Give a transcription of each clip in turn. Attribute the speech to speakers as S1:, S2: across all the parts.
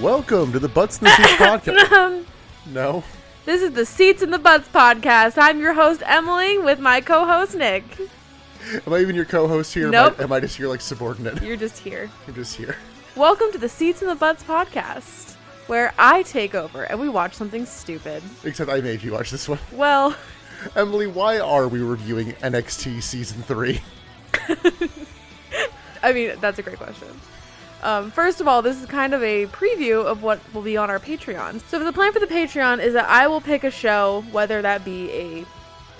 S1: Welcome to the Butts in the Seats podcast.
S2: Um,
S1: No,
S2: this is the Seats and the Butts podcast. I'm your host, Emily, with my co host, Nick.
S1: am I even your co-host here?
S2: Nope.
S1: Am, I, am I just your like subordinate?
S2: You're just here.
S1: I'm just here.
S2: Welcome to the Seats and the Butts podcast, where I take over and we watch something stupid.
S1: Except I made you watch this one.
S2: Well,
S1: Emily, why are we reviewing NXT season three?
S2: I mean, that's a great question. Um, first of all, this is kind of a preview of what will be on our Patreon. So, the plan for the Patreon is that I will pick a show, whether that be a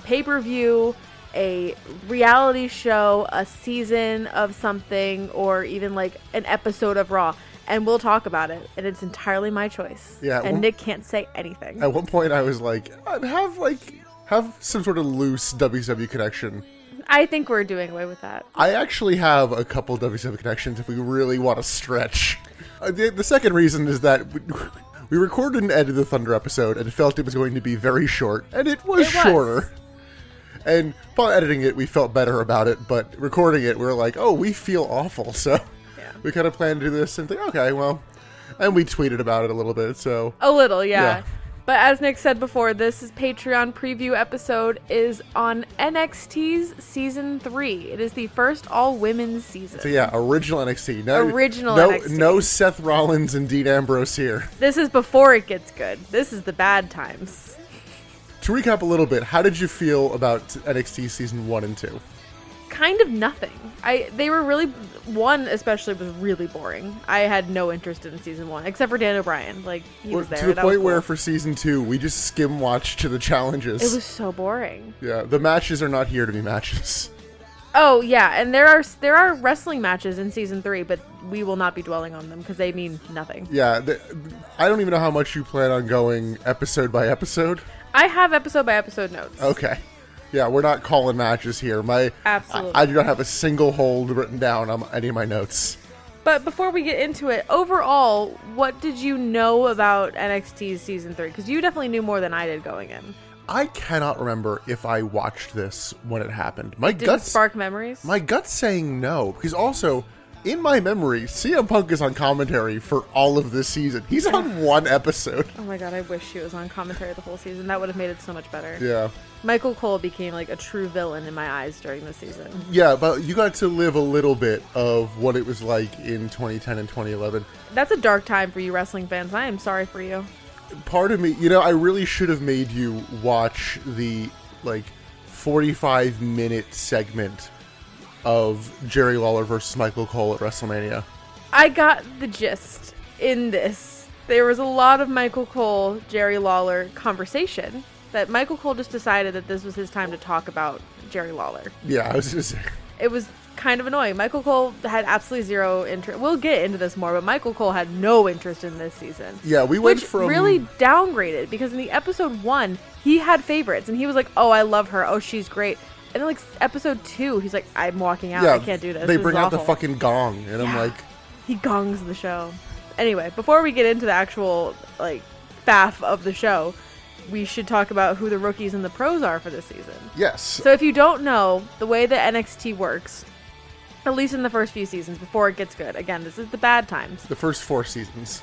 S2: pay per view, a reality show, a season of something, or even like an episode of Raw, and we'll talk about it. And it's entirely my choice.
S1: Yeah,
S2: And
S1: well-
S2: Nick can't say anything.
S1: At one point, I was like, "Uh, have like have some sort of loose WCW connection.
S2: I think we're doing away with that.
S1: I actually have a couple WCW connections if we really want to stretch. Uh, the, the second reason is that we, we recorded and edited the Thunder episode and felt it was going to be very short, and it was
S2: It was.
S1: shorter. And while editing it, we felt better about it, but recording it, we were like, oh, we feel awful. So
S2: Yeah.
S1: we kind of planned to do this and think, okay, well. And we tweeted about it a little bit, so
S2: A little, yeah.
S1: Yeah.
S2: But as Nick said before, this is Patreon preview episode is on NXT's season three. It is the first all women's season.
S1: So yeah, original NXT. No,
S2: Original
S1: no,
S2: NXT.
S1: No Seth Rollins and Dean Ambrose here.
S2: This is before it gets good. This is the bad times.
S1: To recap a little bit, how did you feel about NXT season one and two?
S2: Kind of nothing. I they were really one especially was really boring. I had no interest in season one except for Dan O'Brien. Like he was there.
S1: to the
S2: That
S1: point
S2: was
S1: where
S2: cool.
S1: for season two, we just skim watched to the challenges.
S2: it was so boring.
S1: yeah, the matches are not here to be matches.
S2: Oh yeah, and there are there are wrestling matches in season three, but we will not be dwelling on them because they mean nothing.
S1: Yeah, the, I don't even know how much you plan on going episode by episode.
S2: I have episode by episode notes.
S1: Okay. Yeah, we're not calling matches here. My
S2: Absolutely.
S1: I, I do not have a single hold written down on any of my notes.
S2: But before we get into it, overall, what did you know about NXT's season three? Because you definitely knew more than I did going in.
S1: I cannot remember if I watched this when it happened. My
S2: Did
S1: gut
S2: it spark memories?
S1: My gut's saying no, because also, in my memory, CM Punk is on commentary for all of this season. He's on one episode.
S2: oh my god, I wish she was on commentary the whole season. That would have made it so much better.
S1: Yeah.
S2: Michael Cole became like a true villain in my eyes during the season.
S1: Yeah, but you got to live a little bit of what it was like in 2010 and 2011.
S2: That's a dark time for you wrestling fans. I am sorry for you.
S1: Part of me, you know, I really should have made you watch the, like, 45 minute segment of Jerry Lawler versus Michael Cole at WrestleMania.
S2: I got the gist in this. There was a lot of Michael Cole, Jerry Lawler conversation that Michael Cole just decided that this was his time to talk about Jerry Lawler.
S1: Yeah, I was just.
S2: it was kind of annoying. Michael Cole had absolutely zero interest. We'll get into this more, but Michael Cole had no interest in this season.
S1: Yeah, we went
S2: Which
S1: from.
S2: really downgraded because in the episode one, he had favorites and he was like, "Oh, I love her. Oh, she's great." And then like s- episode two, he's like, "I'm walking out. I can't do this."
S1: They
S2: This
S1: bring
S2: is
S1: out the
S2: awful."
S1: fucking gong, and I'm
S2: Yeah.
S1: like,
S2: He gongs the show. Anyway, before we get into the actual like faff of the show, we should talk about who the rookies and the pros are for this season.
S1: yes.
S2: So if you don't know the way that NXT works, at least in the first few seasons before it gets good, again, this is the bad times.
S1: the first four seasons.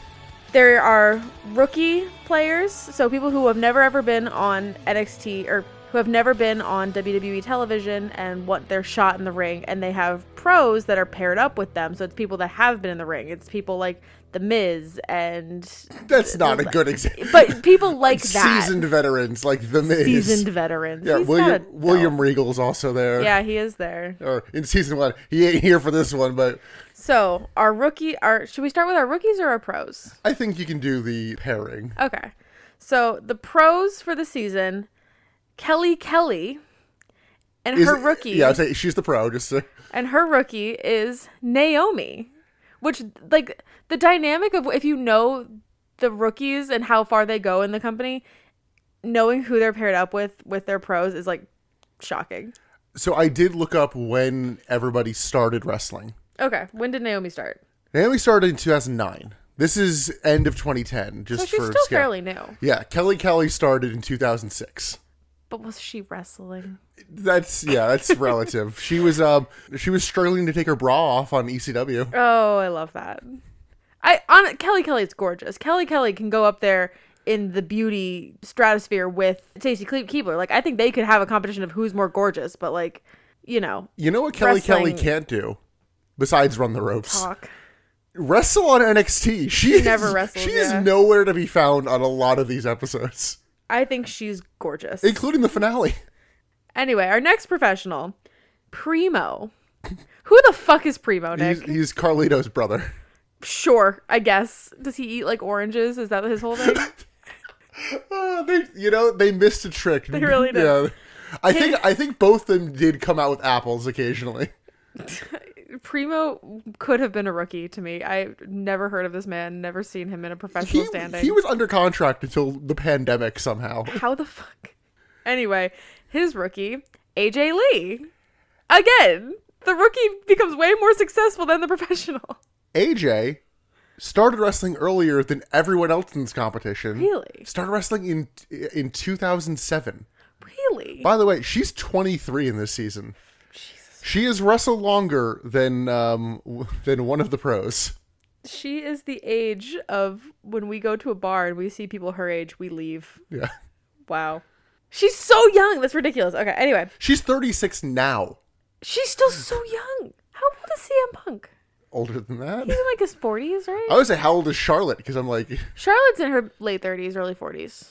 S2: There are rookie players, so people who have never ever been on NXT or who have never been on WWE television and want their shot in the ring, and they have pros that are paired up with them. So it's people that have been in the ring. It's people like The Miz and,
S1: That's not a good example.
S2: but people like that
S1: Seasoned veterans like the Miz.
S2: seasoned veterans.
S1: yeah,
S2: He's
S1: William
S2: not a-
S1: William Regal's also there.
S2: Yeah, he is there.
S1: Or in season one, he ain't here for this one, but
S2: So our rookie, our should we start with our rookies or our pros?
S1: I think you can do the pairing.
S2: Okay, so the pros for the season, Kelly Kelly, and
S1: Is
S2: her
S1: it-
S2: rookie,
S1: Yeah, I'd say she's the pro. Just to,
S2: and her rookie is Naomi, which like the dynamic of if you know the rookies and how far they go in the company, knowing who they're paired up with with their pros is like shocking.
S1: so I did look up when everybody started wrestling.
S2: Okay, when did Naomi start?
S1: Naomi started in 2009. This is end of 2010. Just
S2: So she's
S1: for
S2: still
S1: scale.
S2: fairly new,
S1: Yeah, Kelly Kelly started in 2006.
S2: but was she wrestling?
S1: That's yeah, that's relative. E She was um she was struggling to take her bra off on ECW.
S2: Oh, I love that. I on Kelly Kelly's gorgeous. Kelly Kelly can go up there in the beauty stratosphere with Stacey Kle- Keebler. Like I think they could have a competition of who's more gorgeous, but like, you know,
S1: You know what Kelly Kelly
S2: Wrestling-
S1: can't do besides run the ropes?
S2: talk.
S1: Wrestle on NXT. She, is-
S2: never wrestles,
S1: She
S2: yeah.
S1: is nowhere to be found on a lot of these episodes,
S2: I think she's gorgeous.
S1: including the finale.
S2: Anyway, our next professional, Primo. Who the fuck is Primo, Nick?
S1: He's, he's Carlito's brother.
S2: Sure, I guess. Does he eat like oranges? Is that his whole thing?
S1: Uh, they, you know, they missed a trick. They
S2: really did.
S1: I think I think both of them did come out with apples occasionally.
S2: Primo could have been a rookie to me. I've never heard of this man, never seen him in a professional
S1: He,
S2: standing.
S1: he was under contract until the pandemic somehow.
S2: How the fuck? Anyway, his rookie, AJ Lee. Again, the rookie becomes way more successful than the professional.
S1: AJ started wrestling earlier than everyone else in this competition.
S2: Really?
S1: Started wrestling in in 2007.
S2: Really?
S1: By the way, she's 23 in this season. She has wrestled longer than um w- than one of the pros.
S2: She is the age of when we go to a bar and we see people her age, we leave.
S1: Yeah.
S2: Wow. She's so young. That's ridiculous. Okay, anyway.
S1: She's 36 now.
S2: She's still so young. How old is CM Punk?
S1: Older than that.
S2: He's in like his 40s, right?
S1: I would say how old is Charlotte because I'm like
S2: Charlotte's in her late 30s, early 40s.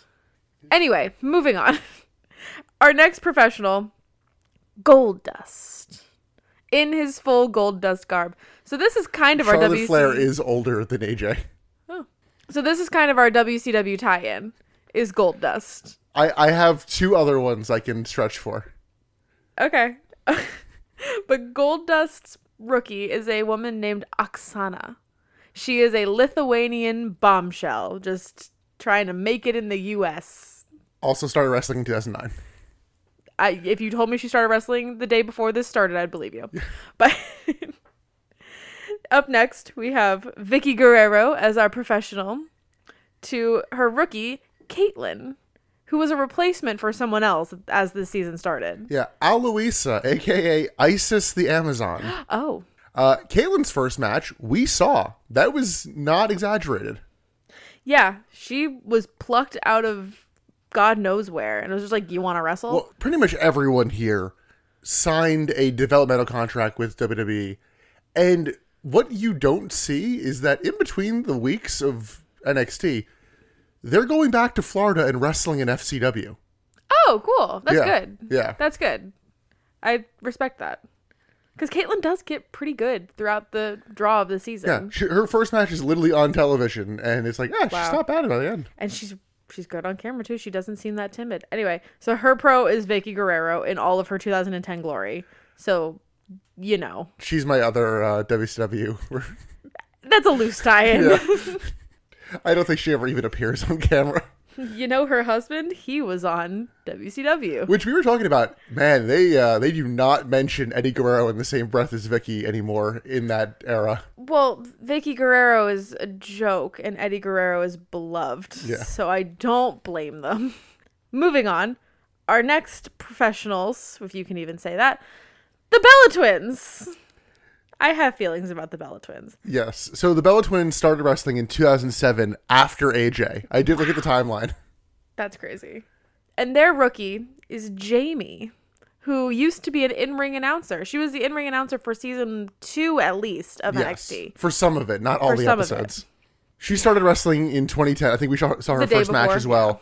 S2: Anyway, moving on. Our next professional, Gold Dust. In his full Gold Dust garb. So this is kind of our
S1: Charlotte
S2: WC-
S1: Flair is older than AJ.
S2: So this is kind of our WCW tie-in is Gold Dust.
S1: I I have two other ones I can stretch for.
S2: Okay. but Gold Dust's rookie is a woman named Oksana. She is a Lithuanian bombshell just trying to make it in the US.
S1: Also started wrestling in 2009.
S2: I if you told me she started wrestling the day before this started, I'd believe you. But up next, we have Vicky Guerrero as our professional to her rookie, Caitlin, who was a replacement for someone else as the season started.
S1: Yeah, Aloisa, aka Isis the Amazon.
S2: Oh.
S1: Uh, Caitlin's first match, we saw. That was not exaggerated.
S2: Yeah, she was plucked out of God knows where and it was just like, You wanna wrestle?
S1: Well, pretty much everyone here signed a developmental contract with WWE. And what you don't see is that in between the weeks of NXT, they're going back to Florida and wrestling in FCW.
S2: oh, cool. That's
S1: yeah.
S2: good.
S1: Yeah.
S2: That's good. I respect that. Because Caitlyn does get pretty good throughout the draw of the season.
S1: Yeah. She, her first match is literally on television, and it's like, ah,
S2: Wow.
S1: she's not bad by the end.
S2: And she's she's good on camera too. She doesn't seem that timid. Anyway, so her pro is Vicky Guerrero in all of her 2010 glory. So, you know,
S1: She's my other uh, WCW.
S2: that's a loose tie-in.
S1: I don't think she ever even appears on camera.
S2: you know her husband, he was on WCW.
S1: Which we were talking about, man. They uh, they do not mention Eddie Guerrero in the same breath as Vicky anymore in that era.
S2: Well, Vicky Guerrero is a joke and Eddie Guerrero is beloved.
S1: Yeah.
S2: So I don't blame them. Moving on, our next professionals, if you can even say that, the Bella Twins. I have feelings about the Bella Twins.
S1: Yes. So the Bella Twins started wrestling in 2007 after AJ. I did look at the timeline.
S2: That's crazy. And their rookie is Jamie, who used to be an in ring announcer. She was the in ring announcer for season two, at least, of
S1: Yes.
S2: NXT.
S1: For some of it, not all
S2: For
S1: the
S2: some of it.
S1: episodes. She started wrestling in 2010. I think we saw saw her
S2: The day
S1: first match
S2: before,
S1: as well.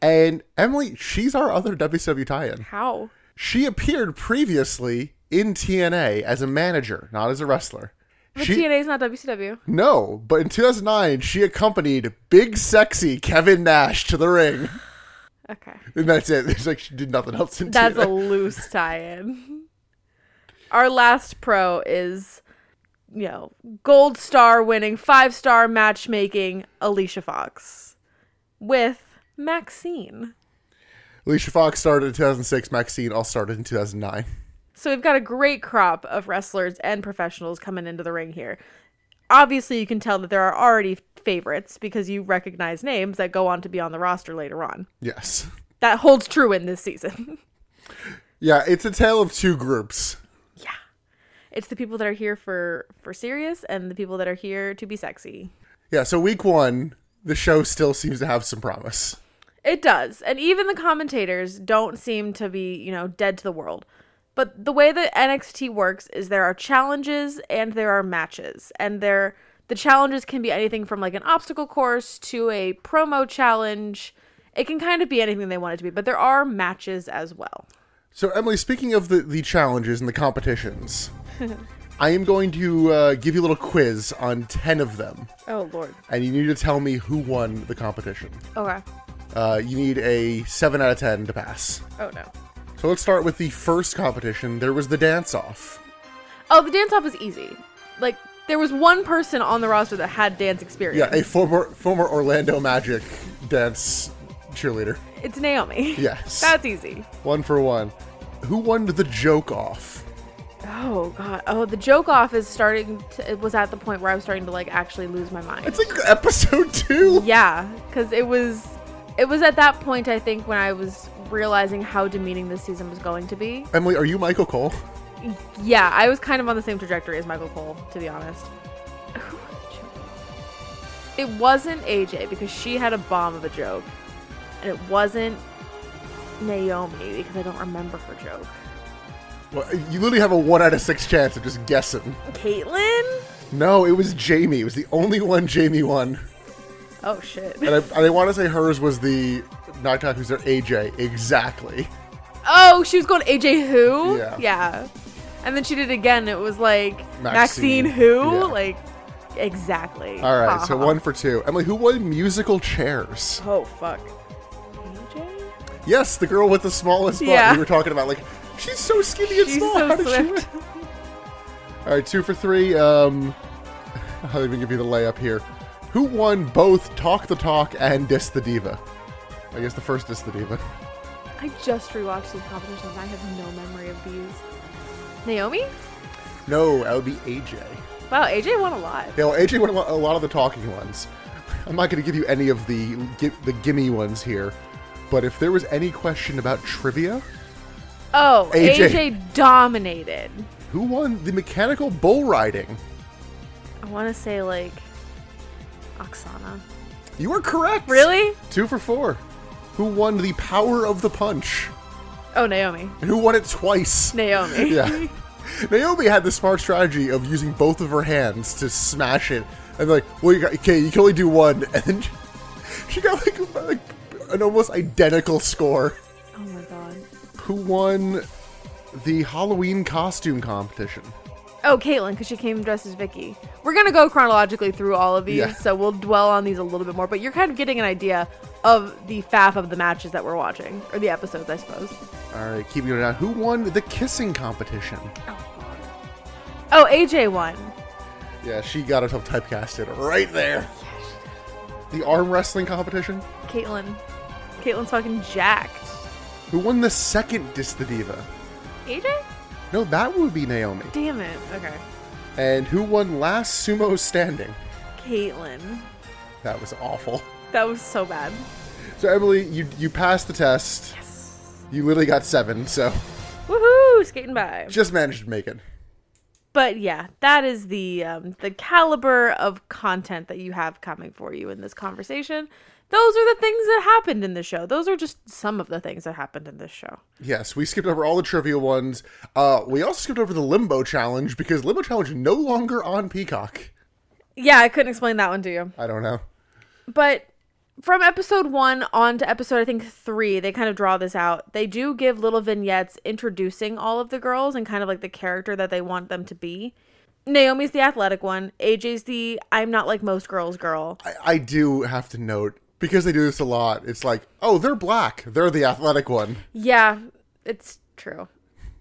S1: And Emily, she's our other WCW tie-in.
S2: How?
S1: She appeared previously in TNA as a manager, not as a wrestler.
S2: But
S1: She-
S2: TNA is not WCW.
S1: No, but in 2009, she accompanied Big Sexy Kevin Nash to the ring.
S2: Okay.
S1: And that's it. It's like she did nothing else in
S2: That's a
S1: TNA.
S2: loose tie in. Our last pro is, you know, gold star winning, five star matchmaking Alicia Fox with Maxine.
S1: Alicia Fox started in 2006. Maxine all started in 2009.
S2: So we've got a great crop of wrestlers and professionals coming into the ring here. Obviously, you can tell that there are already favorites because you recognize names that go on to be on the roster later on.
S1: Yes.
S2: That holds true in this season.
S1: Yeah, it's a tale of two groups.
S2: It's the people that are here for for serious and the people that are here to be sexy.
S1: Yeah, so week one, the show still seems to have some promise.
S2: It does. And even the commentators don't seem to be, you know, dead to the world. But the way that NXT works is there are challenges and there are matches. And there the challenges can be anything from like an obstacle course to a promo challenge. It can kind of be anything they want it to be, but there are matches as well.
S1: So, Emily, speaking of the, the challenges and the competitions, I am going to uh, give you a little quiz on 10 of them.
S2: Oh lord.
S1: And you need to tell me who won the competition.
S2: Okay.
S1: Uh, you need a 7 out of 10 to pass.
S2: Oh no.
S1: So, let's start with the first competition. There was the dance off.
S2: Oh, the dance off is easy. Like there was one person on the roster that had dance experience.
S1: Yeah, a former, former Orlando Magic dance cheerleader.
S2: it's Naomi.
S1: Yes.
S2: That's easy.
S1: One for one. Who won the joke off?
S2: Oh god. Oh, the joke off is starting to it was at the point where I was starting to like actually lose my mind.
S1: It's like episode two.
S2: yeah, cuz it was it was at that point I think when I was realizing how demeaning this season was going to be.
S1: Emily, are you Michael Cole?
S2: Yeah, I was kind of on the same trajectory as Michael Cole, to be honest. Who was the joke off? It wasn't AJ because she had a bomb of a joke. And it wasn't Naomi because I don't remember her joke.
S1: Well, you literally have a one out of six chance of just guessing.
S2: Caitlyn?
S1: No, it was Jamie. It was the only one Jamie won.
S2: Oh shit.
S1: And I, and I want to say hers was the knocked out who's their AJ. Exactly.
S2: Oh, she was going AJ who?
S1: Yeah.
S2: And then she did it again. It was like
S1: Maxine.
S2: Maxine, who?
S1: Yeah.
S2: Like exactly.
S1: All right,
S2: Ha
S1: so
S2: ha.
S1: one for two. Emily, who won musical chairs?
S2: Oh fuck. AJ?
S1: Yes, the girl with the smallest butt.
S2: Yeah.
S1: We were talking about like she's so skinny and
S2: She's
S1: small.
S2: so
S1: How did she
S2: swift.
S1: win? All right, two for three. Um, I'll even give you the layup here. Who won both Talk the Talk and Diss the Diva? I guess the first Diss the Diva.
S2: I just rewatched these competitions. I have no memory of these. Naomi?
S1: No, that would be AJ.
S2: Wow, AJ won a lot.
S1: Yeah, well, AJ won a lot- a lot of the talking ones. I'm not going to give you any of the gi- the gimme ones here, but if there was any question about trivia,
S2: Oh,
S1: AJ.
S2: AJ, dominated.
S1: who won the mechanical bull riding?
S2: I want to say like Oksana.
S1: You were correct.
S2: Really?
S1: Two for four. Who won the power of the punch?
S2: Oh, Naomi.
S1: And who won it twice?
S2: Naomi.
S1: Yeah. Naomi had the smart strategy of using both of her hands to smash it, and like, well, you got, okay, you can only do one, and then she got like, like an almost identical score.
S2: Oh my god.
S1: Who won the Halloween costume competition?
S2: Oh, Caitlyn, because she came dressed as Vicky. We're gonna go chronologically through all of these,
S1: Yeah.
S2: so we'll dwell on these a little bit more. But you're kind of getting an idea of the faff of the matches that we're watching, or the episodes, I suppose.
S1: All right, keep going down. Who won the kissing competition?
S2: Oh, AJ won.
S1: Yeah, she got herself typecasted right there. The arm wrestling competition.
S2: Caitlyn, Caitlyn's fucking jacked.
S1: Who won the second Dis the Diva?
S2: AJ?
S1: No, that would be Naomi.
S2: Damn it. Okay.
S1: And who won last sumo standing?
S2: Caitlyn,
S1: That was awful.
S2: that was so bad.
S1: So Emily, you you passed the test.
S2: Yes.
S1: You literally got seven, so
S2: Woohoo! Skating by.
S1: just managed to make it.
S2: But yeah, that is the um, the caliber of content that you have coming for you in this conversation. Those are the things that happened in the show. Those are just some of the things that happened in this show.
S1: Yes, we skipped over all the trivia ones. Uh, we also skipped over the limbo challenge because limbo challenge no longer on Peacock.
S2: Yeah, I couldn't explain that one to you.
S1: I don't know.
S2: But from episode one on to episode, I think three, they kind of draw this out. They do give little vignettes introducing all of the girls and kind of like the character that they want them to be. Naomi's the athletic one. AJ's the I'm not like most girls girl.
S1: I, I do have to note because they do this a lot. It's like, oh, they're black. They're the athletic one.
S2: Yeah, it's true.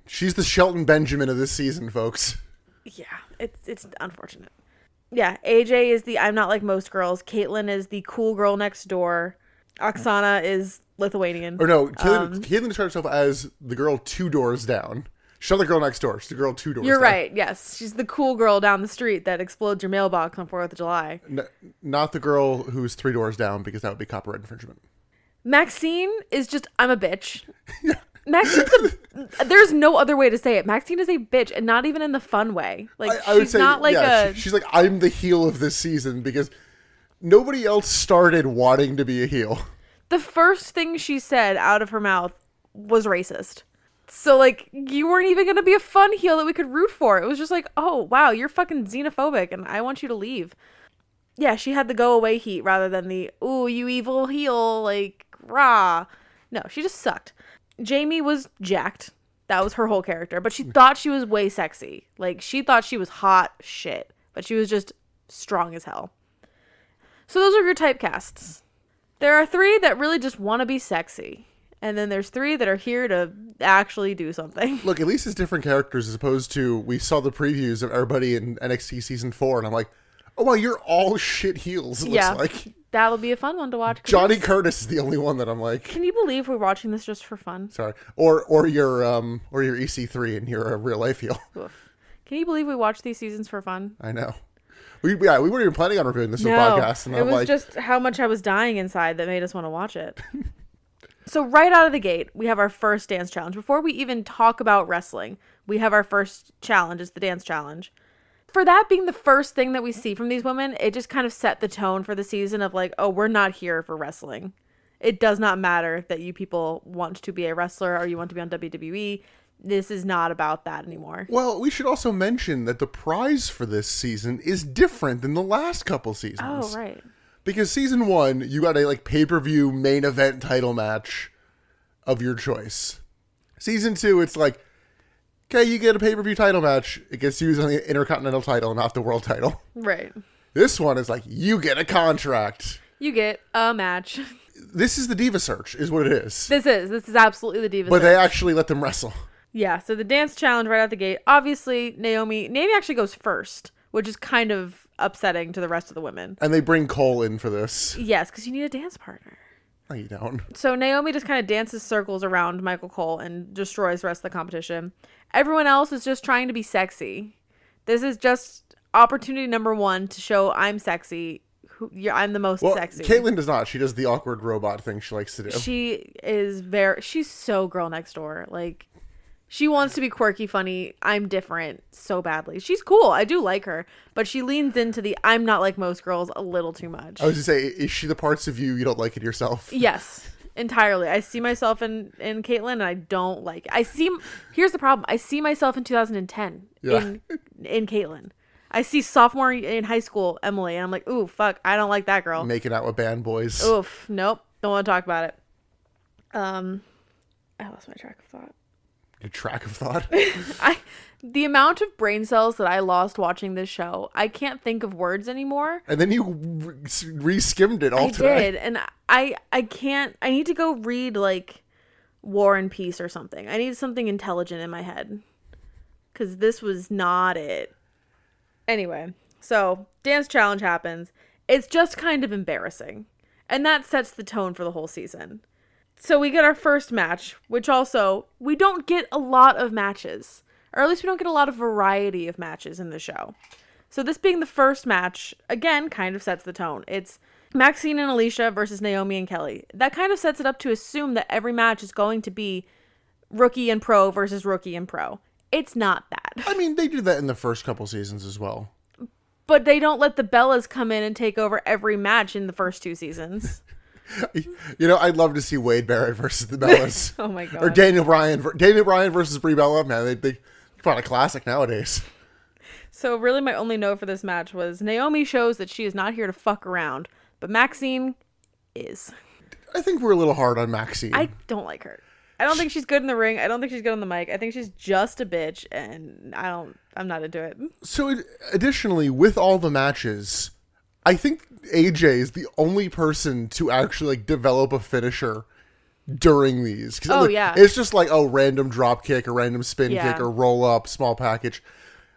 S1: She's the Shelton Benjamin of this season, folks.
S2: Yeah, it's it's unfortunate. Yeah, AJ is the I'm not like most girls. Caitlyn is the cool girl next door. Oksana is Lithuanian.
S1: Or no, Caitlin,
S2: Um,
S1: Caitlin describes herself as the girl two doors down. She's not the girl next door. She's the girl two doors.
S2: You're
S1: down.
S2: right. Yes, she's the cool girl down the street that explodes your mailbox on Fourth of July.
S1: N- not the girl who's three doors down because that would be copyright infringement.
S2: Maxine is just I'm a bitch. Maxine's a, there's no other way to say it. Maxine is a bitch, and not even in the fun way. Like
S1: I, I would
S2: she's
S1: say,
S2: not like
S1: yeah,
S2: a
S1: she- she's like I'm the heel of this season because nobody else started wanting to be a heel.
S2: the first thing she said out of her mouth was racist. So like you weren't even gonna be a fun heel that we could root for. It was just like, oh wow, you're fucking xenophobic and I want you to leave. Yeah, she had the go away heat rather than the ooh you evil heel like rah. No, she just sucked. Jamie was jacked. That was her whole character, but she thought she was way sexy. Like she thought she was hot shit, but she was just strong as hell. So those are your typecasts. There are three that really just want to be sexy. And then there's three that are here to actually do something.
S1: Look, at least it's different characters as opposed to we saw the previews of everybody in NXT season four, and I'm like, oh wow, you're all shit heels. It looks
S2: Yeah.
S1: like
S2: That'll be a fun one to watch. Can you-
S1: Johnny Curtis is the only one that I'm like.
S2: Can you believe we're watching this just for fun?
S1: Sorry, or or your um or your EC3, and you're a real life heel.
S2: Oof. Can you believe we watch these seasons for fun?
S1: I know. We yeah, we weren't even planning on reviewing this in the podcast, and
S2: it
S1: I'm
S2: was
S1: like,
S2: just how much I was dying inside that made us want to watch it. so right out of the gate, we have our first dance challenge. Before we even talk about wrestling, we have our first challenge. It's the dance challenge. For that being the first thing that we see from these women, it just kind of set the tone for the season of like, oh, we're not here for wrestling. It does not matter that you people want to be a wrestler or you want to be on WWE. This is not about that anymore.
S1: well, we should also mention that the prize for this season is different than the last couple seasons.
S2: Oh, right.
S1: Because season one, you got a like pay per view main event title match of your choice. Season two, it's like, okay, you get a pay per view title match. It gets used on the Intercontinental title, not the World title.
S2: Right.
S1: This one is like, you get a contract.
S2: You get a match.
S1: This is the Diva Search, is what it is.
S2: This is this is absolutely the diva.
S1: but
S2: Zone.
S1: they actually let them wrestle.
S2: yeah, so the dance challenge right out the gate. Obviously, Naomi Naomi actually goes first, which is kind of upsetting to the rest of the women.
S1: And they bring Cole in for this.
S2: Yes, because you need a dance partner.
S1: No, you don't.
S2: So Naomi just kind of dances circles around Michael Cole and destroys the rest of the competition. Everyone else is just trying to be sexy. This is just opportunity number one to show I'm sexy. Who, you're, I'm the most
S1: Well,
S2: sexy.
S1: Caitlyn does not. She does the awkward robot thing she likes to do.
S2: she is very she's so girl next door like she wants to be quirky funny i'm different so badly she's cool i do like her but she leans into the i'm not like most girls a little too much
S1: I was to say, is she the parts of you you don't like in yourself?
S2: yes entirely i see myself in in caitlyn and i don't like i see here's the problem i see myself in 2010
S1: Yeah.
S2: in in caitlyn i see sophomore in high school emily and i'm like ooh fuck i don't like that girl
S1: Making out with band boys.
S2: Oof. Nope. Don't want to talk about it. Um, I lost my track of thought.
S1: Your track of thought.
S2: I the amount of brain cells that I lost watching this show, I can't think of words anymore.
S1: And then you re skimmed it all
S2: I
S1: today.
S2: did, and I I can't. I need to go read like War and Peace or something. I need something intelligent in my head because this was not it. Anyway, so dance challenge happens. It's just kind of embarrassing, and that sets the tone for the whole season. So we get our first match, which also we don't get a lot of matches, or at least we don't get a lot of variety of matches in the show. So this being the first match, again, kind of sets the tone. It's Maxine and Alicia versus Naomi and Kelly. That kind of sets it up to assume that every match is going to be rookie and pro versus rookie and pro. It's not that.
S1: I mean, they did that in the first couple seasons as well.
S2: But they don't let the Bellas come in and take over every match in the first two seasons.
S1: You know, I'd love to see Wade Barrett versus the Bellas.
S2: Oh my god.
S1: Or Daniel Bryan, ver- Daniel Bryan versus Brie Bella. Man, they, they brought a classic nowadays.
S2: So really my only note for this match was Naomi shows that she is not here to fuck around, but Maxine is.
S1: I think we're a little hard on Maxine.
S2: I don't like her. I don't think she's good in the ring. I don't think she's good on the mic. I think she's just a bitch and I don't I'm not into it.
S1: So, ad- additionally, with all the matches, I think AJ is the only person to actually like develop a finisher during these. 'Cause,
S2: Oh,
S1: like,
S2: yeah.
S1: it's just like oh, random drop kick, or random spin
S2: Yeah.
S1: kick, or roll up, small package.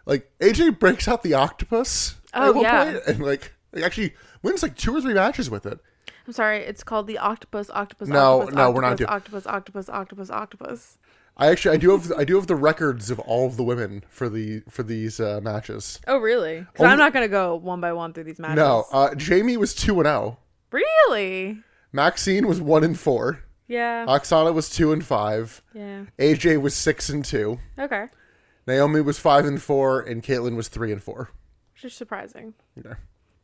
S1: Like AJ breaks out the octopus.
S2: Oh, yeah.
S1: and like like, actually wins like two or three matches with it.
S2: I'm sorry, it's called the octopus octopus
S1: No,
S2: octopus,
S1: no, we're not
S2: octopus,
S1: doing-
S2: octopus octopus octopus octopus.
S1: I actually I do have I do have the records of all of the women for the for these uh, matches.
S2: Oh really? Cuz I'm not going to go one by one through these matches.
S1: uh, No, uh, Jamie was two and zero.
S2: Really?
S1: Maxine was one and four.
S2: Yeah.
S1: Oksana was two and five.
S2: yeah.
S1: AJ was six and two.
S2: Okay.
S1: Naomi was five and four, and Caitlyn was three and four.
S2: Which is surprising.
S1: Yeah.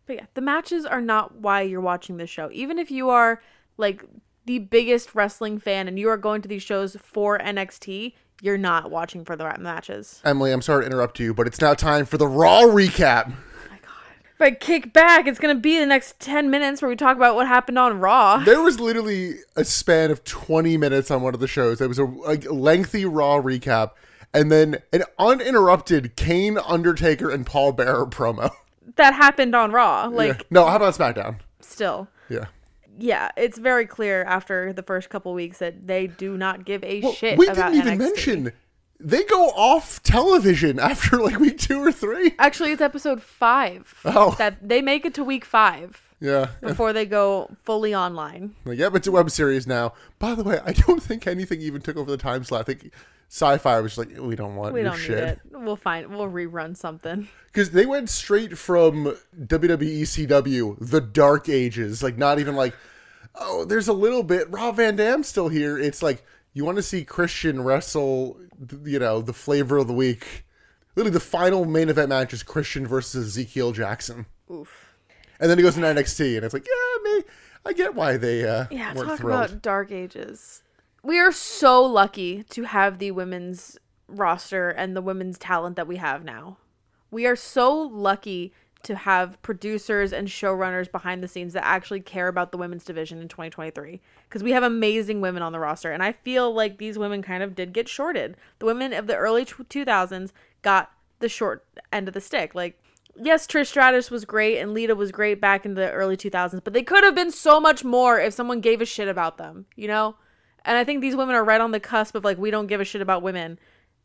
S2: But yeah, the matches are not why you're watching this show. Even if you are like the biggest wrestling fan and you are going to these shows for NXT, you're not watching for the ra- matches.
S1: Emily, I'm sorry to interrupt you, but it's now time for the Raw recap.
S2: Oh my god. If I kick back, it's gonna be the next ten minutes where we talk about what happened on Raw.
S1: There was literally a span of 20 minutes on one of the shows. There was a, a lengthy Raw recap, and then an uninterrupted Kane, Undertaker, and Paul Bearer promo.
S2: That happened on Raw. Like
S1: Yeah. No, how about SmackDown?
S2: still.
S1: Yeah.
S2: Yeah, it's very clear after the first couple weeks that they do not give a shit
S1: we
S2: about
S1: didn't even
S2: NXT.
S1: mention they go off television after like week two or three.
S2: Actually, it's episode five.
S1: Oh.
S2: That they make it to week five
S1: Yeah.
S2: before they go fully online.
S1: Like, yep, it's a web series now. By the way, I don't think anything even took over the time slot. I think sci-fi was just like, we don't want
S2: We
S1: your
S2: don't need
S1: shit.
S2: it. We'll find. We'll rerun something.
S1: Because they went straight from WWE CW, the Dark Ages. Like, not even like, oh, there's a little bit. Rob Van Dam's still here. It's like, you want to see Christian wrestle, th- you know, the flavor of the week. Literally, the final main event match is Christian versus Ezekiel Jackson.
S2: Oof.
S1: And then he goes to NXT, and it's like, yeah, me, I get why they uh,
S2: Yeah.
S1: weren't
S2: talk
S1: thrilled.
S2: about dark ages. We are so lucky to have the women's roster and the women's talent that we have now. We are so lucky to have producers and showrunners behind the scenes that actually care about the women's division in 2023 because we have amazing women on the roster and I feel like these women kind of did get shorted. The women of the early tw- 2000s got the short end of the stick. Like yes, Trish Stratus was great and Lita was great back in the early 2000s, but they could have been so much more if someone gave a shit about them, you know? And I think these women are right on the cusp of like we don't give a shit about women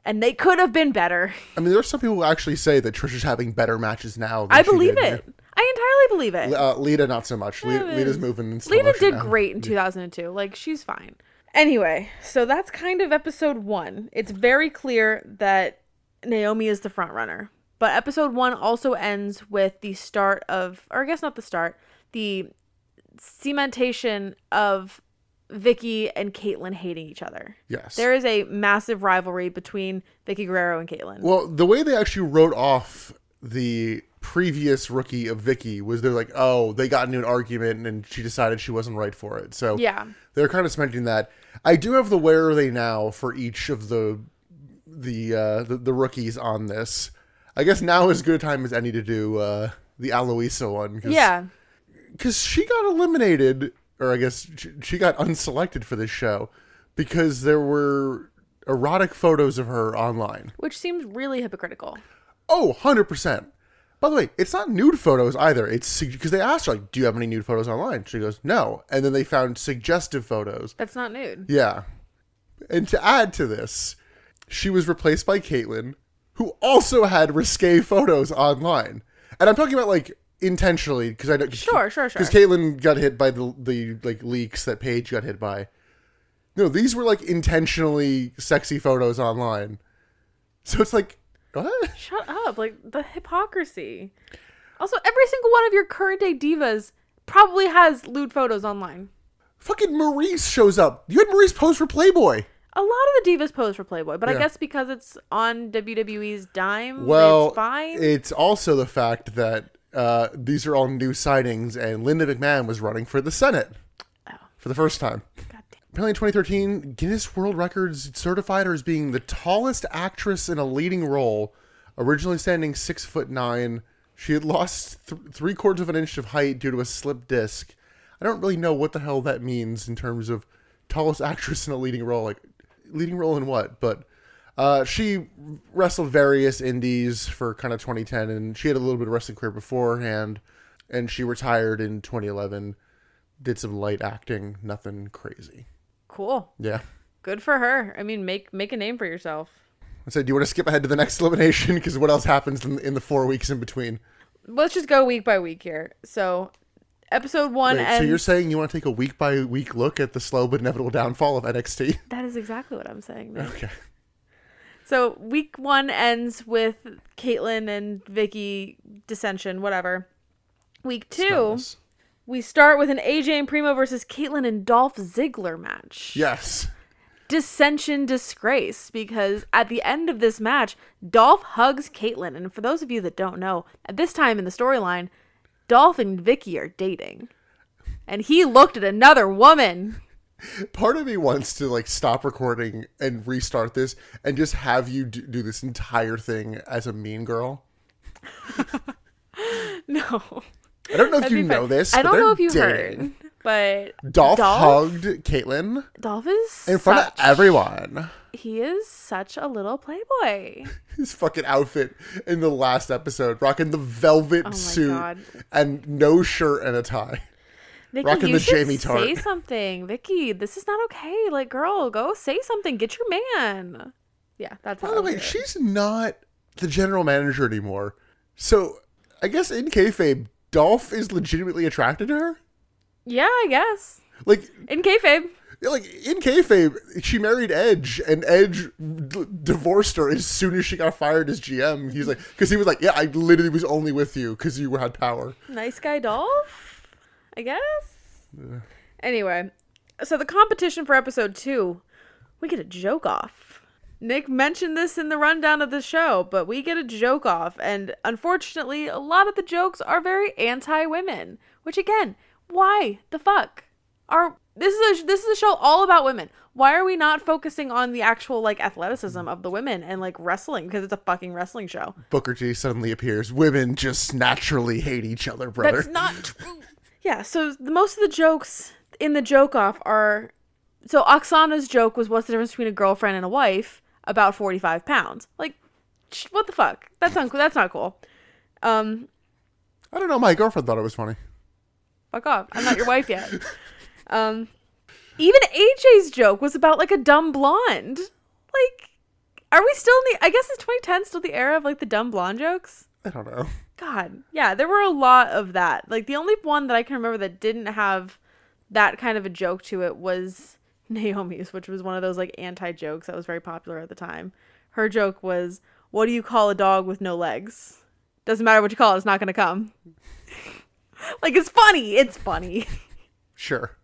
S2: and they could have been better.
S1: I mean, there are some people who actually say that Trish is having better matches now. Than
S2: I
S1: she
S2: believe
S1: did.
S2: it. I entirely believe it.
S1: Uh, Lita, not so much. Lita,
S2: Eh,
S1: Lita's moving. in slow
S2: Lita
S1: motion
S2: did
S1: now.
S2: great in 2002. Like she's fine. Anyway, so that's kind of episode 1. It's very clear that Naomi is the front runner. But episode 1 also ends with the start of or I guess not the start, the cementation of Vicky and Caitlyn hating each other.
S1: Yes.
S2: There is a massive rivalry between Vicky Guerrero and Caitlyn.
S1: Well, the way they actually wrote off the previous rookie of Vicky was they're like, oh, they got into an argument and she decided she wasn't right for it. So
S2: Yeah.
S1: they're kind of cementing that. I do have the where are they now for each of the the uh, the, the rookies on this. I guess now is as good a time as any to do uh, the Aloisa one. Cause,
S2: yeah.
S1: because she got eliminated, or I guess she, she got unselected for this show because there were erotic photos of her online.
S2: Which seems really hypocritical.
S1: Oh, 100%. By the way, it's not nude photos either. It's because they asked her, like, do you have any nude photos online? She goes, no. And then they found suggestive photos.
S2: That's not nude.
S1: Yeah. And to add to this, she was replaced by Caitlyn, who also had risque photos online. And I'm talking about like intentionally because I know
S2: Sure, sure, sure.
S1: because Caitlyn got hit by the the like leaks that Paige got hit by. No, these were like intentionally sexy photos online. So it's like what?
S2: Shut up. Like the hypocrisy. Also, every single one of your current day divas probably has lewd photos online.
S1: Fucking Maurice shows up. You had Maurice pose for Playboy.
S2: A lot of the divas pose for Playboy, but I
S1: Yeah.
S2: guess because it's on WWE's dime,
S1: Well,
S2: it's fine.
S1: it's also the fact that uh, these are all new sightings, and Linda McMahon was running for the Senate for the first time.
S2: Oh, God damn.
S1: Apparently, in 2013, Guinness World Records certified her as being the tallest actress in a leading role, originally standing six foot nine. She had lost th- three quarters of an inch of height due to a slip disc. I don't really know what the hell that means in terms of tallest actress in a leading role. Like, leading role in what? But uh, she wrestled various indies for kind of 2010, and she had a little bit of wrestling career beforehand, and she retired in 2011. Did some light acting, nothing crazy.
S2: Cool.
S1: Yeah.
S2: Good for her. I mean, make make a name for yourself.
S1: I said, do you want to skip ahead to the next elimination? Because what else happens in, in the four weeks in between?
S2: Let's just go week by week here. So, episode one
S1: Wait,
S2: ends.
S1: so you're saying you want to take a week by week look at the slow but inevitable downfall of NXT?
S2: That is exactly what I'm saying. Nick.
S1: Okay.
S2: So week one ends with Caitlyn and Vicky dissension, whatever. Week two,
S1: Nice.
S2: We start with an AJ and Primo versus Caitlyn and Dolph Ziggler match.
S1: Yes.
S2: Dissension disgrace because at the end of this match, Dolph hugs Caitlyn. And for those of you that don't know, at this time in the storyline, Dolph and Vicky are dating. And he looked at another woman.
S1: Part of me wants to like stop recording and restart this and just have you do, do this entire thing as a mean girl.
S2: No.
S1: I don't know if
S2: That'd
S1: you
S2: be
S1: know
S2: fun.
S1: this.
S2: I
S1: but
S2: don't know if
S1: they're
S2: you
S1: dating.
S2: heard, but
S1: Dolph,
S2: Dolph,
S1: hugged Caitlyn
S2: Dolph is
S1: in front
S2: such-
S1: of everyone.
S2: He is such a little playboy.
S1: His fucking outfit in the last episode, rocking the velvet
S2: Oh my
S1: suit
S2: God.
S1: and no shirt and a tie.
S2: Vicky,
S1: Rocking
S2: you
S1: the
S2: should
S1: Jamie Tart.
S2: say something, Vicky. This is not okay. Like, girl, go say something. Get your man. Yeah, that's
S1: By
S2: how
S1: the
S2: I
S1: way,
S2: would do it.
S1: she's not the general manager anymore. So I guess in kayfabe, Dolph is legitimately attracted to her.
S2: Yeah, I guess
S1: Like,
S2: in kayfabe.
S1: like in kayfabe, she married Edge, and Edge d- divorced her as soon as she got fired as GM. He's like, because he was like, yeah, I literally was only with you because you had power.
S2: Nice guy Dolph, I guess. Anyway, so the competition for episode two, we get a joke off. Nick mentioned this in the rundown of the show, but we get a joke off, and unfortunately, a lot of the jokes are very anti-women. Which again, why the fuck are this is a this is a show all about women? Why are we not focusing on the actual like athleticism of the women and like wrestling because it's a fucking wrestling show?
S1: Booker T suddenly appears. Women just naturally hate each other, brother.
S2: That's not true. yeah, so the, most of the jokes in the joke off are so Oksana's joke was what's the difference between a girlfriend and a wife? About 45 pounds. Like sh- what the fuck? That's uncool. That's not cool. Um
S1: I don't know. My girlfriend thought it was funny.
S2: fuck off. I'm not your wife yet. Um even AJ's joke was about like a dumb blonde. Like are we still in the I guess is 2010 still the era of like the dumb blonde jokes?
S1: I don't know.
S2: God, yeah, there were a lot of that. Like the only one that I can remember that didn't have that kind of a joke to it was Naomi's, which was one of those like anti jokes that was very popular at the time. Her joke was, "What do you call a dog with no legs? Doesn't matter what you call it, it's not gonna come." like it's funny. It's funny.
S1: Sure.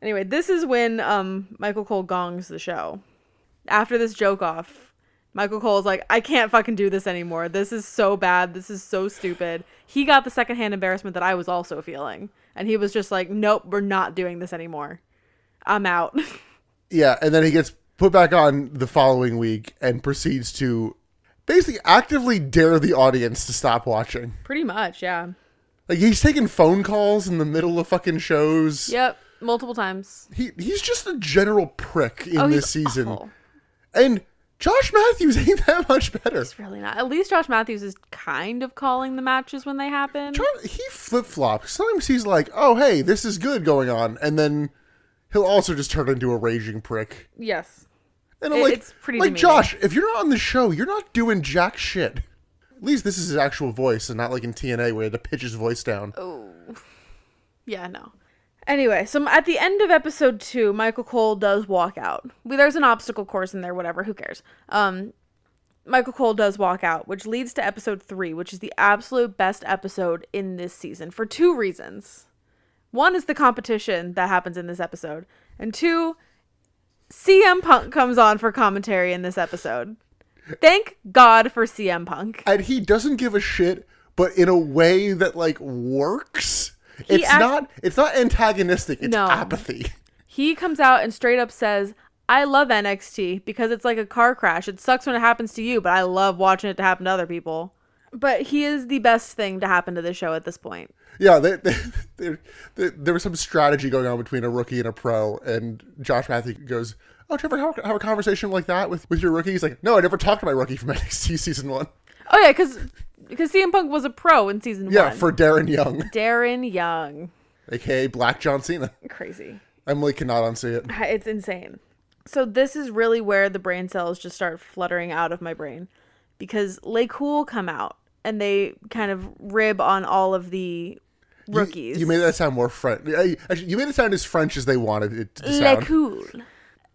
S2: Anyway, this is when um, Michael Cole gongs the show. After this joke off, Michael Cole's like, I can't fucking do this anymore. This is so bad. This is so stupid. He got the secondhand embarrassment that I was also feeling. And he was just like, nope, we're not doing this anymore. I'm out.
S1: Yeah, and then he gets put back on the following week and proceeds to basically actively dare the audience to stop watching.
S2: Pretty much, yeah.
S1: Like he's taking phone calls in the middle of fucking shows.
S2: Yep, multiple times.
S1: He he's just a general prick in
S2: Oh, he's
S1: this season.
S2: awful.
S1: And Josh Matthews ain't that much better.
S2: It's really not. At least Josh Matthews is kind of calling the matches when they happen.
S1: John- He flip flops. Sometimes he's like, "Oh, hey, this is good going on," and then he'll also just turn into a raging prick.
S2: yes.
S1: And I'm
S2: It-
S1: like,
S2: it's pretty
S1: like
S2: demeaning.
S1: Josh, if you're not on the show, you're not doing jack shit. At least this is his actual voice, and not like in TNA where he had to pitch his voice down.
S2: Oh. Yeah, no. Anyway, so at the end of episode two, Michael Cole does walk out. We, there's an obstacle course in there, whatever, who cares? Um, Michael Cole does walk out, which leads to episode three, which is the absolute best episode in this season for two reasons. One is the competition that happens in this episode, and two, CM Punk comes on for commentary in this episode. Thank God for CM Punk.
S1: And he doesn't give a shit, but in a way that like works. it's
S2: act-
S1: not. It's not antagonistic. It's
S2: No.
S1: apathy.
S2: he comes out and straight up says, I love NXT because it's like a car crash. It sucks when it happens to you, but I love watching it to happen to other people. But he is the best thing to happen to the show at this point.
S1: Yeah, they, they, they, they, there was some strategy going on between a rookie and a pro, and Josh Matthews goes, "Oh, Trevor, have, a- have a conversation like that with with your rookie." He's like, "No, I never talked to my rookie from NXT season one."
S2: Oh yeah, because because CM Punk was a pro in season
S1: Yeah,
S2: one.
S1: for Darren Young,
S2: Darren Young,
S1: aka Black John Cena.
S2: crazy.
S1: Emily cannot unsee it.
S2: It's insane. So this is really where the brain cells just start fluttering out of my brain because Lay Cool come out and they kind of rib on all of the
S1: You-
S2: rookies.
S1: You, made that sound more French. Actually, you made it sound as French as they wanted it to
S2: Le
S1: sound.
S2: Cool.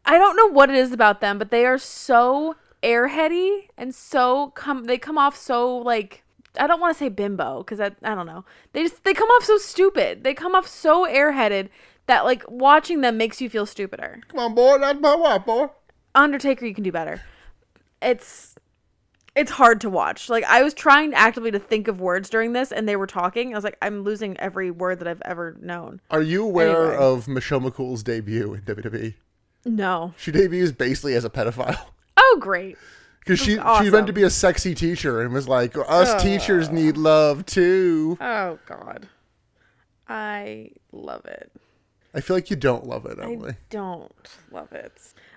S2: I don't know what it is about them, but they are so airheady and so come they come off so like I don't want to say bimbo because I, I don't know. They just they come off so stupid. They come off so airheaded that like watching them makes you feel stupider.
S1: Come on, boy, that's my wife, boy.
S2: Undertaker, you can do better. It's it's hard to watch. Like I was trying actively to think of words during this, and they were talking. I was like, I'm losing every word that I've ever known.
S1: Are you aware
S2: Anyway.
S1: of Michelle McCool's debut in WWE?
S2: No.
S1: She debuts basically as a pedophile
S2: Oh great.
S1: because she she's
S2: awesome.
S1: meant to be a sexy teacher and was like, us teachers need love too.
S2: Oh god. I love it.
S1: I feel like you don't love it,
S2: I
S1: Emily.
S2: don't love it.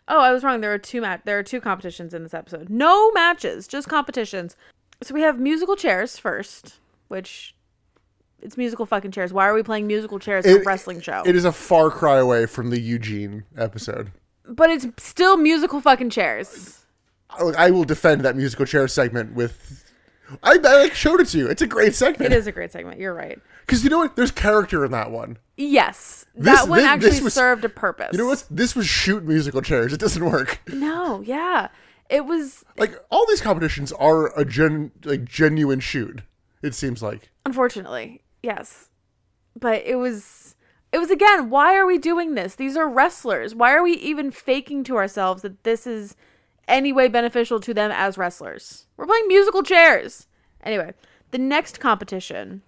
S2: Oh, I was wrong. There are two mat. There are two competitions in this episode. No matches, just competitions. So we have musical chairs first, which it's musical fucking chairs. Why are we playing musical chairs in a
S1: It-
S2: wrestling show?
S1: It is a far cry away from the Eugene episode.
S2: but it's still musical fucking chairs.
S1: I- I will defend that musical chair segment with. I, I like, showed it to you. It's a great
S2: It
S1: segment
S2: is a great segment. You're right.
S1: because you know what? There's character in that one.
S2: Yes,
S1: This-
S2: that one
S1: thi-
S2: actually
S1: this was-
S2: served a purpose.
S1: You know what? This was shoot musical chairs. It doesn't work.
S2: No, yeah, it was
S1: Like all these competitions are a gen like genuine shoot. It seems like
S2: unfortunately yes but it was it was again why are we doing this these are wrestlers why are we even faking to ourselves that this is any way beneficial to them as wrestlers we're playing musical chairs anyway the next competition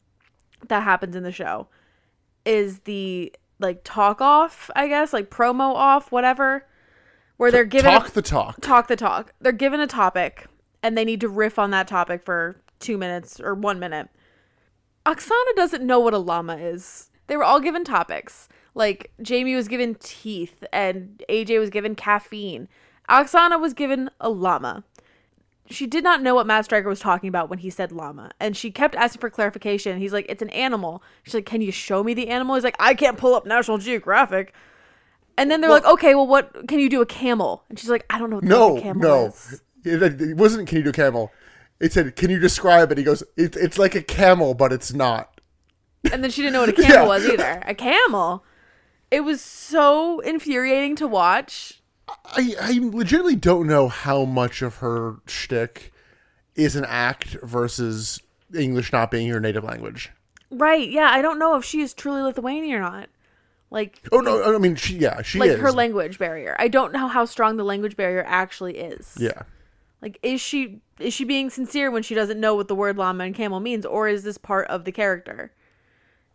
S2: that happens in the show is the like talk off i guess like promo off whatever where they're given a-
S1: talk the talk.
S2: talk the talk. They're given a topic and they need to riff on that topic for two minutes or one minute. Oksana doesn't know what a llama is. They were all given topics. Like Jamie was given teeth and AJ was given caffeine. Oksana was given a llama. She did not know what Matt Stryker was talking about when he said llama. And she kept asking for clarification. He's like, it's an animal. She's like, can you show me the animal? He's like, I can't pull up National Geographic. And then they're like, okay, well, what can you do a camel? And she's like, I don't know what the
S1: No,
S2: fuck a camel
S1: no,
S2: is.
S1: it, it wasn't. Can you do camel? It said, "Can you describe it?" He goes, it, "It's like a camel, but it's not."
S2: And then she didn't know what a camel
S1: Yeah.
S2: was either. A camel. It was so infuriating to watch.
S1: I, I legitimately don't know how much of her shtick is an act versus English not being your native language.
S2: Right. Yeah. I don't know if she is truly Lithuanian or not. Like,
S1: Oh no, I mean, she, yeah, she
S2: like
S1: is.
S2: her language barrier. I don't know how strong the language barrier actually is.
S1: yeah,
S2: Like, is she is she being sincere when she doesn't know what the word llama and camel means, or is this part of the character?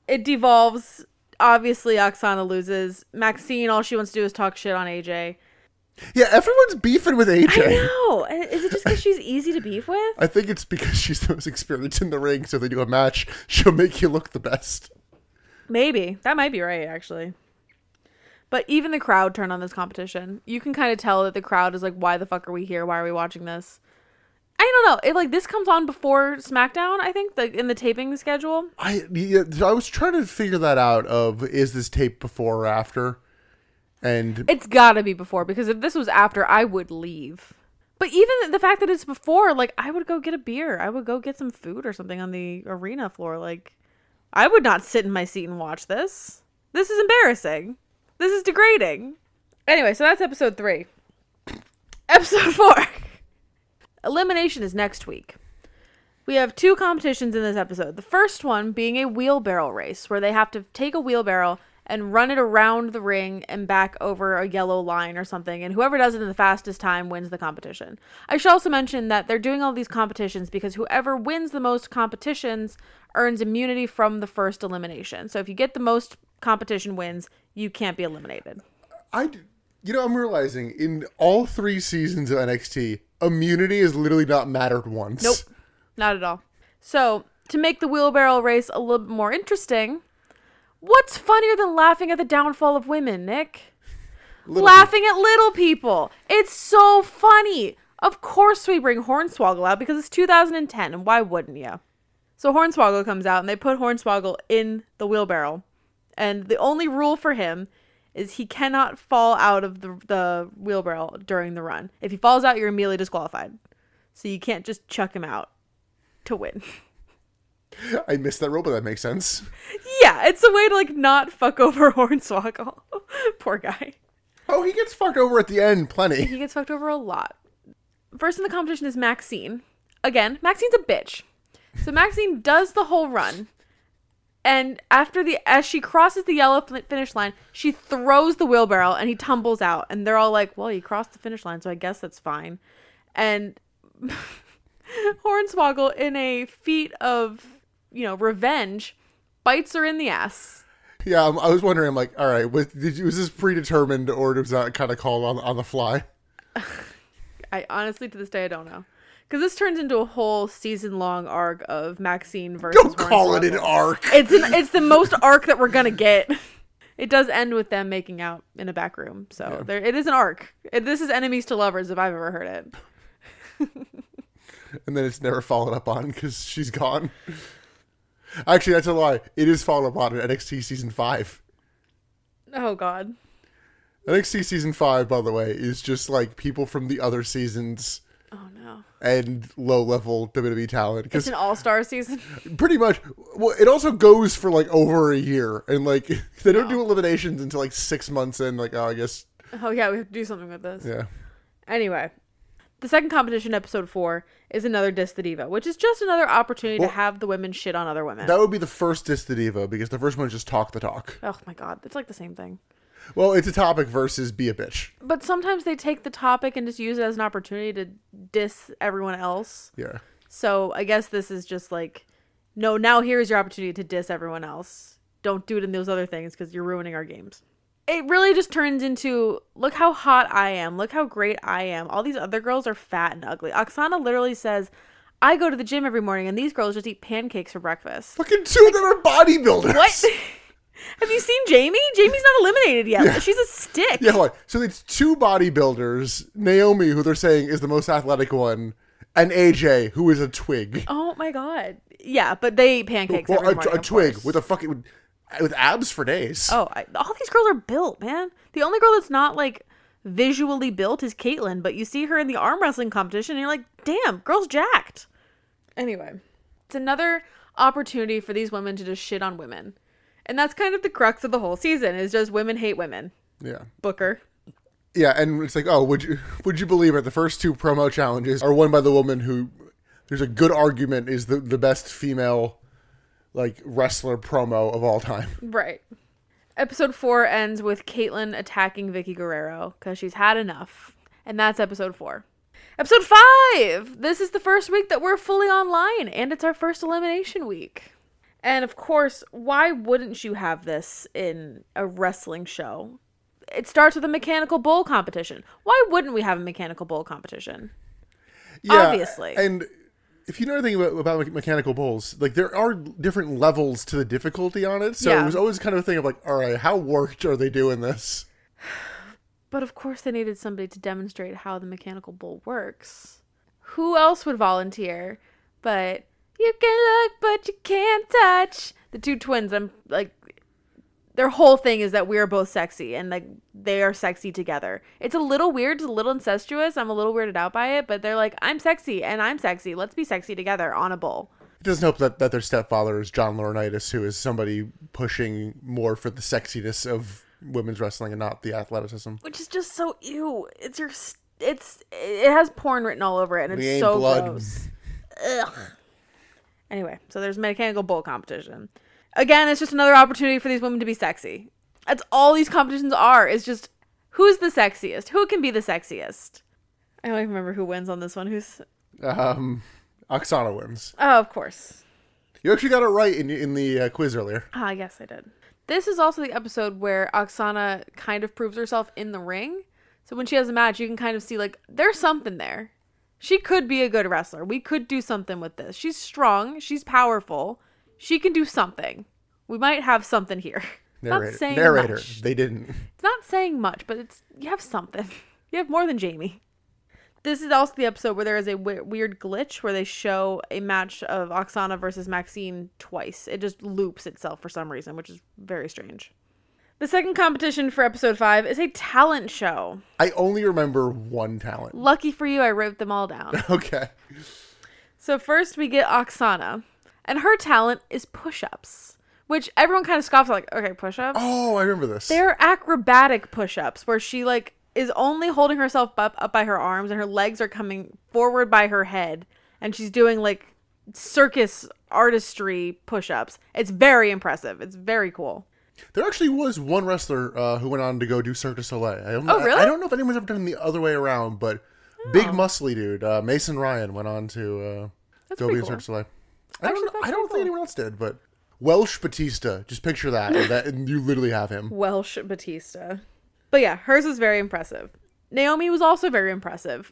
S2: It devolves. Obviously, Oksana loses. Maxine, all she wants to do is talk shit on AJ.
S1: yeah. Everyone's beefing with
S2: I
S1: AJ.
S2: know. And Is it just because she's easy to beef with?
S1: I think it's because she's the most experienced in the ring, so if they do a match, she'll make you look the best.
S2: Maybe. That might be right, actually. But even the crowd turned on this competition. You can kind of tell that the crowd is like, why the fuck are we here? Why are we watching this? I don't know. It like this comes on before SmackDown, I think, like in the taping schedule.
S1: I yeah, I was trying to figure that out. Of is this tape before or after? And
S2: It's gotta be before because if this was after, I would leave. But even the fact that it's before, like, I would go get a beer. I would go get some food or something on the arena floor. Like, I would not sit in my seat and watch this. This is embarrassing. This is degrading. Anyway, so that's episode three. episode four Elimination is next week. We have two competitions in this episode. The first one being a wheelbarrow race, where they have to take a wheelbarrow and run it around the ring and back over a yellow line or something, and whoever does it in the fastest time wins the competition. I should also mention that they're doing all these competitions because whoever wins the most competitions earns immunity from the first elimination. So if you get the most competition wins, you can't be eliminated.
S1: I, d- you know, I'm realizing in all three seasons of NXT, immunity has literally not mattered once.
S2: Nope. Not at all. So, to make the wheelbarrow race a little bit more interesting, what's funnier than laughing at the downfall of women, Nick?
S1: Little
S2: laughing at little people. It's so funny. Of course, we bring Hornswoggle out because it's 2010, and why wouldn't you? So, Hornswoggle comes out, and they put Hornswoggle in the wheelbarrow. And the only rule for him is he cannot fall out of the, the wheelbarrow during the run. If he falls out, you're immediately disqualified. So, you can't just chuck him out to win.
S1: people. I missed that rule, but that makes sense.
S2: yeah, it's a way to like not fuck over Hornswoggle. Poor guy.
S1: Oh, he gets fucked over at the end, plenty.
S2: He gets fucked over a lot. First in the competition is Maxine. Again, Maxine's a bitch. So Maxine does the whole run, and after the as she crosses the yellow fin- finish line, she throws the wheelbarrow and he tumbles out. And they're all like, "Well, you crossed the finish line, so I guess that's fine." And Hornswoggle, in a feat of you know revenge, bites her in the ass.
S1: Yeah, I'm- I was wondering. I'm like, all right, was, did you, was this predetermined or was that kind of called on on the fly?
S2: I honestly, to this day, I don't know. Because this turns into a whole season-long arc of Maxine versus.
S1: Don't call it an
S2: Hornswoggle.
S1: arc.
S2: It's an, it's the most arc that we're gonna get. It does end with them making out in a back room, so there it is an arc. It- this is enemies to lovers if I've ever heard it.
S1: and then it's never followed up on because she's gone. Actually, that's a lie. It is followed up on in NXT season five.
S2: Oh God,
S1: NXT season five, by the way, is just like people from the other seasons
S2: oh no,
S1: and low level WWE E talent.
S2: it's
S1: Because
S2: an all star season.
S1: pretty much, well, it also goes for like over a year, and like they don't do eliminations until like six months in. Like, oh, I guess,
S2: Oh yeah, we have to do something with this.
S1: yeah.
S2: Anyway, the second competition, episode four, is another Diss the Diva, which is just another opportunity
S1: Well-
S2: to have the women shit on other women.
S1: That would be the first diss to Diva because the first one is just talk the talk.
S2: oh my God, it's like the same thing.
S1: Well, it's a topic versus be a bitch.
S2: But sometimes they take the topic and just use it as an opportunity to diss everyone else.
S1: Yeah.
S2: So I guess this is just like, no, now here's your opportunity to diss everyone else. Don't do it in those other things because you're ruining our games. It really just turns into look how hot I am. Look how great I am. All these other girls are fat and ugly. Oksana literally says, I go to the gym every morning and these girls just eat pancakes for breakfast.
S1: Fucking two of them are bodybuilders.
S2: What? Have you seen Jamie? Jamie's not eliminated yet. She's a stick.
S1: Yeah, hold on. So it's two bodybuilders, Naomi, who they're saying is the most athletic one, and AJ, who is a twig.
S2: Oh my god. Yeah, but they eat pancakes
S1: well,
S2: every
S1: a,
S2: morning.
S1: a
S2: of
S1: twig
S2: course.
S1: with a fucking with, with abs for days.
S2: Oh, I, all these girls are built, man. The only girl that's not like visually built is Caitlyn, but you see her in the arm wrestling competition and you're like, damn, girl's jacked. Anyway, it's another opportunity for these women to just shit on women. And that's kind of the crux of the whole season is just women hate women.
S1: Yeah,
S2: Booker.
S1: yeah, and it's like, oh, would you would you believe it? The first two promo challenges are won by the woman who there's a good argument is the the best female like wrestler promo of all time.
S2: Right. Episode four ends with Caitlyn attacking Vicky Guerrero because she's had enough. And that's episode four. Episode five! This is the first week that we're fully online, and it's our first elimination week. And of course, why wouldn't you have this in a wrestling show? It starts with a mechanical bowl competition. Why wouldn't we have a mechanical bowl competition?
S1: Yeah,
S2: Obviously.
S1: and. If you know anything about, about me- mechanical bowls, like there are different levels to the difficulty on it, so
S2: Yeah.
S1: it was always kind of a thing of like, all right, how worked are they doing this?
S2: But of course, they needed somebody to demonstrate how the mechanical bull works. Who else would volunteer? But you can look, but you can't touch. The two twins, I'm like, their whole thing is that we are both sexy and like they are sexy together. It's a little weird, it's a little incestuous. I'm a little weirded out by it, but they're like, I'm sexy and I'm sexy. Let's be sexy together on a bull.
S1: It doesn't help that, that their stepfather is John Laurinaitis, who is somebody pushing more for the sexiness of women's wrestling and not the athleticism.
S2: Which is just so ew. It's your, s- it's, it has porn written all over it and
S1: We
S2: it's
S1: ain't
S2: so
S1: blood.
S2: gross. Anyway, so there's mechanical bowl competition. Again, it's just another opportunity for these women to be sexy. That's all these competitions are. Is just who's the sexiest? Who can be the sexiest? I don't even remember who wins on this one. Who's
S1: Um, Oksana wins.
S2: Oh, of course.
S1: You actually got it right in, in the uh, quiz earlier.
S2: Ah, yes, I did. This is also the episode where Oksana kind of proves herself in the ring. So when she has a match, you can kind of see like there's something there. She could be a good wrestler. We could do something with this. She's strong, she's powerful. She can do something. We might have something here. It's Not saying
S1: narrator.
S2: much.
S1: They didn't.
S2: It's not saying much, but it's you have something. You have more than Jamie. This is also the episode where there is a w- weird glitch where they show a match of Oksana versus Maxine twice. It just loops itself for some reason, which is very strange. The second competition for episode 5 is a talent show.
S1: I only remember one talent.
S2: Lucky for you, I wrote them all down.
S1: Okay.
S2: So first we get Oksana, and her talent is push-ups, which everyone kind of scoffs like, "Okay, push-ups?"
S1: Oh, I remember this.
S2: They're acrobatic push-ups where she like is only holding herself up up by her arms and her legs are coming forward by her head and she's doing like circus artistry push ups. It's very impressive. It's very cool.
S1: There actually was one wrestler uh, who went on to go do Cirque du Soleil. I don't,
S2: Oh, really?
S1: I,
S2: Oh.
S1: I don't know if anyone's ever done the other way around, but big muscly dude, uh, Mason Ryan, went on to uh, go be
S2: pretty
S1: in Cirque du Soleil. I don't,
S2: Actually,
S1: know-
S2: that's
S1: I
S2: pretty
S1: don't
S2: cool.
S1: think anyone else did, but Welsh Batista. Just picture that, and that and you literally have him.
S2: Welsh Batista. But yeah, hers is very impressive. Naomi was also very impressive.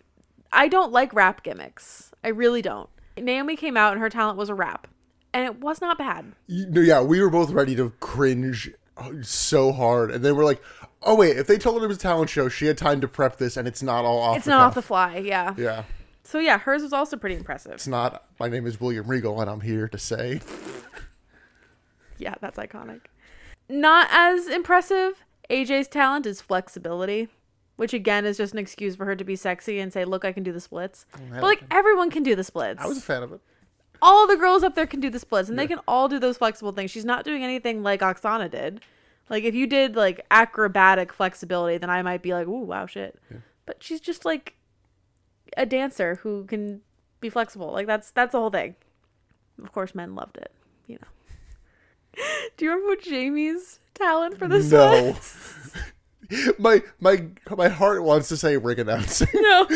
S2: I don't like rap gimmicks. I really don't. Naomi came out and her talent was a rap, and it was not bad.
S1: You, no, yeah, we were both ready to cringe uh, so hard, and then we're like, "Oh wait, if they told her it was a talent show, she had time to prep this, and it's not all off.
S2: It's
S1: the
S2: not off the
S1: cuff.
S2: fly, yeah.
S1: yeah,
S2: So yeah, hers was also pretty impressive.
S1: it's not. My name is William Regal, and I'm here to say
S2: Yeah, that's iconic. Not as impressive. AJ's talent is flexibility, which again is just an excuse for her to be sexy and say, "Look, Mm, I can do the splits." But like everyone can do the splits.
S1: I was a fan of it.
S2: all the girls up there can do the splits and they can all do those flexible things. She's not doing anything like Oksana did. Like if you did like acrobatic flexibility, then I might be like, "Ooh, wow, shit." But she's just like a dancer who can be flexible. Like that's that's the whole thing. Of course, men loved it. You know. do you remember what Jamie's talent for this
S1: No.
S2: was?
S1: my my my heart wants to say ring announcing.
S2: no.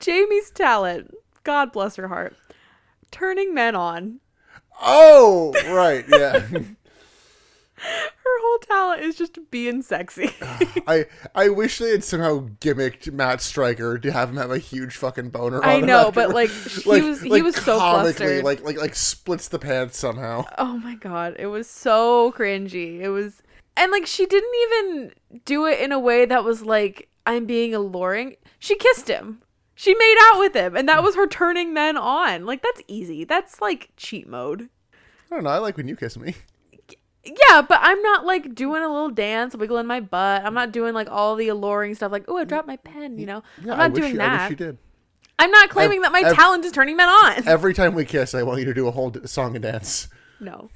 S2: Jamie's talent. God bless her heart. Turning men on
S1: oh, right, yeah.
S2: Her whole talent is just being sexy.
S1: Oh, I I wish they had somehow gimmicked Matt Stryker to have him have a huge fucking boner.
S2: I
S1: on him
S2: know, but,
S1: afterward.
S2: like, he was- he was so flustered.
S1: like like like splits the pants somehow.
S2: oh my god, it was so cringy. It was, and like she didn't even do it in a way that was like I'm being alluring. She kissed him. She made out with him, and that was her turning men on. Like that's easy. That's like cheat mode.
S1: I don't know. I like when you kiss me.
S2: Yeah, but I'm not like doing a little dance, wiggling my butt. I'm not doing like all the alluring stuff, like oh I dropped my pen. You know,
S1: Yeah,
S2: I'm
S1: I
S2: not
S1: wish
S2: doing
S1: you, I
S2: that.
S1: wish you did.
S2: I'm not claiming that my
S1: I've-
S2: talent is turning men on.
S1: Every time we kiss, I want you to do a whole d- song and dance.
S2: No.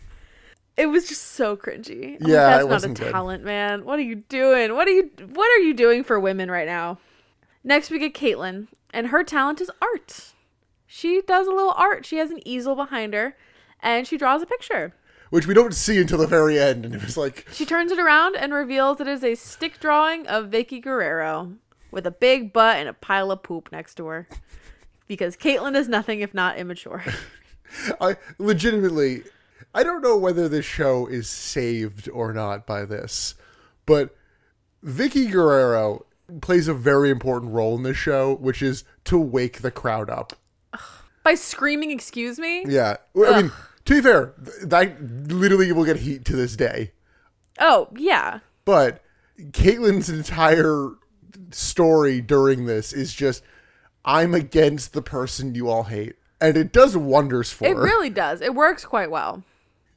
S2: It was just so cringy. I'm like,
S1: Yeah,
S2: that's
S1: it wasn't
S2: not a
S1: good.
S2: talent, man. What are you doing? What are you what are you doing for women right now? Next we get Caitlin, and her talent is art. She does a little art. She has an easel behind her and she draws a picture.
S1: Which we don't see until the very end, and it was like,
S2: She turns it around and reveals it is a stick drawing of Vicky Guerrero with a big butt and a pile of poop next to her. Because Caitlin is nothing if not immature.
S1: I legitimately, I don't know whether this show is saved or not by this, but Vicky Guerrero plays a very important role in this show, which is to wake the crowd up.
S2: By screaming, excuse me?
S1: Yeah, Well, I mean, to be fair, th- that literally will get heat to this day.
S2: Oh, yeah.
S1: But Caitlyn's entire story during this is just, I'm against the person you all hate, and it does wonders for
S2: It
S1: her.
S2: really does. It works quite well.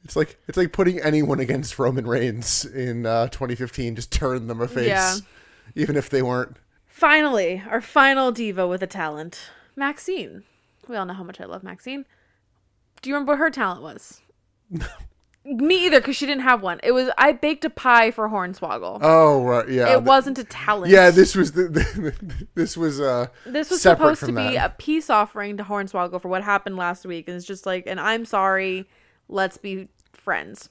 S1: It's like it's like putting anyone against Roman Reigns in uh, 2015. Just turn them a face,
S2: Yeah.
S1: even if they weren't.
S2: Finally, our final diva with a talent, Maxine. We all know how much I love Maxine. Do you remember what her talent was? Me either, because she didn't have one. It was I baked a pie for Hornswoggle.
S1: Oh right, yeah,
S2: it
S1: th-
S2: wasn't a talent.
S1: Yeah, this was the, the this was uh
S2: this was
S1: separate
S2: supposed
S1: from
S2: to be
S1: that.
S2: a peace offering to Hornswoggle for what happened last week, and it's just like, and I'm sorry. Let's be friends.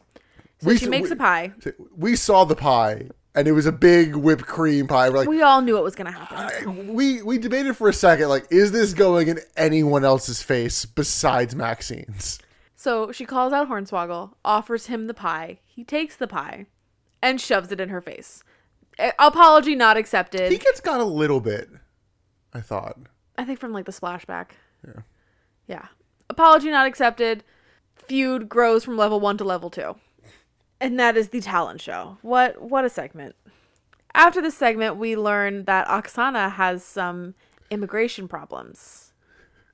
S2: So
S1: We-
S2: she makes
S1: we-
S2: a pie.
S1: We saw the pie, and it was a big whipped cream pie. We're like,
S2: We all knew it was gonna happen.
S1: I- we we debated for a second, like, is this going in anyone else's face besides Maxine's?
S2: So she calls out Hornswoggle, offers him the pie. He takes the pie and shoves it in her face. A- Apology not accepted.
S1: He gets got a little bit, I thought.
S2: I think from like the splashback. Yeah. Yeah. Apology not accepted. Feud grows from level 1 to level 2. And that is the talent show. What what a segment. After this segment, we learn that Oksana has some immigration problems.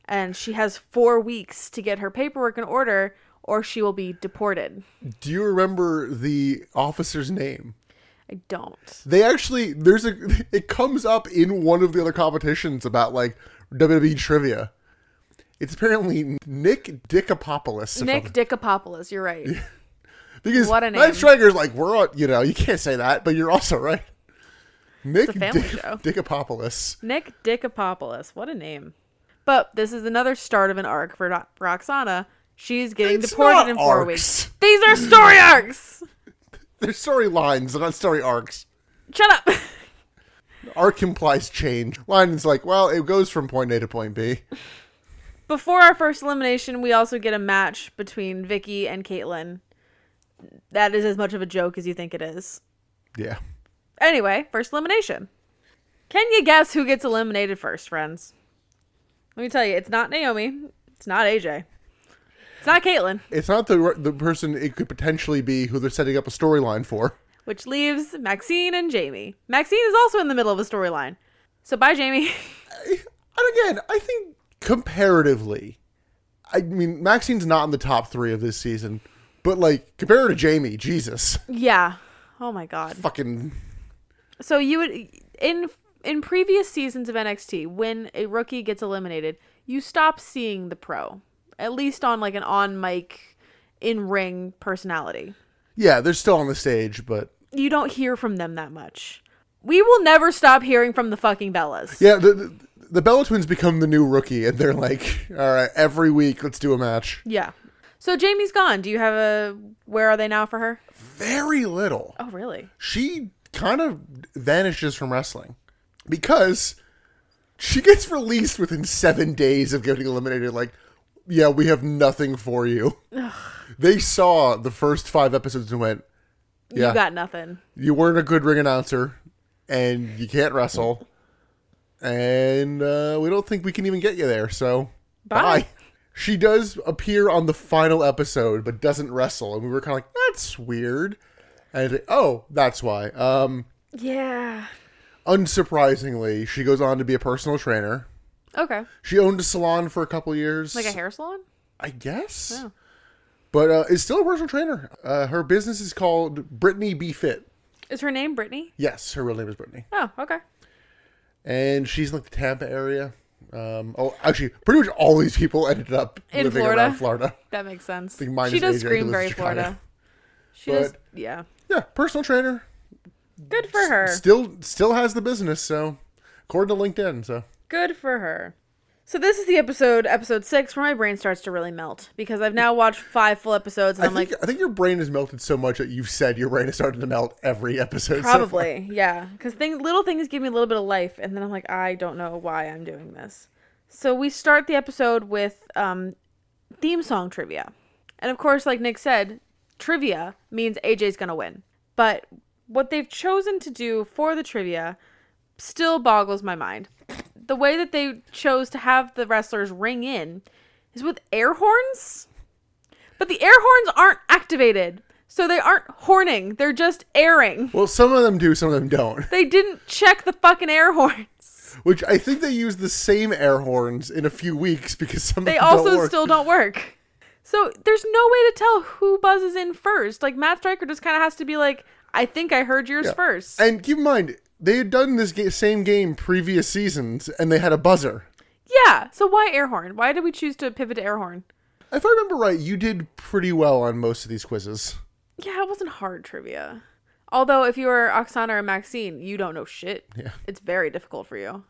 S2: And she has 4 weeks to get her paperwork in order or she will be deported.
S1: Do you remember the officer's name?
S2: I don't.
S1: they actually there's a it comes up in one of the other competitions about like WWE trivia. It's apparently Nick Dickopopoulos. or
S2: Nick
S1: something.
S2: Dickopopoulos, you're right.
S1: because
S2: what a name.
S1: Matt Stryker's like we're on, you know you can't say that, but you're also right. Nick
S2: a family
S1: Dick-
S2: show.
S1: Dickopopoulos.
S2: Nick Dickopopoulos, what a name. But this is another start of an arc for Ro- Roxana. She's getting
S1: It's
S2: deported
S1: not
S2: in four
S1: arcs.
S2: weeks. These are story arcs.
S1: They're story lines, they're not story arcs.
S2: Shut up.
S1: Arc implies change. Line is like, well, it goes from point A to point B.
S2: Before our first elimination, we also get a match between Vicky and Caitlyn. That is as much of a joke as you think it is.
S1: Yeah.
S2: Anyway, first elimination. Can you guess who gets eliminated first, friends? Let me tell you, it's not Naomi. It's not AJ. It's not Caitlyn,
S1: It's not the the person it could potentially be who they're setting up a storyline for.
S2: which leaves Maxine and Jamie. Maxine is also in the middle of a storyline. So bye, Jamie.
S1: And again, I think comparatively, I mean, Maxine's not in the top three of this season, but like, compare her to Jamie, Jesus.
S2: yeah. Oh my god.
S1: Fucking.
S2: So you would in in previous seasons of NXT, when a rookie gets eliminated, you stop seeing the pro, at least on like an on mic, in ring personality.
S1: Yeah, they're still on the stage, but.
S2: You don't hear from them that much. We will never stop hearing from the fucking Bellas.
S1: Yeah, the, the, the Bella Twins become the new rookie, and they're like, all right, every week, let's do a match.
S2: Yeah. So Jamie's gone. Do you have a where are they now for her?
S1: Very little.
S2: Oh really?
S1: She kind of vanishes from wrestling because she gets released within seven days of getting eliminated. Like, yeah, we have nothing for you. They saw the first five episodes and went, yeah,
S2: You got nothing.
S1: you weren't a good ring announcer, and you can't wrestle, and uh, we don't think we can even get you there. So
S2: Bye.
S1: She does appear on the final episode, but doesn't wrestle, and we were kind of like, "That's weird," and it's like, oh, that's why. Um,
S2: Yeah.
S1: unsurprisingly, she goes on to be a personal trainer.
S2: Okay.
S1: She owned a salon for a couple years,
S2: Like a hair salon?
S1: I guess,
S2: Oh.
S1: but uh, is still a personal trainer. Uh, her business is called Brittany Be Fit.
S2: Is her name Brittany?
S1: Yes, her real name is Brittany.
S2: Oh, okay.
S1: and she's in like the Tampa area. Um, oh, actually, pretty much all these people ended up
S2: In
S1: living
S2: Florida.
S1: around Florida.
S2: That makes sense.
S1: think mine
S2: She
S1: is
S2: does
S1: AJ, who
S2: scream
S1: lives in
S2: very
S1: Chicago.
S2: Florida. She
S1: But-
S2: does yeah.
S1: Yeah, personal trainer.
S2: Good for her.
S1: Still, still has the business. So, according to LinkedIn, so
S2: Good for her. So this is the episode, episode six, where my brain starts to really melt because I've now watched five full episodes and
S1: I
S2: I'm like,
S1: think I think your brain has melted so much that you've said your brain has started to melt every episode. so far.
S2: probably, yeah, because thing, little things give me a little bit of life, and then I'm like, I don't know why I'm doing this. So we start the episode with um, theme song trivia, and of course, like Nick said, trivia means AJ's gonna win. But what they've chosen to do for the trivia still boggles my mind. The way that they chose to have the wrestlers ring in is with air horns, but the air horns aren't activated. So they aren't horning, they're just airing.
S1: well, some of them do, some of them don't.
S2: They didn't check the fucking air horns.
S1: Which I think they use the same air horns in a few weeks because some.
S2: They
S1: of them
S2: also
S1: don't work.
S2: still don't work. So there's no way to tell who buzzes in first. Like Matt Stryker just kind of has to be like, I think I heard yours
S1: Yeah.
S2: first.
S1: And keep in mind, they had done this ga- same game previous seasons, and they had a buzzer.
S2: yeah. So why air horn? Why did we choose to pivot to air horn?
S1: If I remember right, you did pretty well on most of these quizzes.
S2: Yeah, it wasn't hard trivia. Although if you were Oksana or Maxine, you don't know shit.
S1: Yeah.
S2: It's very difficult for you.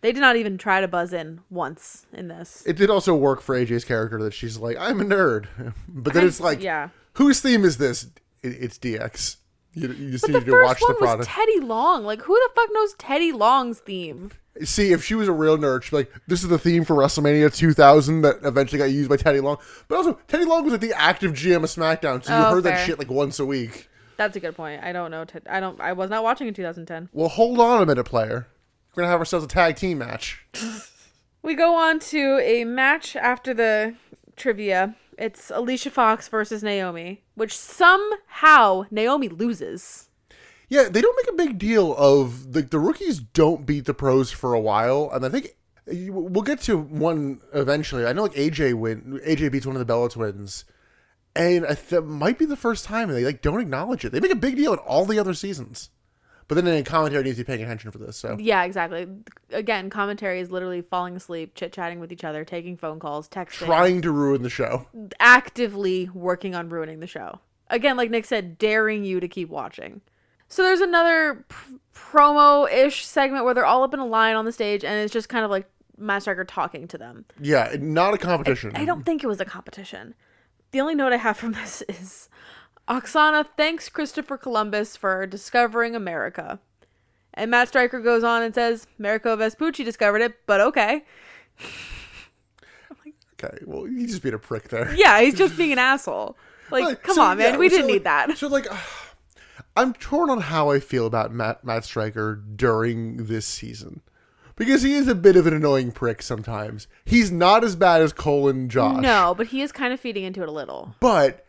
S2: They did not even try to buzz in once in this.
S1: It did also work for AJ's character that she's like, I'm a nerd. But then it's like,
S2: yeah.
S1: whose theme is this? It, it's DX. You, you just
S2: The
S1: need to watch
S2: first
S1: the
S2: one was
S1: product.
S2: Teddy Long. Like who the fuck knows Teddy Long's theme?
S1: See, if she was a real nerd, she'd be like, this is the theme for WrestleMania 2000 that eventually got used by Teddy Long. But also, Teddy Long was like the active GM of SmackDown, so you
S2: Oh,
S1: heard that
S2: fair.
S1: shit like once a week.
S2: That's a good point. I don't know. Ted I don't. I was not watching in 2010.
S1: Well, hold on a minute, player. We're going to have ourselves a tag team match.
S2: We go on to a match after the trivia. It's Alicia Fox versus Naomi, which somehow Naomi loses.
S1: Yeah, they don't make a big deal of the the rookies don't beat the pros for a while, and I think you- we'll get to one eventually. I know like AJ win AJ beats one of the Bella twins, and I th- that might be the first time they like don't acknowledge it. They make a big deal in all the other seasons, but then in commentary needs to be paying attention for this. So
S2: Yeah, exactly. Again, commentary is literally falling asleep, chit chatting with each other, taking phone calls, texting,
S1: trying to ruin the show.
S2: actively working on ruining the show. Again, like Nick said, daring you to keep watching. So there's another pr- promo ish segment where they're all up in a line on the stage, and it's just kind of like Matt Striker talking to them.
S1: Yeah, not a competition.
S2: I don't think it was a competition. The only note I have from this is Oksana thanks Christopher Columbus for discovering America. And Matt Stryker goes on and says, Mariko Vespucci discovered it, but okay.
S1: Okay, well, you just being a prick there.
S2: Yeah, he's just being an asshole. Like,
S1: Like,
S2: come
S1: so,
S2: on, man.
S1: yeah,
S2: we
S1: so,
S2: didn't
S1: like-
S2: need that.
S1: So like, I'm torn on how I feel about Matt Matt Stryker during this season. Because he is a bit of an annoying prick sometimes. He's not as bad as Cole and Josh.
S2: No, but he is kind of feeding into it a little.
S1: But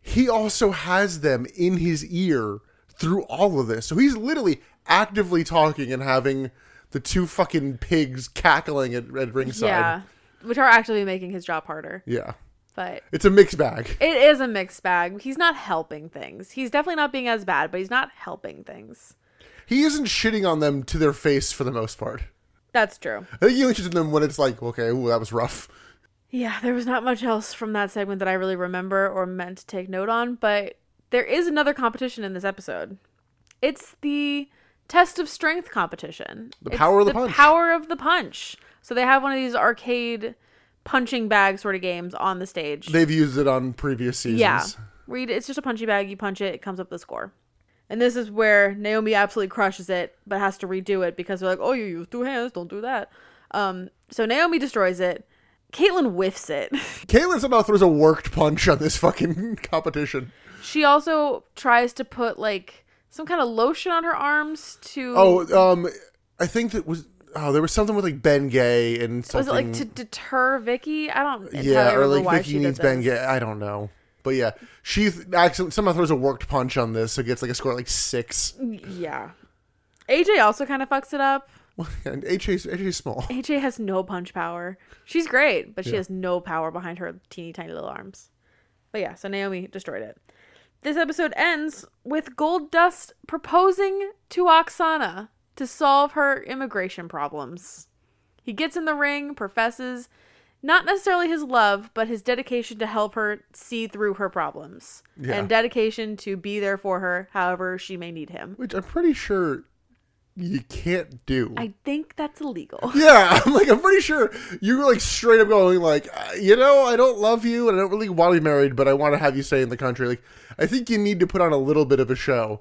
S1: he also has them in his ear through all of this. So he's literally actively talking and having the two fucking pigs cackling at, at ringside.
S2: Yeah. Which are actually making his job harder.
S1: Yeah.
S2: But
S1: It's a mixed bag.
S2: it is a mixed bag. He's not helping things. He's definitely not being as bad, but he's not helping things.
S1: He isn't shitting on them to their face for the most part.
S2: That's true.
S1: I think he only shits on them when it's like, okay, ooh, that was rough.
S2: Yeah, there was not much else from that segment that I really remember or meant to take note on, but there is another competition in this episode. It's the test of strength competition.
S1: The
S2: It's
S1: power of the punch.
S2: power of the punch. So they have one of these arcade punching bag sort of games on the stage.
S1: They've used it on previous seasons.
S2: yeah. Read it's just a punchy bag, you punch it, it comes up with a score. And this is where Naomi absolutely crushes it, but has to redo it because they're like, Oh, you use two hands, don't do that. Um so Naomi destroys it. Caitlin whiffs it.
S1: Caitlin somehow throws a worked punch on this fucking competition.
S2: She also tries to put like some kind of lotion on her arms to
S1: Oh, um, I think that was, oh, there was something with like Ben Gay and something.
S2: was it like to deter Vicky? I don't entirely
S1: yeah, or
S2: remember
S1: like
S2: why
S1: Vicky
S2: she
S1: needs
S2: did this.
S1: Ben Gay. I don't know. But yeah, she th- accident- somehow throws a worked punch on this, so gets like a score like six.
S2: Yeah. AJ also kind of fucks it up.
S1: And AJ's, AJ's small.
S2: AJ has no punch power. She's great, but she has no power behind her teeny tiny little arms. But yeah, so Naomi destroyed it. This episode ends with Gold Dust proposing to Oksana to solve her immigration problems. He gets in the ring, professes not necessarily his love, but his dedication to help her see through her problems
S1: Yeah.
S2: and dedication to be there for her however she may need him.
S1: Which I'm pretty sure you can't do.
S2: I think that's illegal.
S1: Yeah, I'm like I'm pretty sure you were like straight up going like, uh, you know, I don't love you and I don't really want to be married, but I want to have you stay in the country. Like, I think you need to put on a little bit of a show.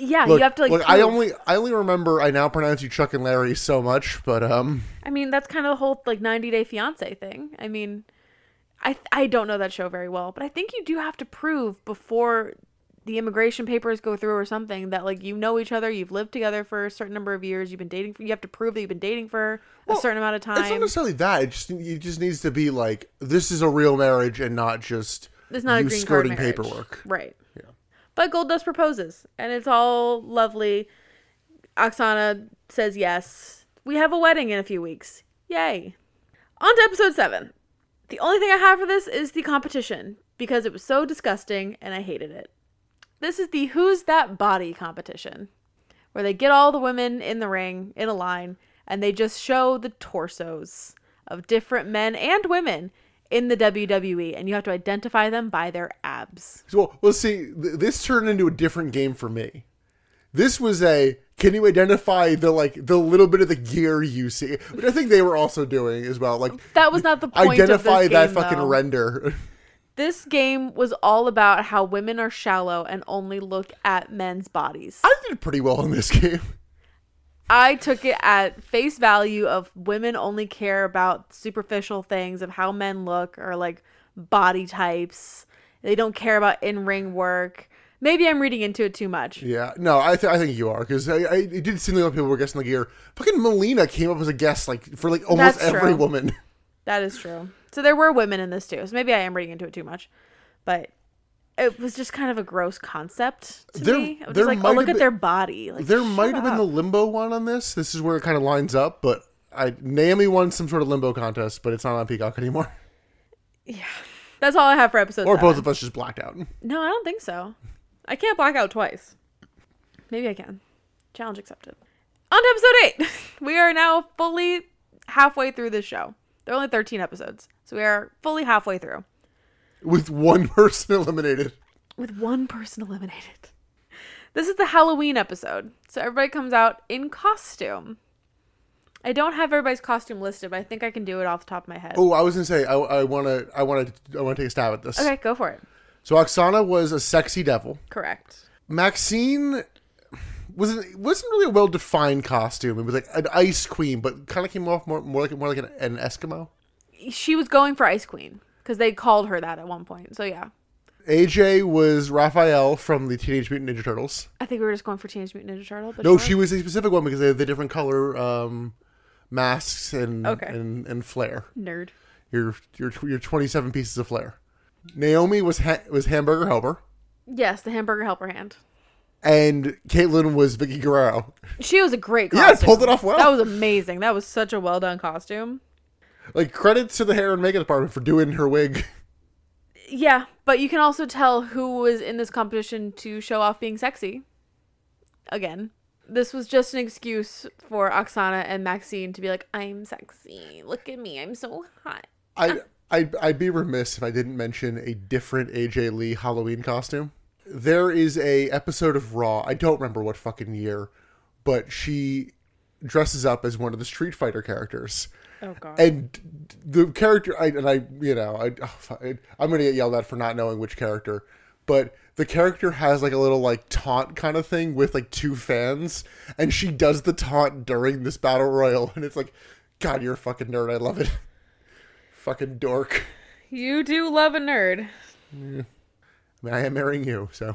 S2: Yeah,
S1: Look,
S2: you have to like
S1: look, I
S2: prove-
S1: only I only remember I now pronounce you Chuck and Larry so much, but um,
S2: I mean, that's kind of the whole like 90 Day Fiance thing. I mean, I I don't know that show very well, but I think you do have to prove before the immigration papers go through or something that like you know each other, you've lived together for a certain number of years, you've been dating for you have to prove that you've been dating for a certain amount of
S1: it's not
S2: time.
S1: necessarily that. It just it just needs to be like this is a real marriage and not just
S2: It's not a
S1: you
S2: green card
S1: skirting
S2: marriage.
S1: paperwork.
S2: Right. Yeah. But Gold Dust proposes and it's all lovely. Oksana says yes. We have a wedding in a few weeks. Yay. On to episode seven. The only thing I have for this is the competition because it was so disgusting and I hated it. This is the Who's That Body competition where they get all the women in the ring in a line and they just show the torsos of different men and women in the WWE and you have to identify them by their abs.
S1: So, well, let's see. Th- this turned into a different game for me. This was a can you identify the like the little bit of the gear you see, which I think they were also doing as well. Like
S2: That was not the point
S1: identify
S2: of this
S1: that
S2: game,
S1: fucking
S2: though.
S1: render.
S2: This game was all about how women are shallow and only look at men's bodies.
S1: I did pretty well in this game.
S2: I took it at face value of women only care about superficial things of how men look or like body types. They don't care about in ring work. Maybe I'm reading into it too much.
S1: Yeah, no, I, th- I think you are because I, I it did seem like other people were guessing the gear. Fucking Melina came up as a guest like for like almost
S2: That's
S1: every
S2: true.
S1: woman.
S2: That is true. So there were women in this too. So maybe I am reading into it too much. But it was just kind of a gross concept to
S1: There-
S2: me. I was
S1: there
S2: just like,
S1: might
S2: oh, look
S1: have
S2: at
S1: been-
S2: their body. Like,
S1: There
S2: shut
S1: might have been the
S2: up.
S1: limbo one on this. This is where it kind of lines up, but I Naomi won some sort of limbo contest, but it's not on Peacock anymore.
S2: That's all I have for episode
S1: Or
S2: seven.
S1: both of us just blacked out.
S2: No, I don't think so. I can't black out twice. Maybe I can. Challenge accepted. On to episode eight. We are now fully halfway through this show. There are only 13 episodes, so we are fully halfway through
S1: with one person eliminated.
S2: with one person eliminated. This is the Halloween episode, so everybody comes out in costume. I don't have everybody's costume listed, but I think I can do it off the top of my head.
S1: Oh, I was gonna say I I want to I want to I want to take a stab at this.
S2: Okay, go for it.
S1: So Oksana was a sexy devil.
S2: Correct.
S1: Maxine wasn't wasn't really a well defined costume. It was like an ice queen, but kind of came off more more like more like an, an Eskimo.
S2: She was going for Ice Queen because they called her that at one point. So yeah,
S1: AJ was Raphael from the Teenage Mutant Ninja Turtles.
S2: I think we were just going for Teenage Mutant Ninja Turtle. But
S1: No,
S2: sure.
S1: she was a specific one because they had the different color um, masks and
S2: Okay.
S1: and and flair.
S2: nerd.
S1: Your your your twenty seven pieces of flair. Naomi was ha- was Hamburger Helper,
S2: Yes, the hamburger helper hand.
S1: and Caitlin was Vicky Guerrero.
S2: She was a great
S1: Yeah,
S2: costume.
S1: pulled it off well.
S2: That was amazing. That was such a well done costume.
S1: Like credits to the hair and makeup department for doing her wig.
S2: Yeah, but you can also tell who was in this competition to show off being sexy. Again, this was just an excuse for Oksana and Maxine to be like, I'm sexy. Look at me. I'm so hot.
S1: I I'd, I'd be remiss if I didn't mention a different AJ Lee Halloween costume. There is a episode of Raw. I don't remember what fucking year, but she dresses up as one of the Street Fighter characters.
S2: Oh, God.
S1: And the character, I, and I, you know, I, oh, fuck, I- I'm gonna get yelled at for not knowing which character, but the character has like a little like taunt kind of thing with like two fans, and she does the taunt during this battle royal, and it's like, God, you're a fucking nerd. I love it. fucking dork.
S2: You do love a nerd.
S1: I mean, I am marrying you, so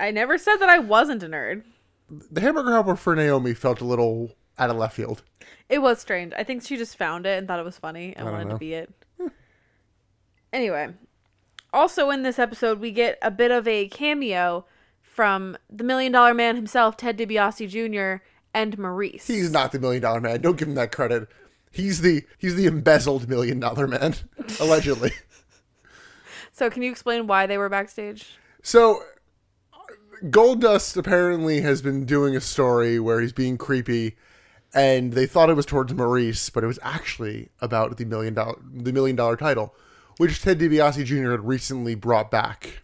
S2: I never said that I wasn't a nerd.
S1: the hamburger helper for Naomi felt a little out of left field.
S2: It was strange. I think she just found it and thought it was funny and
S1: don't
S2: wanted
S1: know.
S2: to be it. anyway, also in this episode, we get a bit of a cameo from the Million Dollar Man himself, Ted DiBiase Jr., and Maurice.
S1: He's not the million dollar man. Don't give him that credit. He's the he's the embezzled million dollar man, allegedly.
S2: so, can you explain why they were backstage?
S1: So, Goldust apparently has been doing a story where he's being creepy, and they thought it was towards Maurice, but it was actually about the million dollar the million dollar title, which Ted DiBiase Jr. had recently brought back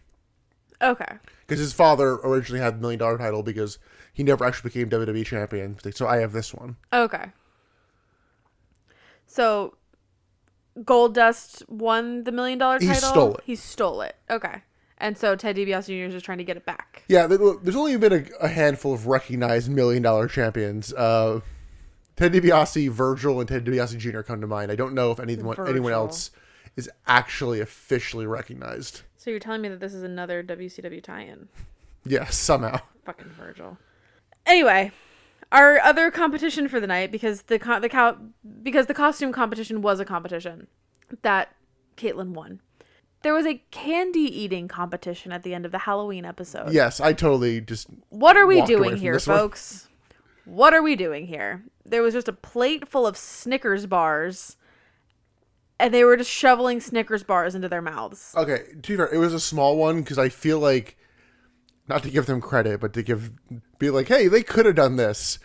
S2: Okay.
S1: because his father originally had the million dollar title because he never actually became WWE champion. So I have this one.
S2: Okay. So, Gold Dust won the Million Dollar
S1: He
S2: title.
S1: stole it.
S2: He stole it. Okay. And so Ted DiBiase Jr. is just trying to get it back.
S1: Yeah, there- look, there's only been a, a handful of recognized million dollar champions. Uh, Ted DiBiase, Virgil, and Ted DiBiase Jr. come to mind. I don't know if anyone anyone
S2: Virgil.
S1: else is actually officially recognized.
S2: So you're telling me that this is another WCW tie-in?
S1: Yes, somehow.
S2: Fucking Virgil. Anyway, our other competition for the night because the co- the co- because the costume competition was a competition that Caitlin won. There was a candy eating competition at the end of the Halloween episode.
S1: Yes, I totally just
S2: What are we
S1: Walked away
S2: doing
S1: from
S2: here,
S1: this one.
S2: folks? What are we doing here? There was just a plate full of Snickers bars, and they were just shoveling Snickers bars into their mouths.
S1: okay. To be fair, it was a small one because I feel like not to give them credit, but to give be like, hey, they could have done this.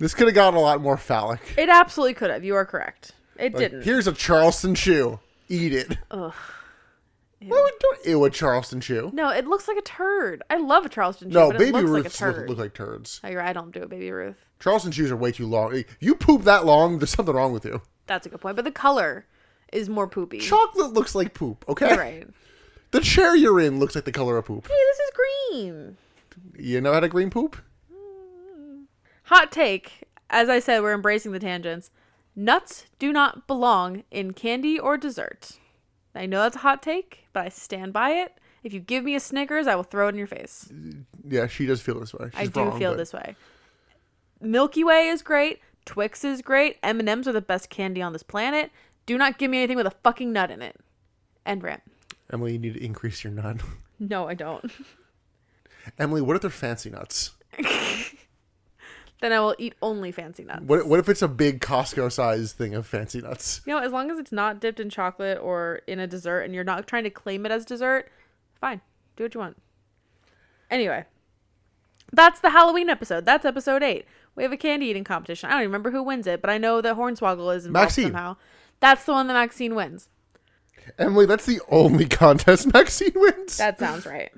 S1: This could have gotten a lot more phallic.
S2: It absolutely could have. You are correct. It
S1: Like,
S2: didn't.
S1: here's a Charleston shoe. Eat it. Ugh. Why would do ew a Charleston shoe?
S2: No, it looks like a turd. I love a Charleston shoe,
S1: No,
S2: but
S1: baby
S2: it looks
S1: Ruths
S2: like a
S1: look,
S2: turd.
S1: look like turds.
S2: Oh, you're right, I don't do a baby Ruth.
S1: Charleston shoes are way too long. You poop that long, there's something wrong with you.
S2: That's a good point. But the color is more poopy.
S1: Chocolate looks like poop, okay?
S2: You're right. Hey,
S1: The chair you're in looks like the color of poop.
S2: this is green.
S1: You know how to green poop?
S2: Hot take. As I said, we're embracing the tangents. Nuts do not belong in candy or dessert. I know that's a hot take, but I stand by it. If you give me a Snickers, I will throw it in your face.
S1: Yeah, she does feel this way. She's
S2: I do
S1: wrong,
S2: feel
S1: but-
S2: this way. Milky Way is great. Twix is great. M and M's are the best candy on this planet. Do not give me anything with a fucking nut in it. End rant.
S1: Emily, you need to increase your nut.
S2: No, I don't.
S1: Emily, what if they're fancy nuts?
S2: then I will eat only fancy nuts.
S1: What, what if it's a big Costco sized thing of fancy nuts?
S2: You know, as long as it's not dipped in chocolate or in a dessert, and you're not trying to claim it as dessert, fine. Do what you want. Anyway, that's the Halloween episode. That's episode eight. We have a candy eating competition. I don't even remember who wins it, but I know that Hornswoggle is involved
S1: Maxine.
S2: somehow. That's the one that Maxine wins.
S1: Emily, that's the only contest Maxine wins.
S2: That sounds right.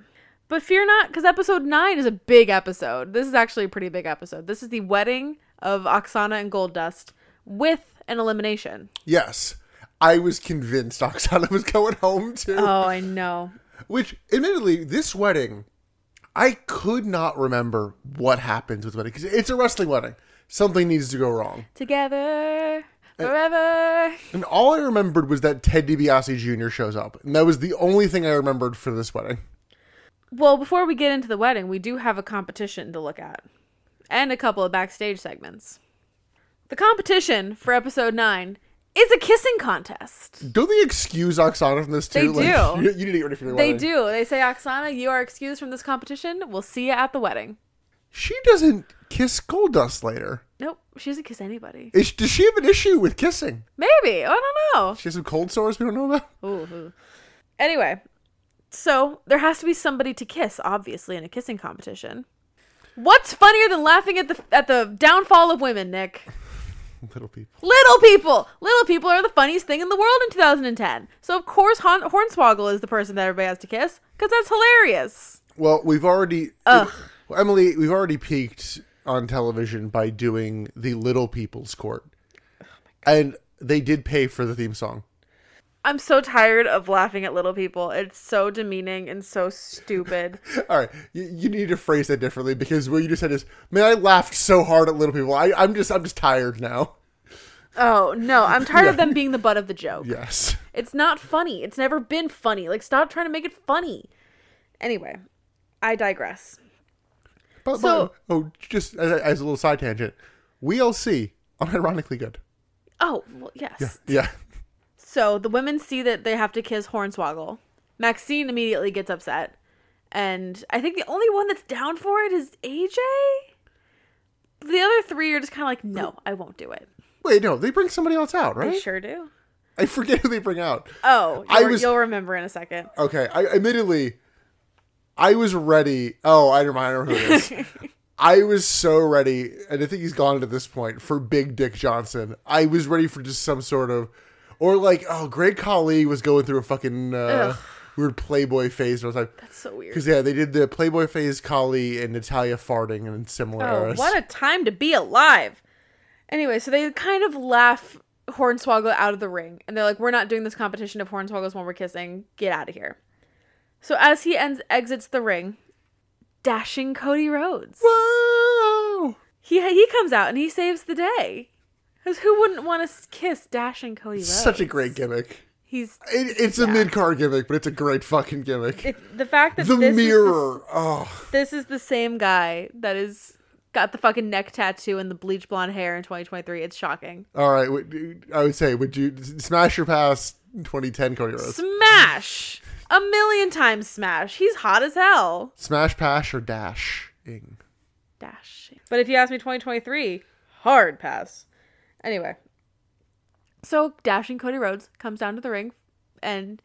S2: But fear not, because episode nine is a big episode. This is actually a pretty big episode. This is the wedding of Oksana and Gold Dust. with an elimination.
S1: Yes. I was convinced Oksana was going home too.
S2: Oh, I know.
S1: Which, admittedly, this wedding, I could not remember what happens with wedding because it's a wrestling wedding. Something needs to go wrong,
S2: Together forever.
S1: and all I remembered was that Ted DiBiase Jr. shows up, and that was the only thing I remembered for this wedding.
S2: Well, before we get into the wedding, we do have a competition to look at and a couple of backstage segments. The competition for episode 9 is a kissing contest.
S1: Don't they excuse Oksana from this too?
S2: They do.
S1: You, you need to get ready for your
S2: They
S1: wedding.
S2: do. They say, Oksana, you are excused from this competition. We'll see you at the wedding.
S1: She doesn't kiss Goldust later.
S2: Nope, she doesn't kiss anybody.
S1: Is, does she have an issue with kissing?
S2: Maybe. I don't know.
S1: She has some cold sores we don't know about.
S2: Ooh, ooh. Anyway, so there has to be somebody to kiss, obviously, in a kissing competition. What's funnier than laughing at the at the downfall of women, Nick?
S1: Little people.
S2: Little people, little people are the funniest thing in the world in 2010. So of course, Hon- Hornswoggle is the person that everybody has to kiss because that's hilarious.
S1: Well, we've already.
S2: Ugh.
S1: Well, Emily, we've already peaked on television by doing the Little People's Court,
S2: Oh
S1: and they did pay for the theme song.
S2: I'm so tired of laughing at little people. It's so demeaning and so stupid.
S1: All right, you, you need to phrase that differently because what you just said is, "Man, I laughed so hard at Little People. I, I'm just, I'm just tired now."
S2: oh no, I'm tired of them being the butt of the joke.
S1: Yes.
S2: It's not funny. It's never been funny. Like, stop trying to make it funny. Anyway, I digress.
S1: But,
S2: So-
S1: but oh, just as, a- as a little side tangent, WLC, unironically good.
S2: Oh, well, yes.
S1: Yeah.
S2: So the women see that they have to kiss Hornswoggle. Maxine immediately gets upset. And I think the only one that's down for it is AJ. The other three are just kind of like, no, I won't do it.
S1: Wait, no, they bring somebody else out, right?
S2: They sure do.
S1: I forget who they bring out.
S2: Oh,
S1: I
S2: you'll-
S1: was-
S2: you'll remember in a second.
S1: Okay, I admittedly, I was ready. Oh, I don't mind who it is. I was so ready, and I think he's gone at this point for Big Dick Johnson. I was ready for just some sort of, or like, oh, Great Khali was going through a fucking uh,
S2: Ugh.
S1: weird Playboy phase. And I was like,
S2: That's so weird.
S1: because yeah, they did the Playboy phase, Khali and Natalia farting and similar.
S2: Oh,
S1: eras.
S2: what a time to be alive. Anyway, so they kind of laugh Hornswoggle out of the ring. And they're like, we're not doing this competition if Hornswoggle's one we're kissing. Get out of here. So as he ends, exits the ring, dashing Cody Rhodes.
S1: Whoa!
S2: He, he comes out and he saves the day. Because who wouldn't want to kiss dashing Cody Rhodes?
S1: Such a great gimmick.
S2: He's.
S1: It, it's a mid car gimmick, but it's a great fucking gimmick.
S2: It, the fact that
S1: the
S2: this Is
S1: mirror. Oh.
S2: the, this is the same guy that is got the fucking neck tattoo and the bleach blonde hair in 2023. It's shocking.
S1: All right, would- I would say, would you smash your pass 2010 Cody Rhodes?
S2: Smash! A million times smash. He's hot as hell.
S1: Smash, pass, or dash? Ing.
S2: Dash. But if you ask me 2023, hard pass. Anyway. So dashing Cody Rhodes comes down to the ring and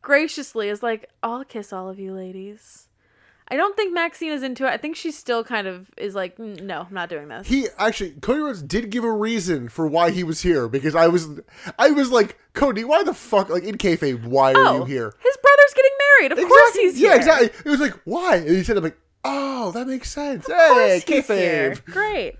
S2: graciously is like, I'll kiss all of you ladies. I don't think Maxine is into it. I think she still kind of is like, "Mm, no, I'm not doing this.
S1: He actually, Cody Rhodes did give a reason for why he was here because I was, I was like, Cody, why the fuck, like in kayfabe, why are you here?
S2: Oh, His brother's getting married. Of course
S1: Exactly.
S2: he's
S1: yeah,
S2: here.
S1: exactly. It was like, why? And he said, I'm like, oh, that makes sense.
S2: Of course
S1: Hey,
S2: he's here.
S1: kayfabe.
S2: Great.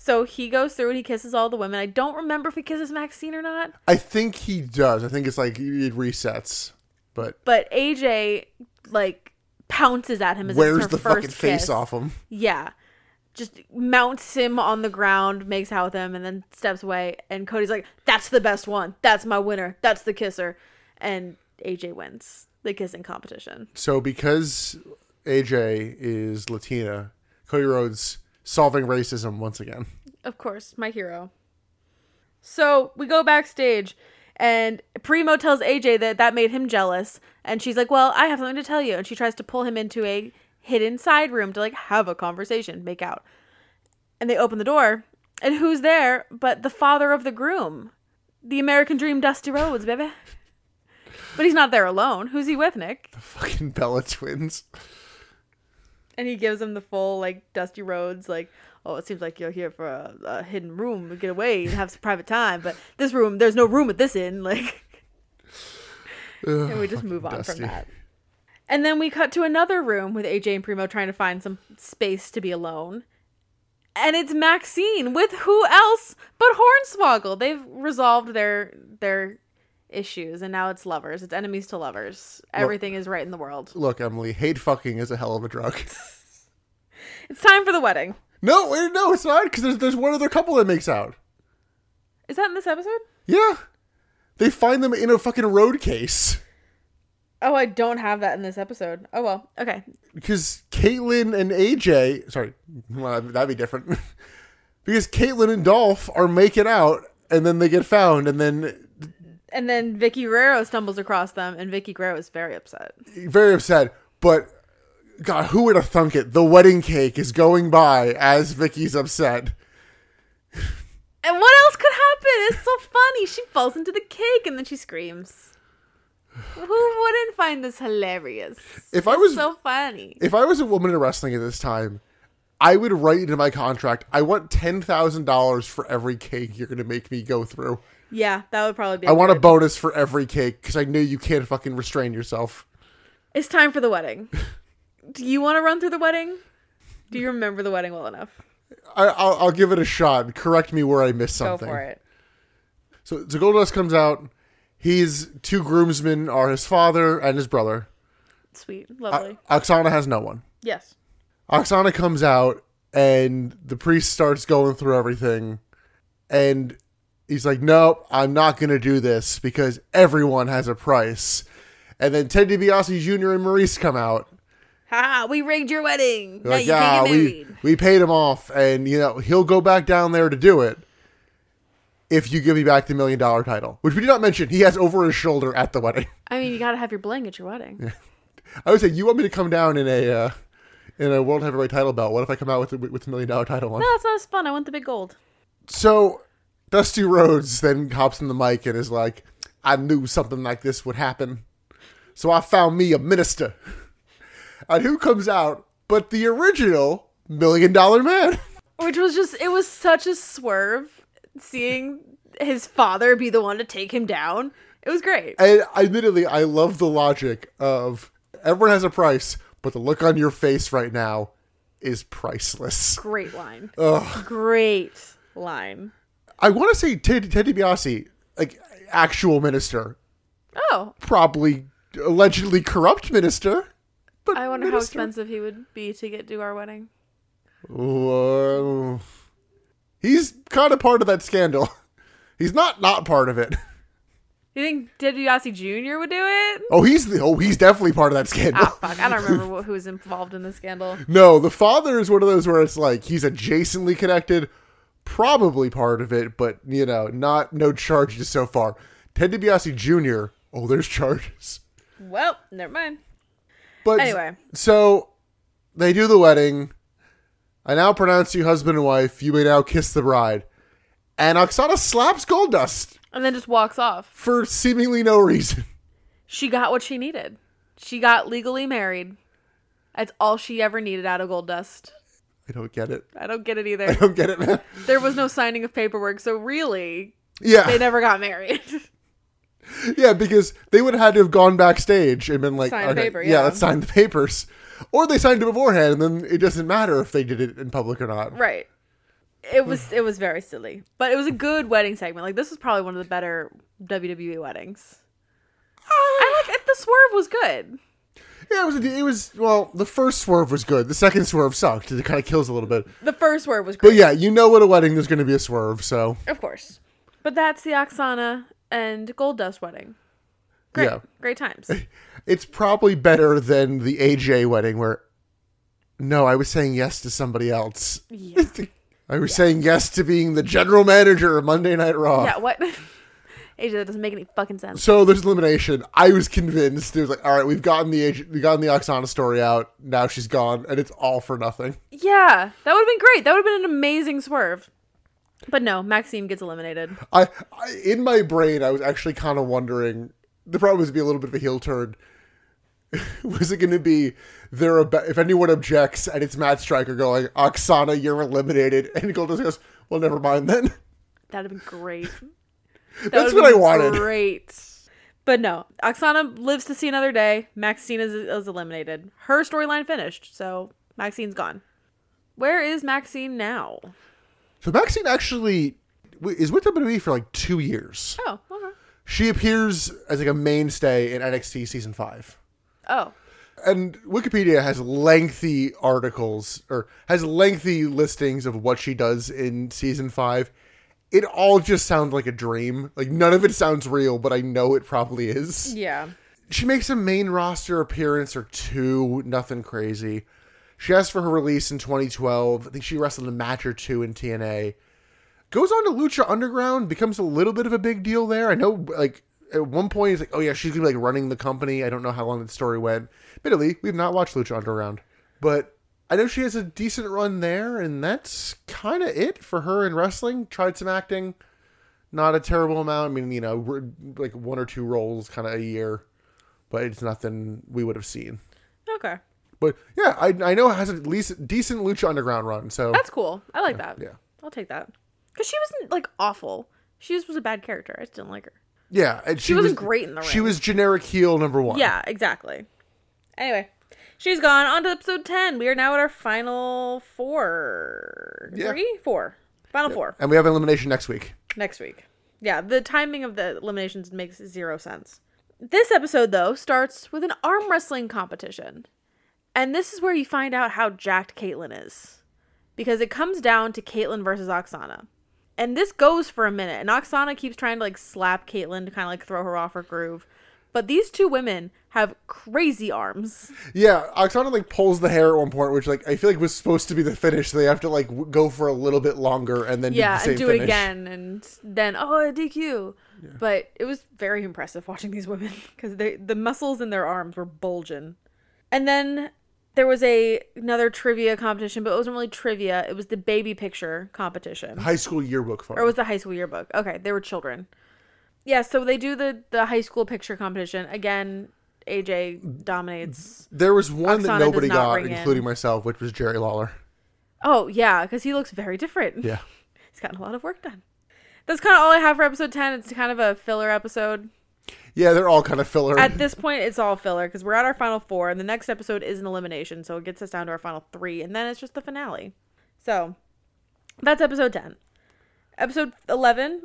S2: So he goes through and he kisses all the women. I don't remember if he kisses Maxine or not.
S1: I think he does. I think it's like it resets, but
S2: but AJ like pounces at him as if it's
S1: where's
S2: her
S1: the
S2: first
S1: fucking face
S2: kiss.
S1: off him?
S2: Yeah, just mounts him on the ground, makes out with him, and then steps away. And Cody's like, "That's the best one. That's my winner. That's the kisser." And AJ wins the kissing competition.
S1: So because AJ is Latina, Cody Rhodes solving racism once again.
S2: Of course, my hero. So we go backstage, and Primo tells AJ that that made him jealous, and she's like, "Well, I have something to tell you," and she tries to pull him into a hidden side room to like have a conversation, make out. And they open the door, and who's there but the father of the groom, the American Dream, Dusty Rhodes, baby. But he's not there alone. Who's he with, Nick?
S1: The fucking Bella twins.
S2: And he gives him the full like Dusty Rhodes like, oh, it seems like you're here for a, a hidden room. Get away and have some private time. But this room, there's no room at this inn. Like,
S1: Ugh,
S2: and we just move on
S1: Dusty.
S2: from that. And then we cut to another room with AJ and Primo trying to find some space to be alone. and it's Maxine with who else but Hornswoggle. They've resolved their their issues and now it's lovers. It's enemies to lovers. Everything is right in the world.
S1: Look, Emily, hate fucking is a hell of a drug.
S2: It's time for the wedding.
S1: no, wait, no, it's not because there's there's one other couple that makes out.
S2: Is that in this episode?
S1: Yeah, they find them in a fucking road case
S2: Oh, I don't have that in this episode. Oh well. Okay.
S1: because Caitlin and AJ. Sorry, well, that'd be different. because Caitlin and Dolph are making out, and then they get found, and then
S2: And then Vicky Guerrero stumbles across them and Vicky Guerrero is very upset.
S1: very upset. But God, who would have thunk it? The wedding cake is going by as Vicky's upset.
S2: And what else could happen? It's so funny. She falls into the cake and then she screams. Who wouldn't find this hilarious?
S1: If I was
S2: So funny.
S1: if I was a woman in wrestling at this time, I would write into my contract, I want ten thousand dollars for every cake you're gonna make me go through.
S2: Yeah, that would probably be.
S1: I want a
S2: good-
S1: bonus for every cake because I know you can't fucking restrain yourself.
S2: It's time for the wedding. Do you want to run through the wedding? Do you remember the wedding well enough?
S1: I, I'll, I'll give it a shot. Correct me where I miss
S2: Go
S1: something.
S2: for it.
S1: So, so Goldust comes out. His two groomsmen are his father and his brother.
S2: Sweet,
S1: O-
S2: lovely.
S1: Oksana has no one.
S2: yes.
S1: Oksana comes out and the priest starts going through everything and he's like, Nope, I'm not gonna do this because everyone has a price. And then Ted DiBiase Jr. and Maurice come out.
S2: Ha! We rigged your wedding.
S1: They're
S2: now
S1: like,
S2: you
S1: yeah,
S2: can't get
S1: we,
S2: married.
S1: we paid him off and you know, he'll go back down there to do it if you give me back the million dollar title. Which we did not mention he has over his shoulder at the wedding.
S2: I mean, you gotta have your bling at your wedding.
S1: I would say you want me to come down in a uh, in a world heavyweight title belt. What if I come out with a, with a million dollar title one?
S2: No, that's not as fun. I want the big gold.
S1: So Dusty Rhodes then hops in the mic and is like, I knew something like this would happen. So I found me a minister. And who comes out but the original Million Dollar Man?
S2: Which was just, it was such a swerve seeing his father be the one to take him down. It was great.
S1: And admittedly, I love the logic of everyone has a price, but the look on your face right now is priceless.
S2: Great line. Great line.
S1: I want to say Ted, Ted DiBiase, like actual minister,
S2: Oh,
S1: probably allegedly corrupt minister. But
S2: I wonder how
S1: minister.
S2: expensive he would be to get to our wedding.
S1: Whoa. He's kind of part of that scandal. He's not not part of it.
S2: You think Ted DiBiase Jr. would do it?
S1: Oh, he's the, oh, he's definitely part of that scandal.
S2: Ah, fuck. I don't remember what, who was involved in the scandal.
S1: No, the father is one of those where it's like he's adjacently connected, probably part of it, but you know, not no charges so far. Ted DiBiase Jr. Oh, there's charges.
S2: Well, never mind.
S1: But
S2: Anyway.
S1: so they do the wedding. I now pronounce you husband and wife. You may now kiss the bride. And Oksana slaps Goldust
S2: And then just walks off.
S1: for seemingly no reason.
S2: She got what she needed. She got legally married. That's all she ever needed out of gold dust.
S1: I don't get it.
S2: I don't get it
S1: I
S2: either.
S1: don't get it, man.
S2: there was no signing of paperwork, so really, they
S1: Yeah,
S2: never got married.
S1: yeah, because they would have had to have gone backstage and been like,
S2: Sign the paper,
S1: yeah.
S2: yeah.
S1: let's sign the papers," or they signed it beforehand, and then it doesn't matter if they did it in public or not.
S2: right. It was it was very silly, but it was a good wedding segment. Like this was probably one of the better WWE weddings. I like it. The swerve was good.
S1: Yeah, it was. It was well. The first swerve was good. The second swerve sucked. It kind of kills a little bit.
S2: The first swerve was
S1: But
S2: great,
S1: yeah, you know what a wedding there's going to be a swerve. So
S2: of course. But that's the Oksana and Gold Dust wedding. Great,
S1: Yeah.
S2: great times.
S1: it's probably better than the AJ wedding where. No, I was saying yes to somebody else.
S2: Yeah.
S1: I was saying yes to being the general manager of Monday Night Raw.
S2: Yeah, what? AJ, that doesn't make any fucking sense.
S1: So there's elimination. I was convinced it was like, all right, we've gotten the age, we gotten the Oksana story out. Now she's gone, and it's all for nothing.
S2: Yeah, that would have been great. That would have been an amazing swerve. But no, Maxime gets eliminated.
S1: I, I in my brain, I was actually kind of wondering. The problem was be a little bit of a heel turn. was it going to be there? About, if anyone objects, and it's Matt Stryker going, Oksana, you're eliminated, and Goldust goes, well, never mind then.
S2: That would have been great. That
S1: That's
S2: would've
S1: what I
S2: been
S1: wanted.
S2: Great. But no, Oksana lives to see another day. Maxine is, is eliminated. Her storyline finished, so Maxine's gone. Where is Maxine now?
S1: So Maxine actually w- is with WWE for like two years.
S2: Oh, okay.
S1: She appears as like a mainstay in NXT season five.
S2: Oh,
S1: And Wikipedia has lengthy articles or has lengthy listings of what she does in season five. It all just sounds like a dream. Like none of it sounds real, but I know it probably is.
S2: yeah.
S1: She makes a main roster appearance or two, nothing crazy. She asked for her release in 2012. I think she wrestled a match or two in TNA. Goes on to Lucha Underground, becomes a little bit of a big deal there. I know, like, at one point, it's like, oh, yeah, she's going to be, like, running the company. I don't know how long that story went. Admittedly, we've not watched Lucha Underground. But I know she has a decent run there, and that's kind of it for her in wrestling. Tried some acting, not a terrible amount. I mean, you know, we're, like, one or two roles kind of a year but it's nothing we would have seen.
S2: Okay.
S1: But yeah, I, I know it has at least a decent Lucha Underground run. So
S2: That's cool. I like that.
S1: yeah.
S2: I'll take that. Because she wasn't, like, awful. She just was a bad character. I just didn't like her.
S1: yeah, and she,
S2: wasn't great in the
S1: She
S2: ring.
S1: was generic heel number one.
S2: Yeah, exactly. Anyway, she's gone. On to episode 10. We are now at our final four.
S1: Yeah.
S2: Three? Four. Final four
S1: and we have elimination next week.
S2: next week. Yeah, the timing of the eliminations makes zero sense. This episode, though, starts with an arm wrestling competition. And this is where you find out how jacked Caitlyn is. Because it comes down to Caitlyn versus Oksana. And this goes for a minute. And Oksana keeps trying to like slap Caitlyn to kind of like throw her off her groove. But these two women have crazy arms.
S1: Yeah, Oksana like pulls the hair at one point, which like I feel like was supposed to be the finish. So they have to like w- go for a little bit longer and then do
S2: Yeah,
S1: the same
S2: and do
S1: finish.
S2: it again. And then, oh, a DQ. But it was very impressive watching these women because the muscles in their arms were bulging. And then there was a another trivia competition, but it wasn't really trivia. It was the baby picture competition.
S1: High school yearbook photo.
S2: Or was the high school yearbook? Okay, they were children. Yeah, so they do the the high school picture competition. Again, AJ dominates.
S1: there was one
S2: Oksana
S1: that
S2: does
S1: nobody
S2: not
S1: got,
S2: ring in.
S1: including myself, which was Jerry Lawler.
S2: Oh, yeah, because he looks very different.
S1: Yeah,
S2: He's gotten a lot of work done. That's kind of all I have for episode 10. It's kind of a filler episode.
S1: yeah, they're all kind of filler.
S2: At this point, it's all filler because we're at our final four, and the next episode is an elimination, so it gets us down to our final three, and then it's just the finale. So that's episode 10. Episode 11,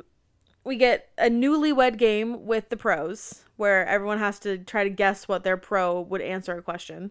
S2: we get a newlywed game with the pros where everyone has to try to guess what their pro would answer a question.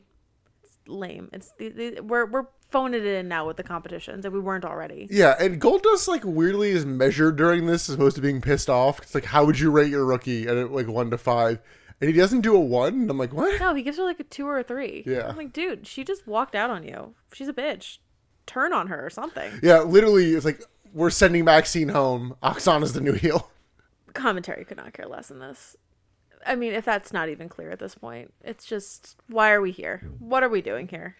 S2: It's lame. It's the, the, we're, we're phoning it in now with the competitions if we weren't already.
S1: Yeah, and Goldust like weirdly is measured during this as opposed to being pissed off. It's like, how would you rate your rookie at like one to five? And he doesn't do a one. And I'm like, what?
S2: No, he gives her like a two or a three.
S1: Yeah.
S2: I'm like, dude, she just walked out on you. She's a bitch. Turn on her or something.
S1: Yeah, literally, it's like we're sending Maxine home. Oksana's the new heel.
S2: Commentary could not care less in this. I mean, if that's not even clear at this point, it's just why are we here? What are we doing here?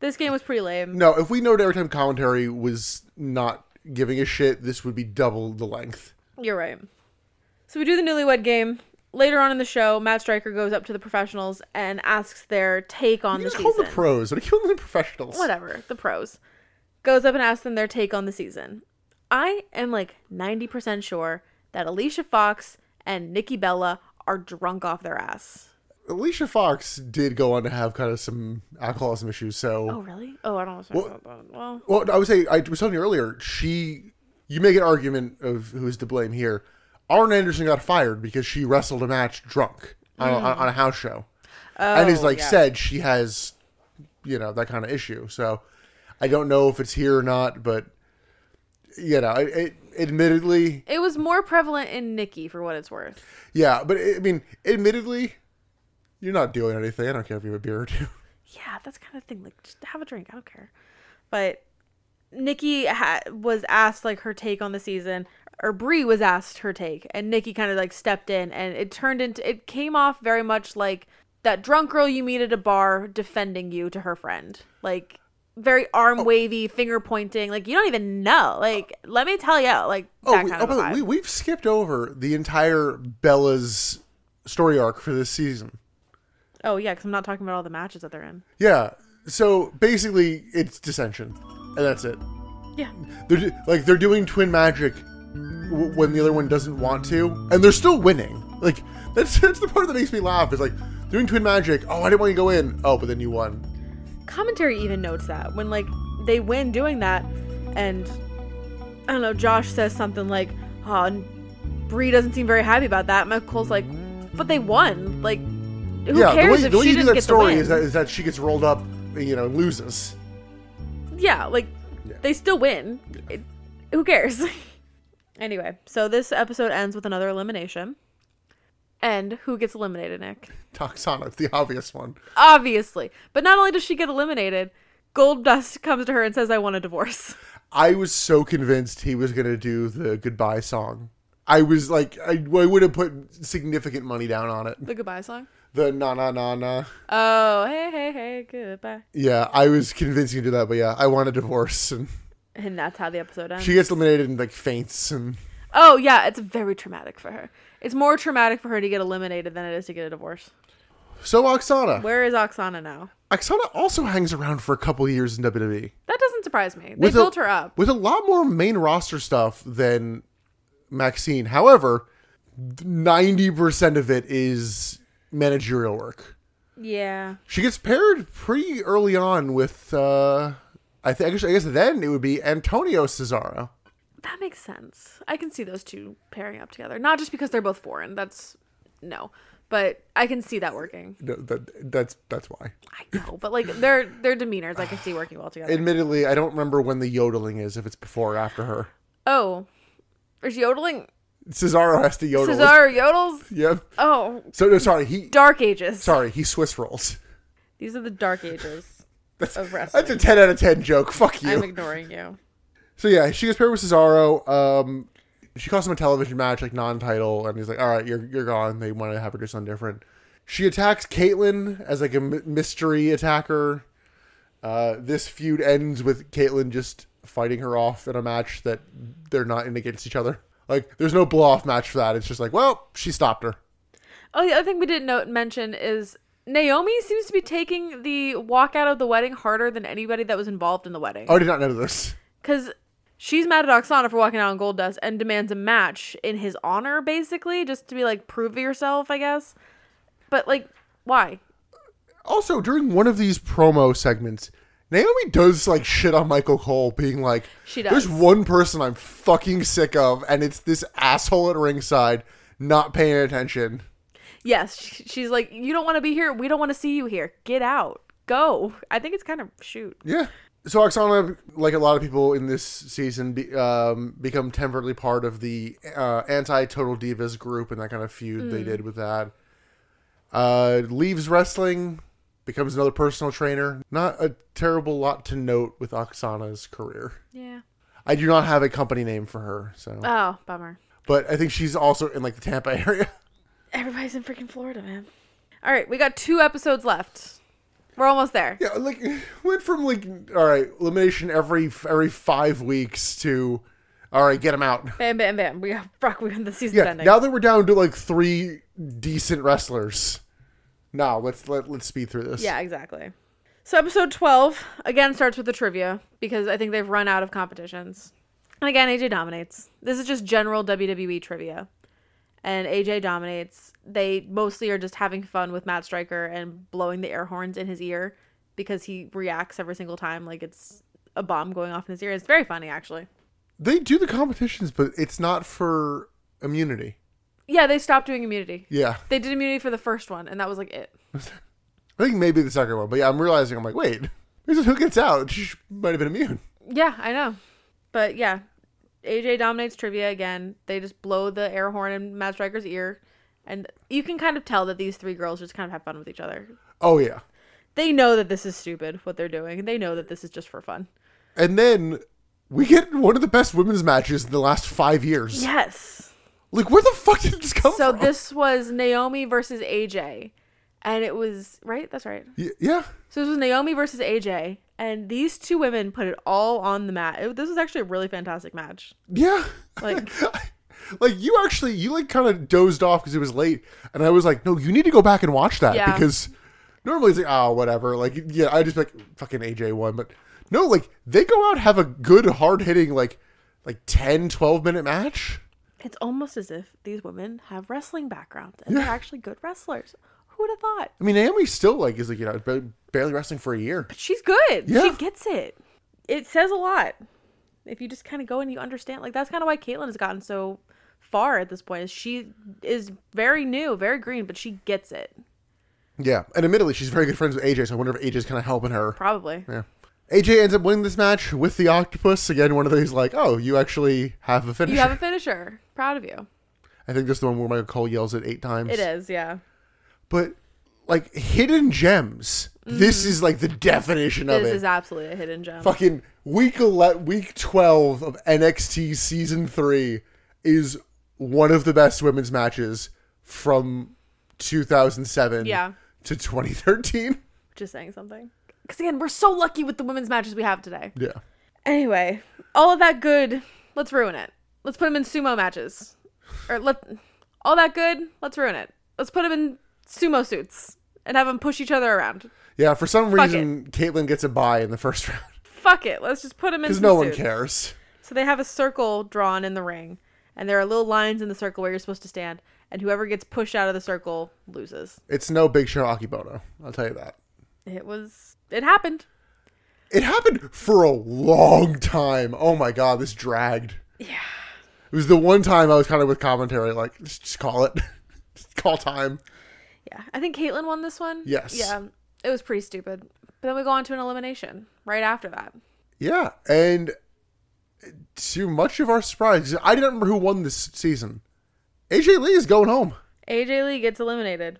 S2: This game was pretty lame.
S1: Hmm. No, if we know every time commentary was not giving a shit, this would be double the length.
S2: You're right. So we do the newlywed game. Later on in the show, Matt Stryker goes up to the professionals and asks their take on the
S1: He's
S2: season.
S1: called the pros, but he called them the professionals.
S2: whatever the pros goes up and asks them their take on the season i am like 90% sure that alicia fox and nikki bella are drunk off their ass
S1: Alicia Fox did go on to have kind of some alcoholism issues, so
S2: oh really oh i don't want to talk about that well
S1: Well, I would say I was telling you earlier. She, you make an argument of who's to blame here. Arn Anderson got fired because she wrestled a match drunk on, a, on a house show, and he's
S2: Mm-hmm. Oh,
S1: like
S2: yeah.
S1: said she has, you know, that kind of issue. So I don't know if it's here or not, but you know, it, it, admittedly,
S2: it was more prevalent in nikki for what it's worth
S1: yeah. But I mean, admittedly, you're not doing anything. I don't care if you have a beer or two.
S2: yeah that's kind of thing like just have a drink i don't care but nikki ha- was asked like her take on the season or Bree was asked her take and Nikki kind of like stepped in and it turned into it came off very much like that drunk girl you meet at a bar defending you to her friend like very
S1: Oh.
S2: arm wavy finger pointing like you don't even know like let me tell you like that
S1: Oh, we,
S2: kind of
S1: by the way,
S2: vibe.
S1: we, we've skipped over the entire Bella's story arc for this season.
S2: oh yeah because I'm not talking about all the matches that they're in
S1: Yeah. So basically, it's dissension, and that's it.
S2: yeah
S1: They're do- like they're doing twin magic w- when the other one doesn't want to, and they're still winning. Like that's that's the part that makes me laugh. Is like doing twin magic. Oh, I didn't want you to go in. Oh, but then you won.
S2: commentary even notes that when like they win doing that. And I don't know, Josh says something like, oh, and Bree doesn't seem very happy about that. And Cole's like, but they won. Like, who
S1: yeah,
S2: cares
S1: the way,
S2: if
S1: the way
S2: she
S1: you do
S2: didn't
S1: that
S2: get
S1: story
S2: the win?
S1: is that is that she gets rolled up, you know, and loses.
S2: yeah, like
S1: Yeah.
S2: they still win. It- who cares? anyway, so this episode ends with another elimination. And who gets eliminated, Nick?
S1: Toxana, it's the obvious one.
S2: Obviously. But not only does she get eliminated, Gold Dust comes to her and says, I want a divorce.
S1: I was so convinced he was gonna do the goodbye song. I was like, I, I would have put significant money down on it.
S2: The goodbye song?
S1: The na na na na.
S2: Oh, hey, hey, hey, goodbye.
S1: Yeah, I was convinced he would do that, but yeah, I want a divorce, and
S2: And that's how the episode ends.
S1: she gets eliminated and like faints, and
S2: oh, yeah, it's very traumatic for her. It's more traumatic for her to get eliminated than it is to get a divorce.
S1: so Oksana.
S2: Where is Oksana now?
S1: Oksana also hangs around for a couple years in WWE.
S2: That doesn't surprise me. They
S1: With a-
S2: built her up.
S1: with a lot more main roster stuff than Maxine. However, ninety percent of it is managerial work.
S2: Yeah.
S1: She gets paired pretty early on with, uh, I think. I guess- I guess then it would be Antonio Cesaro.
S2: That makes sense. I can see those two pairing up together. Not just because they're both foreign. That's no. But I can see that working.
S1: No, that, that's that's why.
S2: I know, but like their their demeanors, I can see working well together.
S1: Admittedly, I don't remember when the yodeling is. If it's before or after her,
S2: oh, there's yodeling.
S1: Cesaro has to yodel.
S2: Cesaro yodels.
S1: Yep.
S2: Oh,
S1: So no, sorry. He
S2: Dark Ages.
S1: sorry. He Swiss rolls.
S2: These are the Dark Ages of
S1: That's
S2: wrestling.
S1: a ten out of ten joke. Fuck you.
S2: I'm ignoring you.
S1: So yeah, she gets paired with Cesaro. Um, she calls him a television match, like non-title, and he's like, "All right, you're you're gone." They want to have her do something different. She attacks Caitlyn as like a m- mystery attacker. Uh, this feud ends with Caitlyn just fighting her off in a match that they're not in against each other. Like, there's no blow-off match for that. It's just like, well, she stopped her.
S2: Oh, the other thing we didn't note mention is Naomi seems to be taking the walk out of the wedding harder than anybody that was involved in the wedding.
S1: Oh, I did not know this.
S2: Because she's mad at Oksana for walking out on Gold Dust and demands a match in his honor, basically, just to be like, prove yourself, I guess. But like, why?
S1: Also, during one of these promo segments, Naomi does like shit on Michael Cole, being like,
S2: She
S1: There's
S2: does.
S1: one person I'm fucking sick of, and it's this asshole at ringside not paying attention.
S2: Yes, sh- she's like, you don't want to be here. We don't want to see you here. Get out. Go. I think it's kind of shoot.
S1: Yeah. So Oksana, like a lot of people in this season, be, um, become temporarily part of the uh, anti-total divas group and that kind of feud they
S2: Mm.
S1: did with that. Uh, leaves wrestling, becomes another personal trainer. Not a terrible lot to note with Oksana's career.
S2: Yeah.
S1: I do not have a company name for her, so
S2: Oh, bummer.
S1: but I think she's also in like the Tampa area.
S2: Everybody's in freaking Florida, man. All right, we got two episodes left. We're almost there.
S1: Yeah, like went from like all right elimination every every five weeks to all right get them out.
S2: Bam, bam, bam. We got fuck. We're in the season's
S1: Yeah,
S2: ending.
S1: now that we're down to like three decent wrestlers, now let's let let's speed through this.
S2: Yeah, exactly. So episode twelve again starts with the trivia because I think they've run out of competitions. And again, AJ dominates. This is just general WWE trivia, and AJ dominates. They mostly are just having fun with Matt Stryker and blowing the air horns in his ear because he reacts every single time like it's a bomb going off in his ear. It's very funny actually.
S1: they do the competitions, but it's not for immunity.
S2: Yeah, they stopped doing immunity.
S1: Yeah,
S2: They did immunity for the first one, and that was like it.
S1: I think maybe the second one, but yeah, I'm realizing I'm like wait, this is who gets out. She might have been immune.
S2: Yeah, I know. But yeah, AJ dominates trivia again. They just blow the air horn in Matt Striker's ear. And you can kind of tell that these three girls just kind of have fun with each other.
S1: Oh yeah,
S2: They know that this is stupid, what they're doing. They know that this is just for fun.
S1: and then we get one of the best women's matches in the last five years.
S2: Yes.
S1: Like where the fuck did this come
S2: So
S1: from?
S2: this was Naomi versus AJ. And it was, right? That's right.
S1: Y- yeah.
S2: So this was Naomi versus AJ. And these two women put it all on the mat. It, this was actually a really fantastic match.
S1: Yeah.
S2: Like-
S1: like you actually you like kind of dozed off because it was late, and I was like, no, you need to go back and watch that
S2: Yeah.
S1: because normally it's like, oh, whatever. Like, yeah, I just like fucking AJ won, but no, like they go out have a good hard hitting like like 10, 12 minute match.
S2: It's almost as if these women have wrestling backgrounds and they're actually good wrestlers. Who would have thought?
S1: I mean, Naomi still like is like you know ba- barely wrestling for a year.
S2: But she's good.
S1: Yeah.
S2: She gets it. it says a lot if you just kind of go and you understand. Like that's kind of why Caitlyn has gotten so far at this point. Is she is very new, very green, but she gets it
S1: Yeah, and admittedly, she's very good friends with AJ, so I wonder if AJ's kind of helping her.
S2: probably.
S1: Yeah. AJ ends up winning this match with the octopus. Again, one of those like, oh, you actually have a finisher.
S2: You have a finisher. Proud of you.
S1: I think this is the one where Michael Cole yells it eight times.
S2: It is, yeah.
S1: But like hidden gems, this is like the definition of
S2: Mm-hmm. this
S1: it.
S2: is absolutely a hidden gem.
S1: Fucking week ele- week twelve of NXT season three is one of the best women's matches from 2007
S2: Yeah.
S1: to 2013.
S2: Just saying something. Because again, we're so lucky with the women's matches we have today.
S1: Yeah.
S2: Anyway, all of that good, let's ruin it. Let's put them in sumo matches. Or let all that good, let's ruin it. Let's put them in sumo suits and have them push each other around.
S1: Yeah, for some
S2: Fuck
S1: reason, Caitlyn gets a bye in the first round
S2: Fuck it. Let's just put them in
S1: because
S2: some
S1: no one
S2: suits.
S1: cares.
S2: So they have a circle drawn in the ring, and there are little lines in the circle where you're supposed to stand, and whoever gets pushed out of the circle loses.
S1: It's no Big Show Akibono. I'll tell you that.
S2: It was it happened.
S1: It happened for a long time. Oh my god, this dragged. Yeah. It was the one time I was kind of with commentary, like just, just call it, just call time.
S2: Yeah, I think Caitlyn won this one.
S1: Yes.
S2: Yeah, it was pretty stupid. But then we go on to an elimination right after that.
S1: Yeah, and to much of our surprise, I didn't remember who won this season. AJ Lee is going home.
S2: AJ Lee gets eliminated.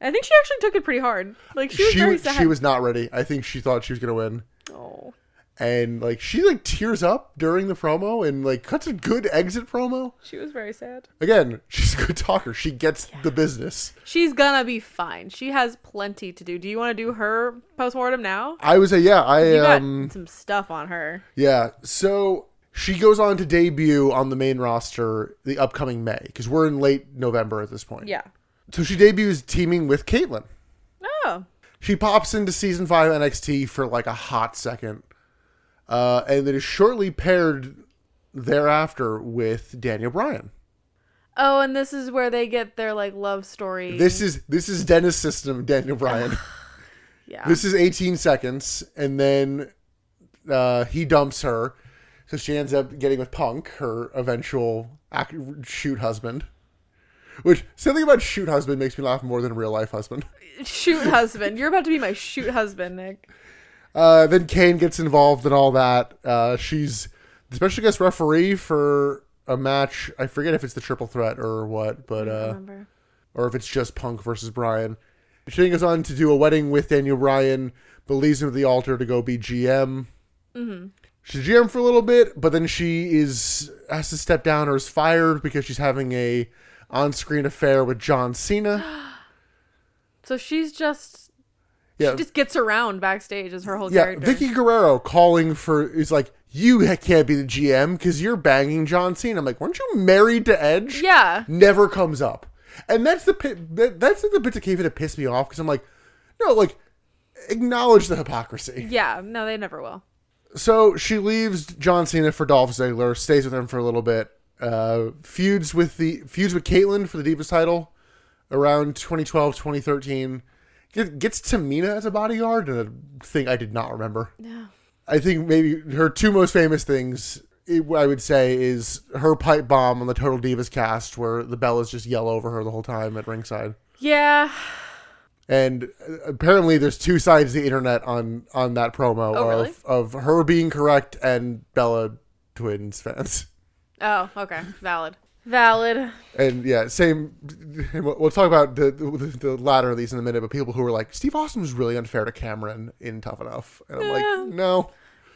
S2: And I think she actually took it pretty hard. Like she was
S1: She
S2: very
S1: was,
S2: sad.
S1: she was not ready. I think she thought she was gonna win,
S2: Oh,
S1: and like she like tears up during the promo and like cuts a good exit promo.
S2: she was very sad.
S1: Again, she's a good talker. She gets the business.
S2: She's gonna be fine. She has plenty to do. Do you want to do her postmortem now?
S1: I would say, yeah, I
S2: You got
S1: um,
S2: some stuff on her.
S1: yeah. So she goes on to debut on the main roster the upcoming May because we're in late November at this point.
S2: Yeah.
S1: So she debuts teaming with Caitlyn.
S2: Oh,
S1: She pops into season five NXT for like a hot second, uh, and then is shortly paired thereafter with Daniel Bryan.
S2: Oh, and this is where they get their like love story.
S1: This is this is Dennis system Daniel Bryan.
S2: yeah.
S1: This is 18 seconds, and then uh, he dumps her. So she ends up getting with Punk, her eventual ac- shoot husband. Which something about shoot husband makes me laugh more than real life husband.
S2: shoot husband. You're about to be my shoot husband, Nick.
S1: Uh, then Kane gets involved and all that. Uh, she's the special guest referee for a match. I forget if it's the triple threat or what, but uh,
S2: Remember?
S1: or if it's just Punk versus Bryan. She then goes on to do a wedding with Daniel Bryan, but leaves him at the altar to go be GM.
S2: Mm-hmm.
S1: She's GM for a little bit, but then she is has to step down or is fired because she's having a on-screen affair with John Cena.
S2: So she's just
S1: Yeah,
S2: she just gets around backstage as her whole
S1: yeah.
S2: character.
S1: Vicky Guerrero calling for is like you ha- can't be the GM because you're banging John Cena. I'm like, weren't you married to Edge?
S2: yeah.
S1: never comes up. And that's the pit, that, that's the bit that came in to piss me off because I'm like, no, like acknowledge the hypocrisy.
S2: Yeah. No, they never will.
S1: So she leaves John Cena for Dolph Ziggler, stays with him for a little bit, uh, feuds with the feuds with Caitlyn for the Divas title around 2012, 2013. Get, gets Tamina as a bodyguard, and a thing I did not remember.
S2: Yeah.
S1: I think maybe her two most famous things, it, I would say, is her pipe bomb on the Total Divas cast, where the Bellas just yell over her the whole time at ringside.
S2: Yeah.
S1: And uh, apparently, there's two sides to the internet on on that promo
S2: Oh,
S1: of
S2: really?
S1: of her being correct and Bella twins fans.
S2: Oh, okay. Valid. Valid.
S1: And yeah, same. We'll we'll talk about the, the the latter of these in a minute. But people who were like, Steve Austin was really unfair to Cameron in Tough Enough, and I'm
S2: Yeah.
S1: like, no.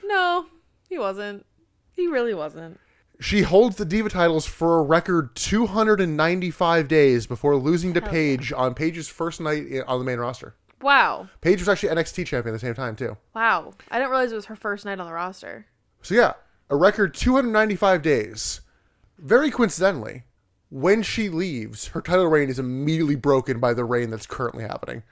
S2: No, he wasn't. He really wasn't.
S1: She holds the Diva titles for a record 295 days before losing to Paige on Paige's first night i- on the main roster.
S2: Wow.
S1: Paige was actually NXT champion at the same time, too.
S2: Wow. I didn't realize it was her first night on the roster.
S1: So, yeah, a record 295 days. Very coincidentally, when she leaves, her title reign is immediately broken by the reign that's currently happening.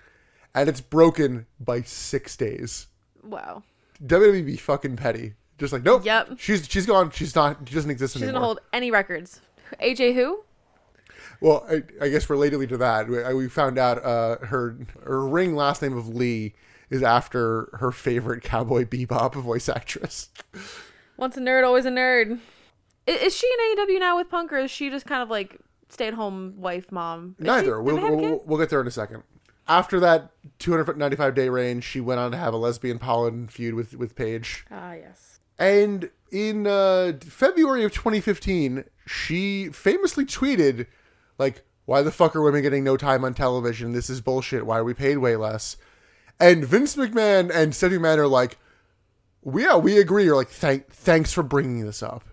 S1: And it's broken by six days.
S2: Wow.
S1: WWE be fucking petty. Just like, nope.
S2: Yep.
S1: She's she's gone. She's not. She doesn't exist
S2: She doesn't
S1: anymore.
S2: hold any records. AJ who?
S1: Well, I, I guess relatedly to that, we, I- we found out uh, her her ring last name of Lee is after her favorite Cowboy Bebop voice actress.
S2: Once a nerd, always a nerd. I- Is, she in AEW now with Punk, or is she just kind of like stay at home wife, mom? Is
S1: Neither.
S2: She,
S1: We'll,
S2: do they have
S1: we'll, we'll,
S2: kids?
S1: get there in a second. After that 295 day range, she went on to have a lesbian pollen feud with, with Paige.
S2: Ah, yes.
S1: And in uh, February of 2015, she famously tweeted, like, why the fuck are women getting no time on television? This is bullshit. Why are we paid way less? And Vince McMahon and Stephanie McMahon are like, yeah, we agree. You're like, Thank- thanks for bringing this up.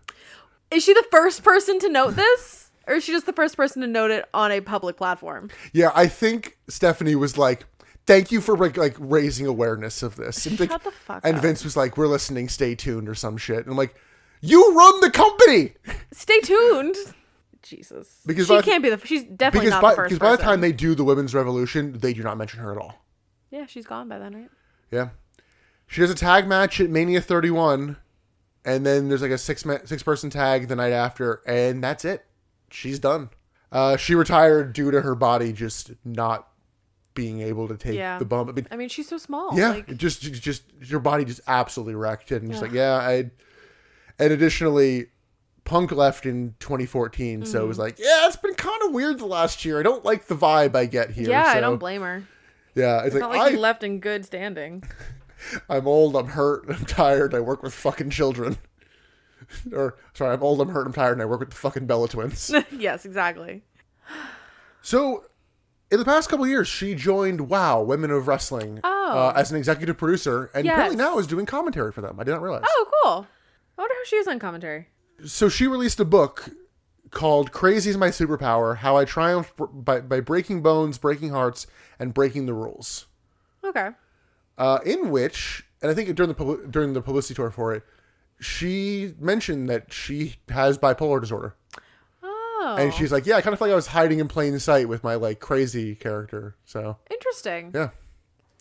S2: Is she the first person to note this, or is she just the first person to note it on a public platform?
S1: Yeah, I think Stephanie was like, "Thank you for like, like raising awareness of this." And, like-
S2: Shut the fuck
S1: and
S2: up.
S1: Vince was like, "We're listening. Stay tuned," or some shit. And I'm like, "You run the company."
S2: Stay tuned. Jesus.
S1: Because
S2: she
S1: by-
S2: can't be the. She's definitely
S1: Because
S2: not
S1: by,
S2: the first.
S1: because by the
S2: person.
S1: time they do the women's revolution, they do not mention her at all.
S2: yeah, she's gone by then, right?
S1: Yeah, she does a tag match at Mania 31, and then there's like a six ma- six person tag the night after, and that's it. She's done. Uh, she retired due to her body just not being able to take
S2: Yeah.
S1: the bump. I mean,
S2: I mean, she's so small.
S1: Yeah,
S2: Like,
S1: it just it just your body just absolutely wrecked, and just like yeah, I. And additionally, Punk left in 2014, so it
S2: Mm-hmm.
S1: was like yeah, it's been kind of weird the last year. I don't like the vibe I get here.
S2: yeah,
S1: so,
S2: I don't blame her.
S1: Yeah, it's,
S2: It's
S1: like,
S2: not like
S1: I,
S2: he left in good standing.
S1: I'm old, I'm hurt, I'm tired, I work with fucking children. or sorry, I'm old, I'm hurt, I'm tired, and I work with the fucking Bella twins.
S2: yes, exactly.
S1: so. In the past couple years, she joined WOW Women of Wrestling
S2: Oh.
S1: uh, as an executive producer, and
S2: Yes.
S1: apparently now is doing commentary for them. I did not realize.
S2: Oh, cool. I wonder how she is on commentary.
S1: so she released a book called Crazy is My Superpower How I Triumphed Br- by, by Breaking Bones, Breaking Hearts, and Breaking the Rules.
S2: Okay.
S1: Uh, in which, and I think during the, publi- during the publicity tour for it, she mentioned that she has bipolar disorder.
S2: Oh,
S1: And she's like, Yeah, I kind of feel like I was hiding in plain sight with my like crazy character. So,
S2: interesting.
S1: yeah.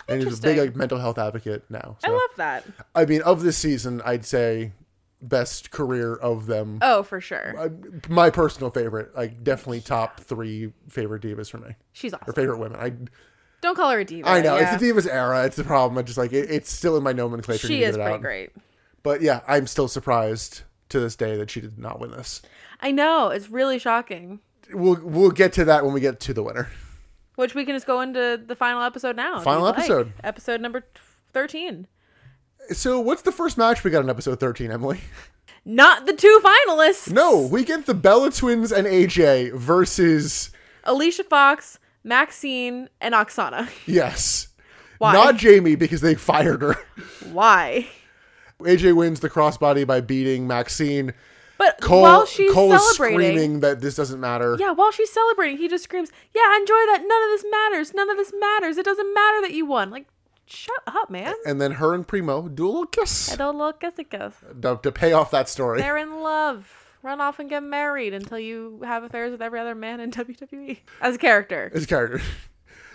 S1: And she's a big
S2: Interesting.
S1: like mental health advocate now.
S2: I
S1: So.
S2: love that.
S1: I mean, of this season, I'd say best career of them
S2: Oh, for sure.
S1: I, my personal favorite, like definitely top three favorite divas for me,
S2: She's
S1: or
S2: awesome.
S1: favorite women. I
S2: Don't call her a diva.
S1: I know
S2: yeah.
S1: it's the divas era. It's the problem. I just like it, it's still in my nomenclature. to
S2: She
S1: get
S2: is
S1: it
S2: pretty
S1: out.
S2: great.
S1: But yeah, I'm still surprised to this day that she did not win this.
S2: I know it's really shocking.
S1: We'll we'll get to that when we get to the winner.
S2: Which we can just go into the final episode now. if
S1: Final
S2: you'd like.
S1: episode.
S2: Episode number t- 13.
S1: So what's the first match we got in episode 13, Emily?
S2: Not the two finalists.
S1: No, we get the Bella Twins and AJ versus
S2: Alicia Fox, Maxine, and Oksana.
S1: yes,
S2: Why?
S1: not Jamie because they fired her.
S2: Why?
S1: AJ wins the crossbody by beating Maxine.
S2: But
S1: Cole,
S2: while she's
S1: Cole is
S2: celebrating.
S1: screaming that this doesn't matter.
S2: Yeah, while she's celebrating, he just screams, Yeah, enjoy that. None of this matters. None of this matters. It doesn't matter that you won. Like, shut up, man.
S1: And then her and Primo do a little kiss
S2: Don't look at the kiss.
S1: to, to pay off that story.
S2: They're in love. Run off and get married until you have affairs with every other man in WWE as a character.
S1: His character.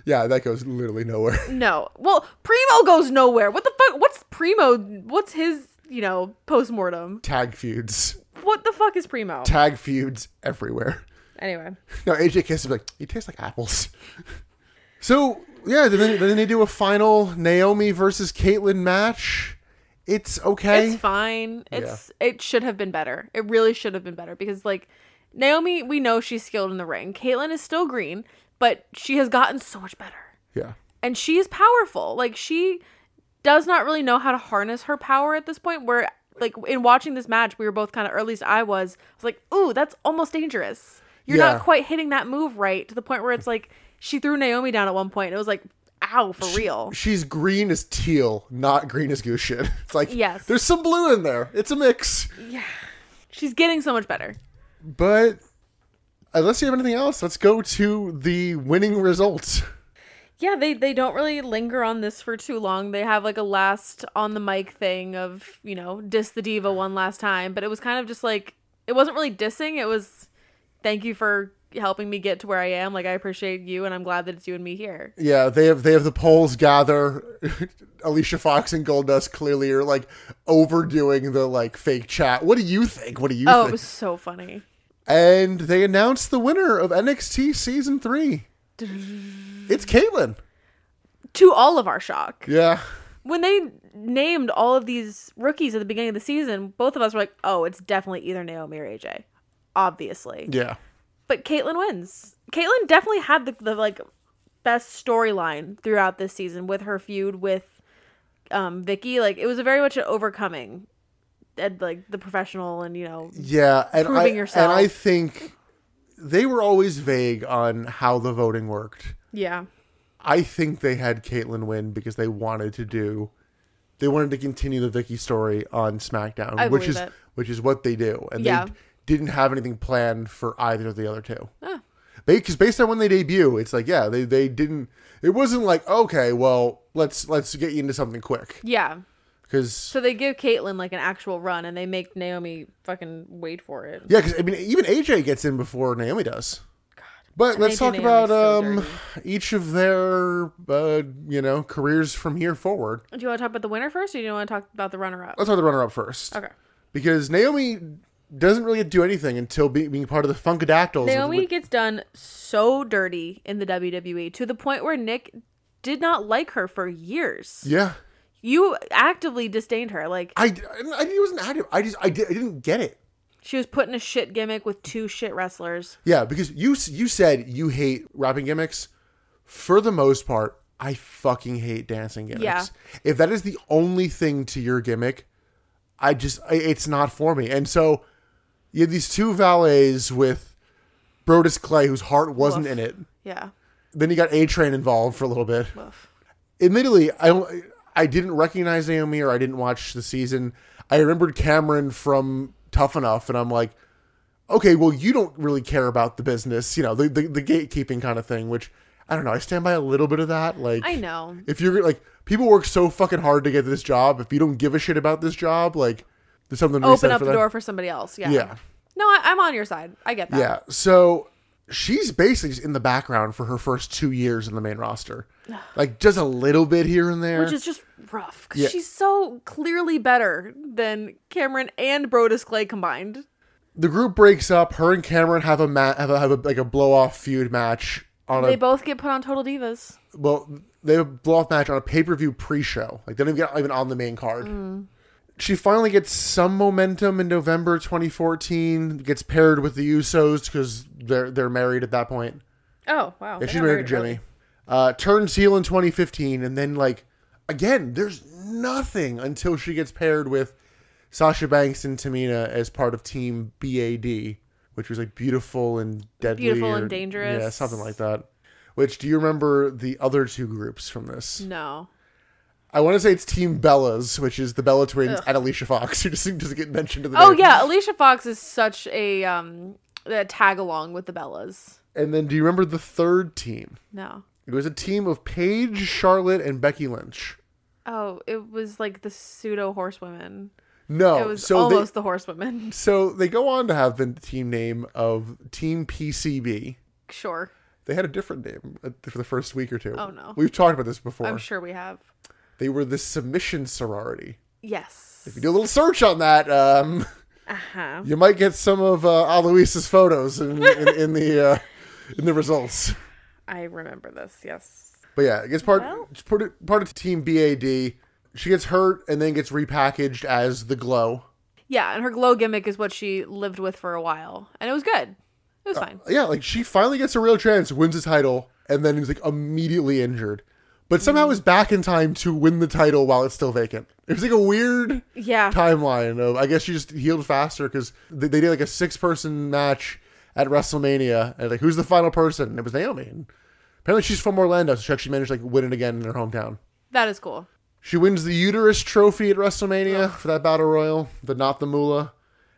S1: Yeah, that goes literally nowhere.
S2: No. Well, Primo goes nowhere. What the fuck? What's Primo? What's his, you know, postmortem?
S1: Tag feuds.
S2: What the fuck is Primo?
S1: Tag feuds everywhere.
S2: Anyway.
S1: No, AJ kisses like, he tastes like apples. so, yeah, then, then they do a final Naomi versus Caitlyn match. It's okay.
S2: It's fine. It's it should have been better. It really should have been better because like Naomi, we know she's skilled in the ring. Caitlyn is still green, but she has gotten so much better.
S1: yeah.
S2: And she is powerful. Like she does not really know how to harness her power at this point where like in watching this match, we were both kind of, or at least I was, I was like, ooh, that's almost dangerous. You're
S1: Yeah.
S2: not quite hitting that move right to the point where it's like she threw Naomi down at one point. It was like, ow, for real.
S1: She's green as teal, not green as goose shit. It's like,
S2: Yes.
S1: there's some blue in there. It's a mix.
S2: She's getting so much better.
S1: But unless you have anything else, let's go to the winning results.
S2: yeah they they don't really linger on this for too long they have like a last on the mic thing of you know diss the diva one last time but it was kind of just like it wasn't really dissing it was thank you for helping me get to where i am like i appreciate you and i'm glad that it's you and me here
S1: Yeah, they have they have the polls gather. Alicia Fox and Goldust clearly are like overdoing the like fake chat. What do you think? What do you
S2: oh it
S1: think?
S2: was so funny
S1: And they announced the winner of NXT season three. it's Caitlyn.
S2: to all of our shock.
S1: Yeah.
S2: When they named all of these rookies at the beginning of the season, both of us were like, oh, it's definitely either Naomi or AJ. Obviously.
S1: Yeah.
S2: But Caitlyn wins. Caitlyn definitely had the, the like best storyline throughout this season with her feud with um Vicky. Like it was a very much an overcoming and like the professional and you know
S1: Yeah. And I,
S2: Proving yourself.
S1: and I think they were always vague on how the voting worked.
S2: Yeah.
S1: I think they had Caitlyn win because they wanted to do, they wanted to continue the Vicky story on SmackDown,
S2: I
S1: which
S2: believe
S1: is
S2: it.
S1: which is what they do, and
S2: Yeah.
S1: they didn't have anything planned for either of the other two.
S2: Ah.
S1: Because based on when they debut, it's like yeah, they they didn't. It wasn't like okay, well let's let's get you into something quick
S2: Yeah.
S1: because
S2: So they give Caitlyn like an actual run and they make Naomi fucking wait for it.
S1: yeah, because I mean even AJ gets in before Naomi does. But
S2: And
S1: let's
S2: AJ
S1: talk
S2: Naomi's
S1: about
S2: so
S1: um,
S2: dirty.
S1: each of their uh, you know careers from here forward.
S2: Do you want to talk about the winner first or do you want to talk about the runner up?
S1: Let's talk the runner up first.
S2: Okay.
S1: because Naomi doesn't really do anything until be- being part of the Funkadactyls.
S2: Naomi
S1: which-
S2: gets done so dirty in the WWE to the point where Nick did not like her for years.
S1: yeah,
S2: You actively disdained her. Like
S1: I, I, I wasn't active. I just I, did, I didn't get it.
S2: she was put in a shit gimmick with two shit wrestlers.
S1: Yeah, because you s- you said you hate rapping gimmicks. For the most part, I fucking hate dancing gimmicks.
S2: Yeah.
S1: If that is the only thing to your gimmick, I just I, it's not for me. And so you had these two valets with Brodus Clay, whose heart wasn't
S2: Woof.
S1: in it.
S2: Yeah.
S1: Then you got A Train involved for a little bit.
S2: Woof.
S1: admittedly, I don't. I didn't recognize Naomi or I didn't watch the season. I remembered Cameron from Tough Enough, and I'm like, okay, well, you don't really care about the business, you know, the the, the gatekeeping kind of thing. Which I don't know. I stand by a little bit of that. Like,
S2: I know.
S1: if you're like people work so fucking hard to get this job, if you don't give a shit about this job, like, there's something to be
S2: Open
S1: said
S2: up
S1: for
S2: the
S1: that.
S2: door for somebody else. Yeah.
S1: Yeah.
S2: No, I, I'm on your side. I get that.
S1: Yeah. So she's basically just in the background for her first two years in the main roster, like just a little bit here and there.
S2: Which is just rough because
S1: Yeah.
S2: she's so clearly better than Cameron and Brodus Clay combined.
S1: the group breaks up. Her and Cameron have a ma- have a, have a like a blow off feud match on
S2: They
S1: a
S2: both get put on Total Divas.
S1: well they have a blow off match on a pay per view pre show. Like they don't even get even on the main card.
S2: Mm.
S1: She finally gets some momentum in November 2014. Gets paired with the Usos because they're they're married at that point.
S2: Oh wow!
S1: Yeah, she's married to Jimmy. Uh, turns heel in 2015, and then like again, there's nothing until she gets paired with Sasha Banks and Tamina as part of Team BAD, which was like beautiful and deadly,
S2: Beautiful and Dangerous.
S1: yeah, something like that. Which do you remember the other two groups from this?
S2: No.
S1: I want to say it's Team Bellas, which is the Bella Twins and Alicia Fox, who just doesn't get mentioned in the
S2: Oh
S1: name.
S2: yeah, Alicia Fox is such a um a tag along with the Bellas.
S1: And then do you remember the third team?
S2: No.
S1: It was a team of Paige, Charlotte, and Becky Lynch.
S2: Oh, it was like the pseudo horsewomen.
S1: No,
S2: It was
S1: Oh, so they-
S2: almost the horsewomen.
S1: So they go on to have the team name of Team PCB.
S2: Sure.
S1: They had a different name uh, for the first week or two.
S2: Oh, no.
S1: We've talked about this before.
S2: I'm sure we have.
S1: They were the Submission Sorority.
S2: Yes.
S1: If you do a little search on that, um,
S2: Uh-huh.
S1: you might get some of uh, Aloisa's photos in, in, in the uh, in the results.
S2: I remember this. Yes.
S1: But yeah, it gets part
S2: Well-
S1: it's part of, part of Team BAD. She gets hurt and then gets repackaged as the Glow.
S2: Yeah, and her glow gimmick is what she lived with for a while, and it was good. It was fine.
S1: yeah, like she finally gets a real chance, wins the title, and then is like immediately injured. But somehow is back in time to win the title while it's still vacant. It was like a weird
S2: Yeah.
S1: timeline of I guess she just healed faster because they, they did like a six person match at WrestleMania and like who's the final person? And it was Naomi. And apparently she's from Orlando, so she actually managed to like win it again in her hometown.
S2: That is cool.
S1: She wins the uterus trophy at WrestleMania for that battle royal, the not the moolah.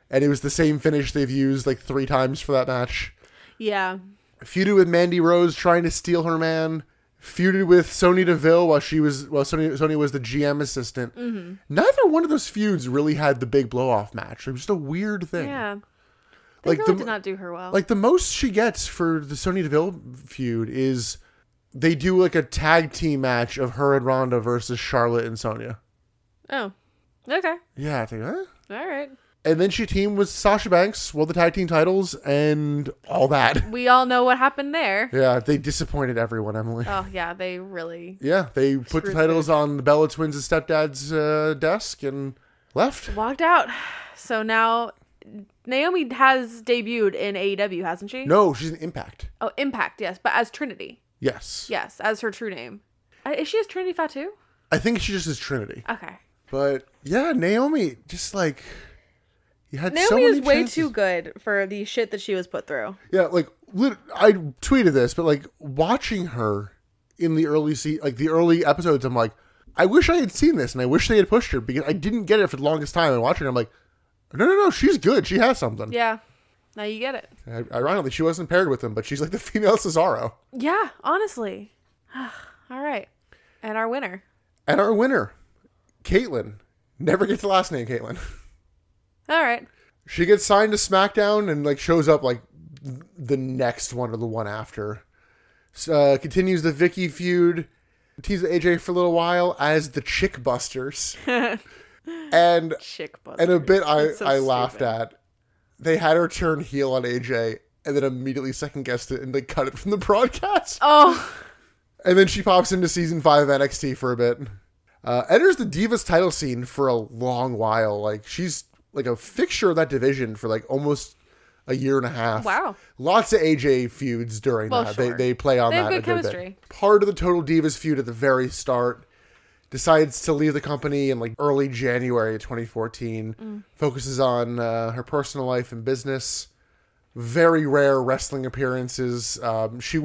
S1: And it was the same finish they've used like three times for that match
S2: Yeah.
S1: feuded with Mandy Rose trying to steal her man, feuded with Sony Deville while she was while Sony Sony was the GM assistant.
S2: Mm-hmm.
S1: Neither one of those feuds really had the big blow off match. It was just a weird thing.
S2: Yeah. They
S1: Like
S2: really
S1: the
S2: did not do her well.
S1: like the most she gets for the Sony Deville feud is they do like a tag team match of her and Ronda versus Charlotte and Sonya.
S2: oh. Okay.
S1: Yeah, I think huh?
S2: All right.
S1: And then she teamed with Sasha Banks, won the tag team titles, and all that.
S2: We all know what happened there.
S1: Yeah, they disappointed everyone, Emily.
S2: Oh yeah, they really.
S1: Yeah, they put the
S2: Screwed
S1: titles on the Bella Twins' stepdad's uh, desk and left.
S2: walked out. So now Naomi has debuted in AEW, hasn't she?
S1: No, she's an Impact.
S2: Oh, Impact, yes, but as Trinity,
S1: Yes.
S2: yes, as her true name. Uh, Is she as Trinity Fatu?
S1: I think she just is Trinity.
S2: Okay.
S1: But yeah, Naomi, just like you had so
S2: Naomi
S1: many
S2: is way
S1: chances.
S2: too good for the shit that she was put through.
S1: Yeah, like lit- I tweeted this, but like watching her in the early se- like the early episodes, I'm like, I wish I had seen this, and I wish they had pushed her because I didn't get it for the longest time. And watching her, I'm like, no, no, no, she's good. She has something.
S2: Yeah. Now you get it.
S1: I- Ironically, she wasn't paired with him, but she's like the female Cesaro.
S2: Yeah, honestly. All right. And our winner.
S1: And our winner, Caitlyn, never gets the last name Caitlyn.
S2: All right.
S1: She gets signed to SmackDown and like shows up like th- the next one or the one after. S- Uh, continues the Vicky feud, teases AJ for a little while as the Chick Busters, and
S2: Chick buzz.
S1: and a bit I
S2: That's so
S1: I laughed
S2: stupid.
S1: at. They had her turn heel on AJ and then immediately second guessed it and they cut it from the broadcast.
S2: Oh,
S1: And then she pops into season five of NXT for a bit. Uh, enters the Divas title scene for a long while. Like she's like a fixture of that division for like almost a year and a half.
S2: Wow.
S1: Lots of AJ feuds during
S2: Well,
S1: that. They,
S2: sure.
S1: they play on
S2: They
S1: that.
S2: have good
S1: a good bit.
S2: chemistry.
S1: Part of the Total Divas feud at the very start. Decides to leave the company in like early January of 2014.
S2: Mm.
S1: Focuses on uh, her personal life and business. Very rare wrestling appearances. Um, she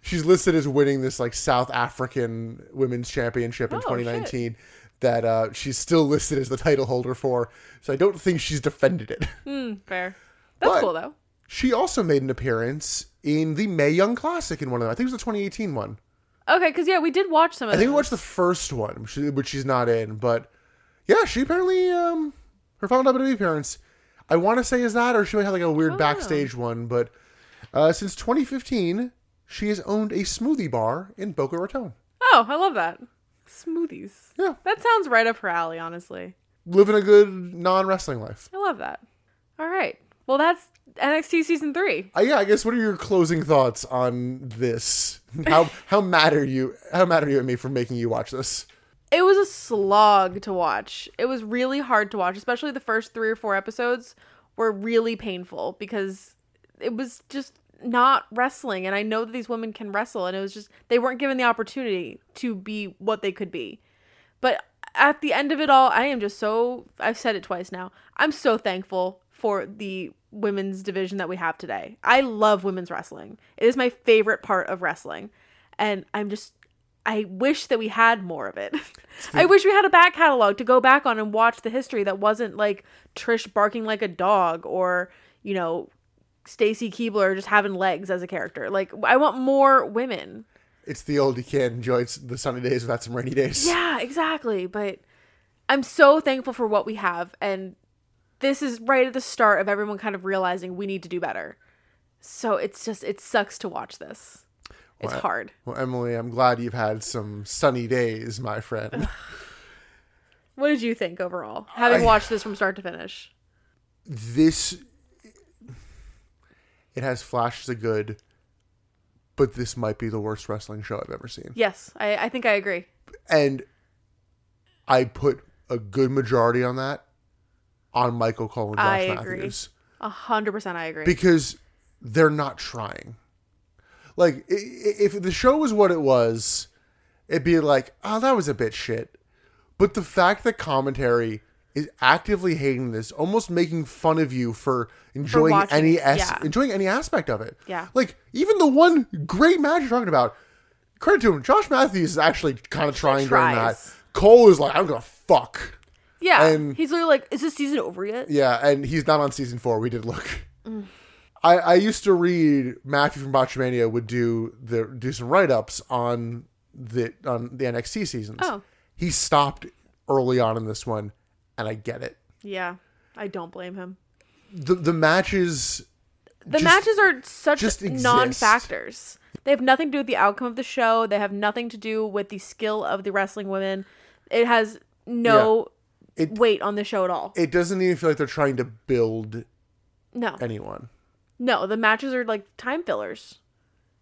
S1: she's listed as winning this like South African women's championship in
S2: Oh,
S1: 2019 that uh, she's still listed as the title holder for. So I don't think she's defended it.
S2: hmm, fair. That's
S1: But-
S2: cool though.
S1: she also made an appearance in the May Young Classic in one of them. I think it was the 2018 one.
S2: Okay, because yeah, we did watch some of.
S1: I think we
S2: those.
S1: watched the first one, which which she's not in. But yeah, she apparently um her final WWE appearance. I want to say is that, or she might have like a weird backstage one. But uh, since 2015, she has owned a smoothie bar in Boca Raton.
S2: Oh, I love that. Smoothies.
S1: Yeah,
S2: That sounds right up her alley, honestly.
S1: living a good non wrestling life.
S2: I love that. All right. Well, that's NXT season three.
S1: Uh, yeah, I guess. What are your closing thoughts on this? How how mad are you? How mad are you at me for making you watch this?
S2: It was a slog to watch. It was really hard to watch, especially the first three or four episodes were really painful because it was just not wrestling. And I know that these women can wrestle, and it was just they weren't given the opportunity to be what they could be. But at the end of it all, I am just so I've said it twice now. I'm so thankful for the women's division that we have today. I love women's wrestling. It is my favorite part of wrestling. And I'm just I wish that we had more of it. I wish we had a back catalog to go back on and watch the history that wasn't like Trish barking like a dog or, you know, Stacy Keebler just having legs as a character. Like I want more women.
S1: It's the old you can't enjoy the sunny days without some rainy days.
S2: Yeah, exactly. But I'm so thankful for what we have. And this is right at the start of everyone kind of realizing we need to do better. So it's just, it sucks to watch this. It's
S1: Wow.
S2: hard.
S1: Well, Emily, I'm glad you've had some sunny days, my friend.
S2: What did you think overall, having
S1: I-
S2: watched this from start to finish?
S1: this it has flashes of good, but this might be the worst wrestling show I've ever seen.
S2: Yes, I, I think I agree.
S1: And I put a good majority on that on Michael Cole and Josh
S2: I agree.
S1: Matthews
S2: A hundred percent, I agree.
S1: because they're not trying. Like i- i- if the show was what it was, it'd be like, oh, that was a bit shit. But the fact that commentary is actively hating this, almost making fun of you for enjoying
S2: watching
S1: any
S2: it,
S1: as-
S2: yeah.
S1: enjoying any aspect of it.
S2: Yeah.
S1: Like even the one great match you're talking about, credit to him, Josh Matthews is actually kind of trying during that.
S2: tries.
S1: Cole is like, I'm gonna fuck.
S2: yeah,
S1: and-
S2: he's literally like, "Is this season over yet?"
S1: Yeah, and he's not on season four. We did look.
S2: Mm.
S1: I, I used to read Matthew from Botchmania would do the do some write ups on the on the NXT seasons.
S2: Oh.
S1: He stopped early on in this one, and I get it.
S2: Yeah, I don't blame him.
S1: The the matches
S2: The
S1: Just-
S2: matches are such
S1: just exist.
S2: non-factors. They have nothing to do with the outcome of the show. They have nothing to do with the skill of the wrestling women. It has no
S1: It-
S2: weight on the show at all.
S1: It doesn't even feel like they're trying to build
S2: no.
S1: anyone.
S2: No, the matches are like time fillers.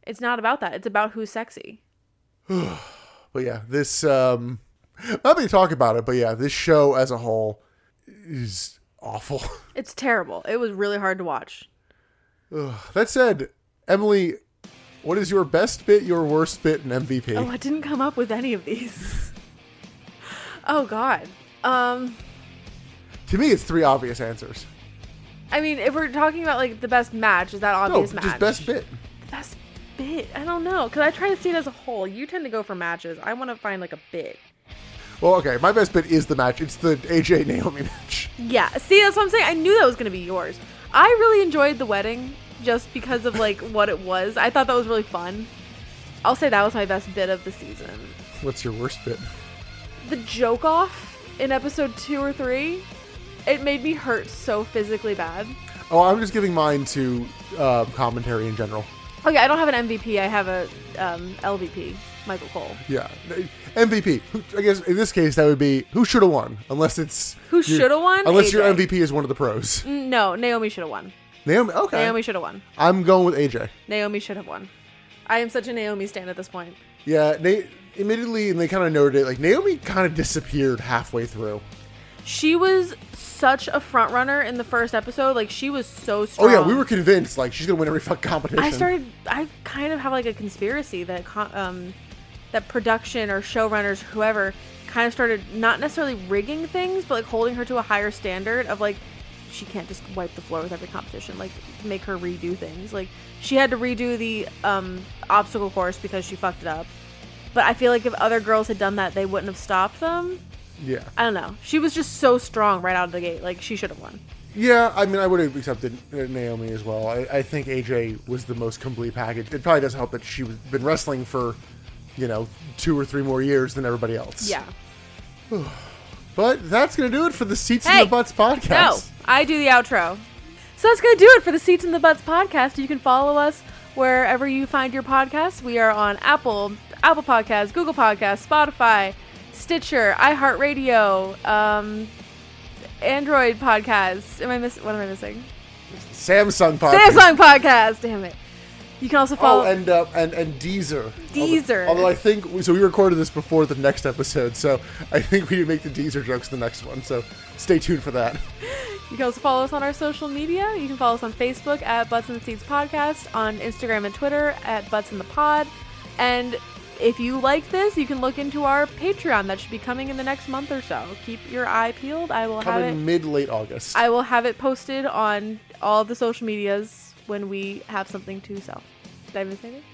S2: It's not about that. It's about who's sexy.
S1: But yeah, this um not to talk about it, but yeah, this show as a whole is awful.
S2: It's terrible. It was really hard to watch.
S1: that said, Emily, what is your best bit, your worst bit, and MVP?
S2: Oh, I didn't come up with any of these. oh god. Um
S1: to me, it's three obvious answers.
S2: I mean, if we're talking about like the best match, is that
S1: No,
S2: obvious match?
S1: just best bit.
S2: Best bit. I don't know, cuz I try to see it as a whole. You tend to go for matches. I want to find like a bit.
S1: Well, okay, my best bit is the match. It's the AJ Naomi match.
S2: Yeah. See, that's what I'm saying. I knew that was going to be yours. I really enjoyed the wedding just because of like what it was. I thought that was really fun. I'll say that was my best bit of the season.
S1: What's your worst bit?
S2: The joke off in episode 2 or 3, it made me hurt so physically bad.
S1: Oh, I'm just giving mine to uh, commentary in general.
S2: Okay, I don't have an MVP. I have a um, LVP, Michael Cole.
S1: Yeah, MVP. Who- I guess in this case that would be who should have won, unless it's
S2: Who
S1: your-
S2: shoulda won?
S1: Unless your
S2: AJ.
S1: MVP is one of the pros.
S2: Mm, No, Naomi should have won.
S1: Naomi. Okay.
S2: Naomi should have won.
S1: I'm going with AJ.
S2: Naomi should have won. I am such a Naomi stan at this point.
S1: Yeah. Na- admittedly, and they kind of noted it. Like Naomi kind of disappeared halfway through.
S2: She was such a front runner in the first episode. Like she was so
S1: Oh
S2: strong.
S1: yeah, we were convinced like she's gonna win every fuck competition.
S2: I started. I kind of have like a conspiracy that co- um, that production or showrunners, whoever, kind of started not necessarily rigging things, but like holding her to a higher standard of like she can't just wipe the floor with every competition. Like make her redo things. Like she had to redo the um, obstacle course because she fucked it up. But I feel like if other girls had done that, they wouldn't have stopped them.
S1: Yeah.
S2: I don't know. She was just so strong right out of the gate. Like she should have won.
S1: Yeah. I mean, I would have accepted uh, Naomi as well. I, I think AJ was the most complete package. It probably doesn't help that she was been wrestling for, you know, two or three more years than everybody else.
S2: Yeah.
S1: But that's gonna do it for the Seats
S2: Hey!
S1: in the Butts podcast.
S2: No, I do the outro. So that's going to do it for the Seats in the Butts podcast. You can follow us wherever you find your podcasts. We are on Apple, Apple Podcasts, Google Podcasts, Spotify, Stitcher, iHeartRadio, um, Android Podcasts. Am I miss? What am I missing?
S1: Samsung podcast.
S2: Samsung Podcast. Damn it. You can also follow.
S1: Oh, and uh, and and Deezer.
S2: Deezer.
S1: Although, although I think so, we recorded this before the next episode, so I think we make the Deezer jokes the next one. So stay tuned for that.
S2: You can also follow us on our social media. You can follow us on Facebook at Butts and Seeds Podcast, on Instagram and Twitter at Butts in the Pod. And if you like this, you can look into our Patreon that should be coming in the next month or so. Keep your eye peeled. I will have
S1: Coming
S2: it.
S1: mid late August.
S2: I will have it posted on all of the social medias when we have something to sell. Did I miss anything?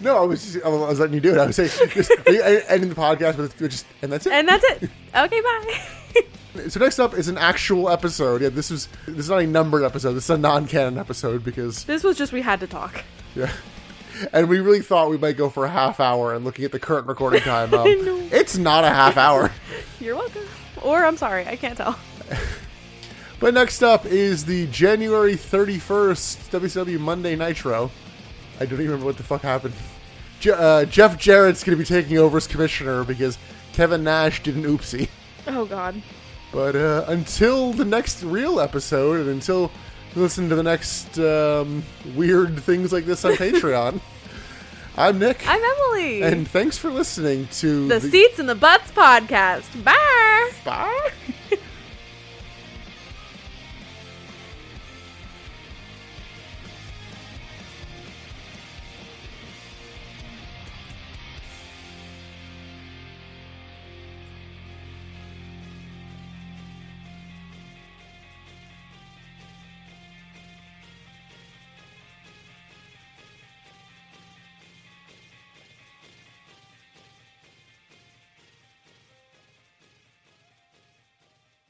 S1: no, I was just, I was letting you do it. I was saying just are you ending the podcast, but it's just and that's it.
S2: And that's it. Okay, bye.
S1: so next up is an actual episode. Yeah, this is this is not a numbered episode. This is a non-canon episode because
S2: this was just we had to talk.
S1: yeah. And we really thought we might go for a half hour, and looking at the current recording time, um,
S2: know.
S1: it's not a half hour.
S2: You're welcome. Or I'm sorry, I can't tell.
S1: But next up is the January 31st WCW Monday Nitro. I don't even remember what the fuck happened. Je- uh, Jeff Jarrett's going to be taking over as commissioner because Kevin Nash did an oopsie.
S2: Oh God.
S1: But uh, until the next real episode, and until you listen to the next um, weird things like this on Patreon, I'm Nick.
S2: I'm Emily.
S1: and thanks for listening to
S2: the Seats in the Butts podcast. Bye.
S1: Bye.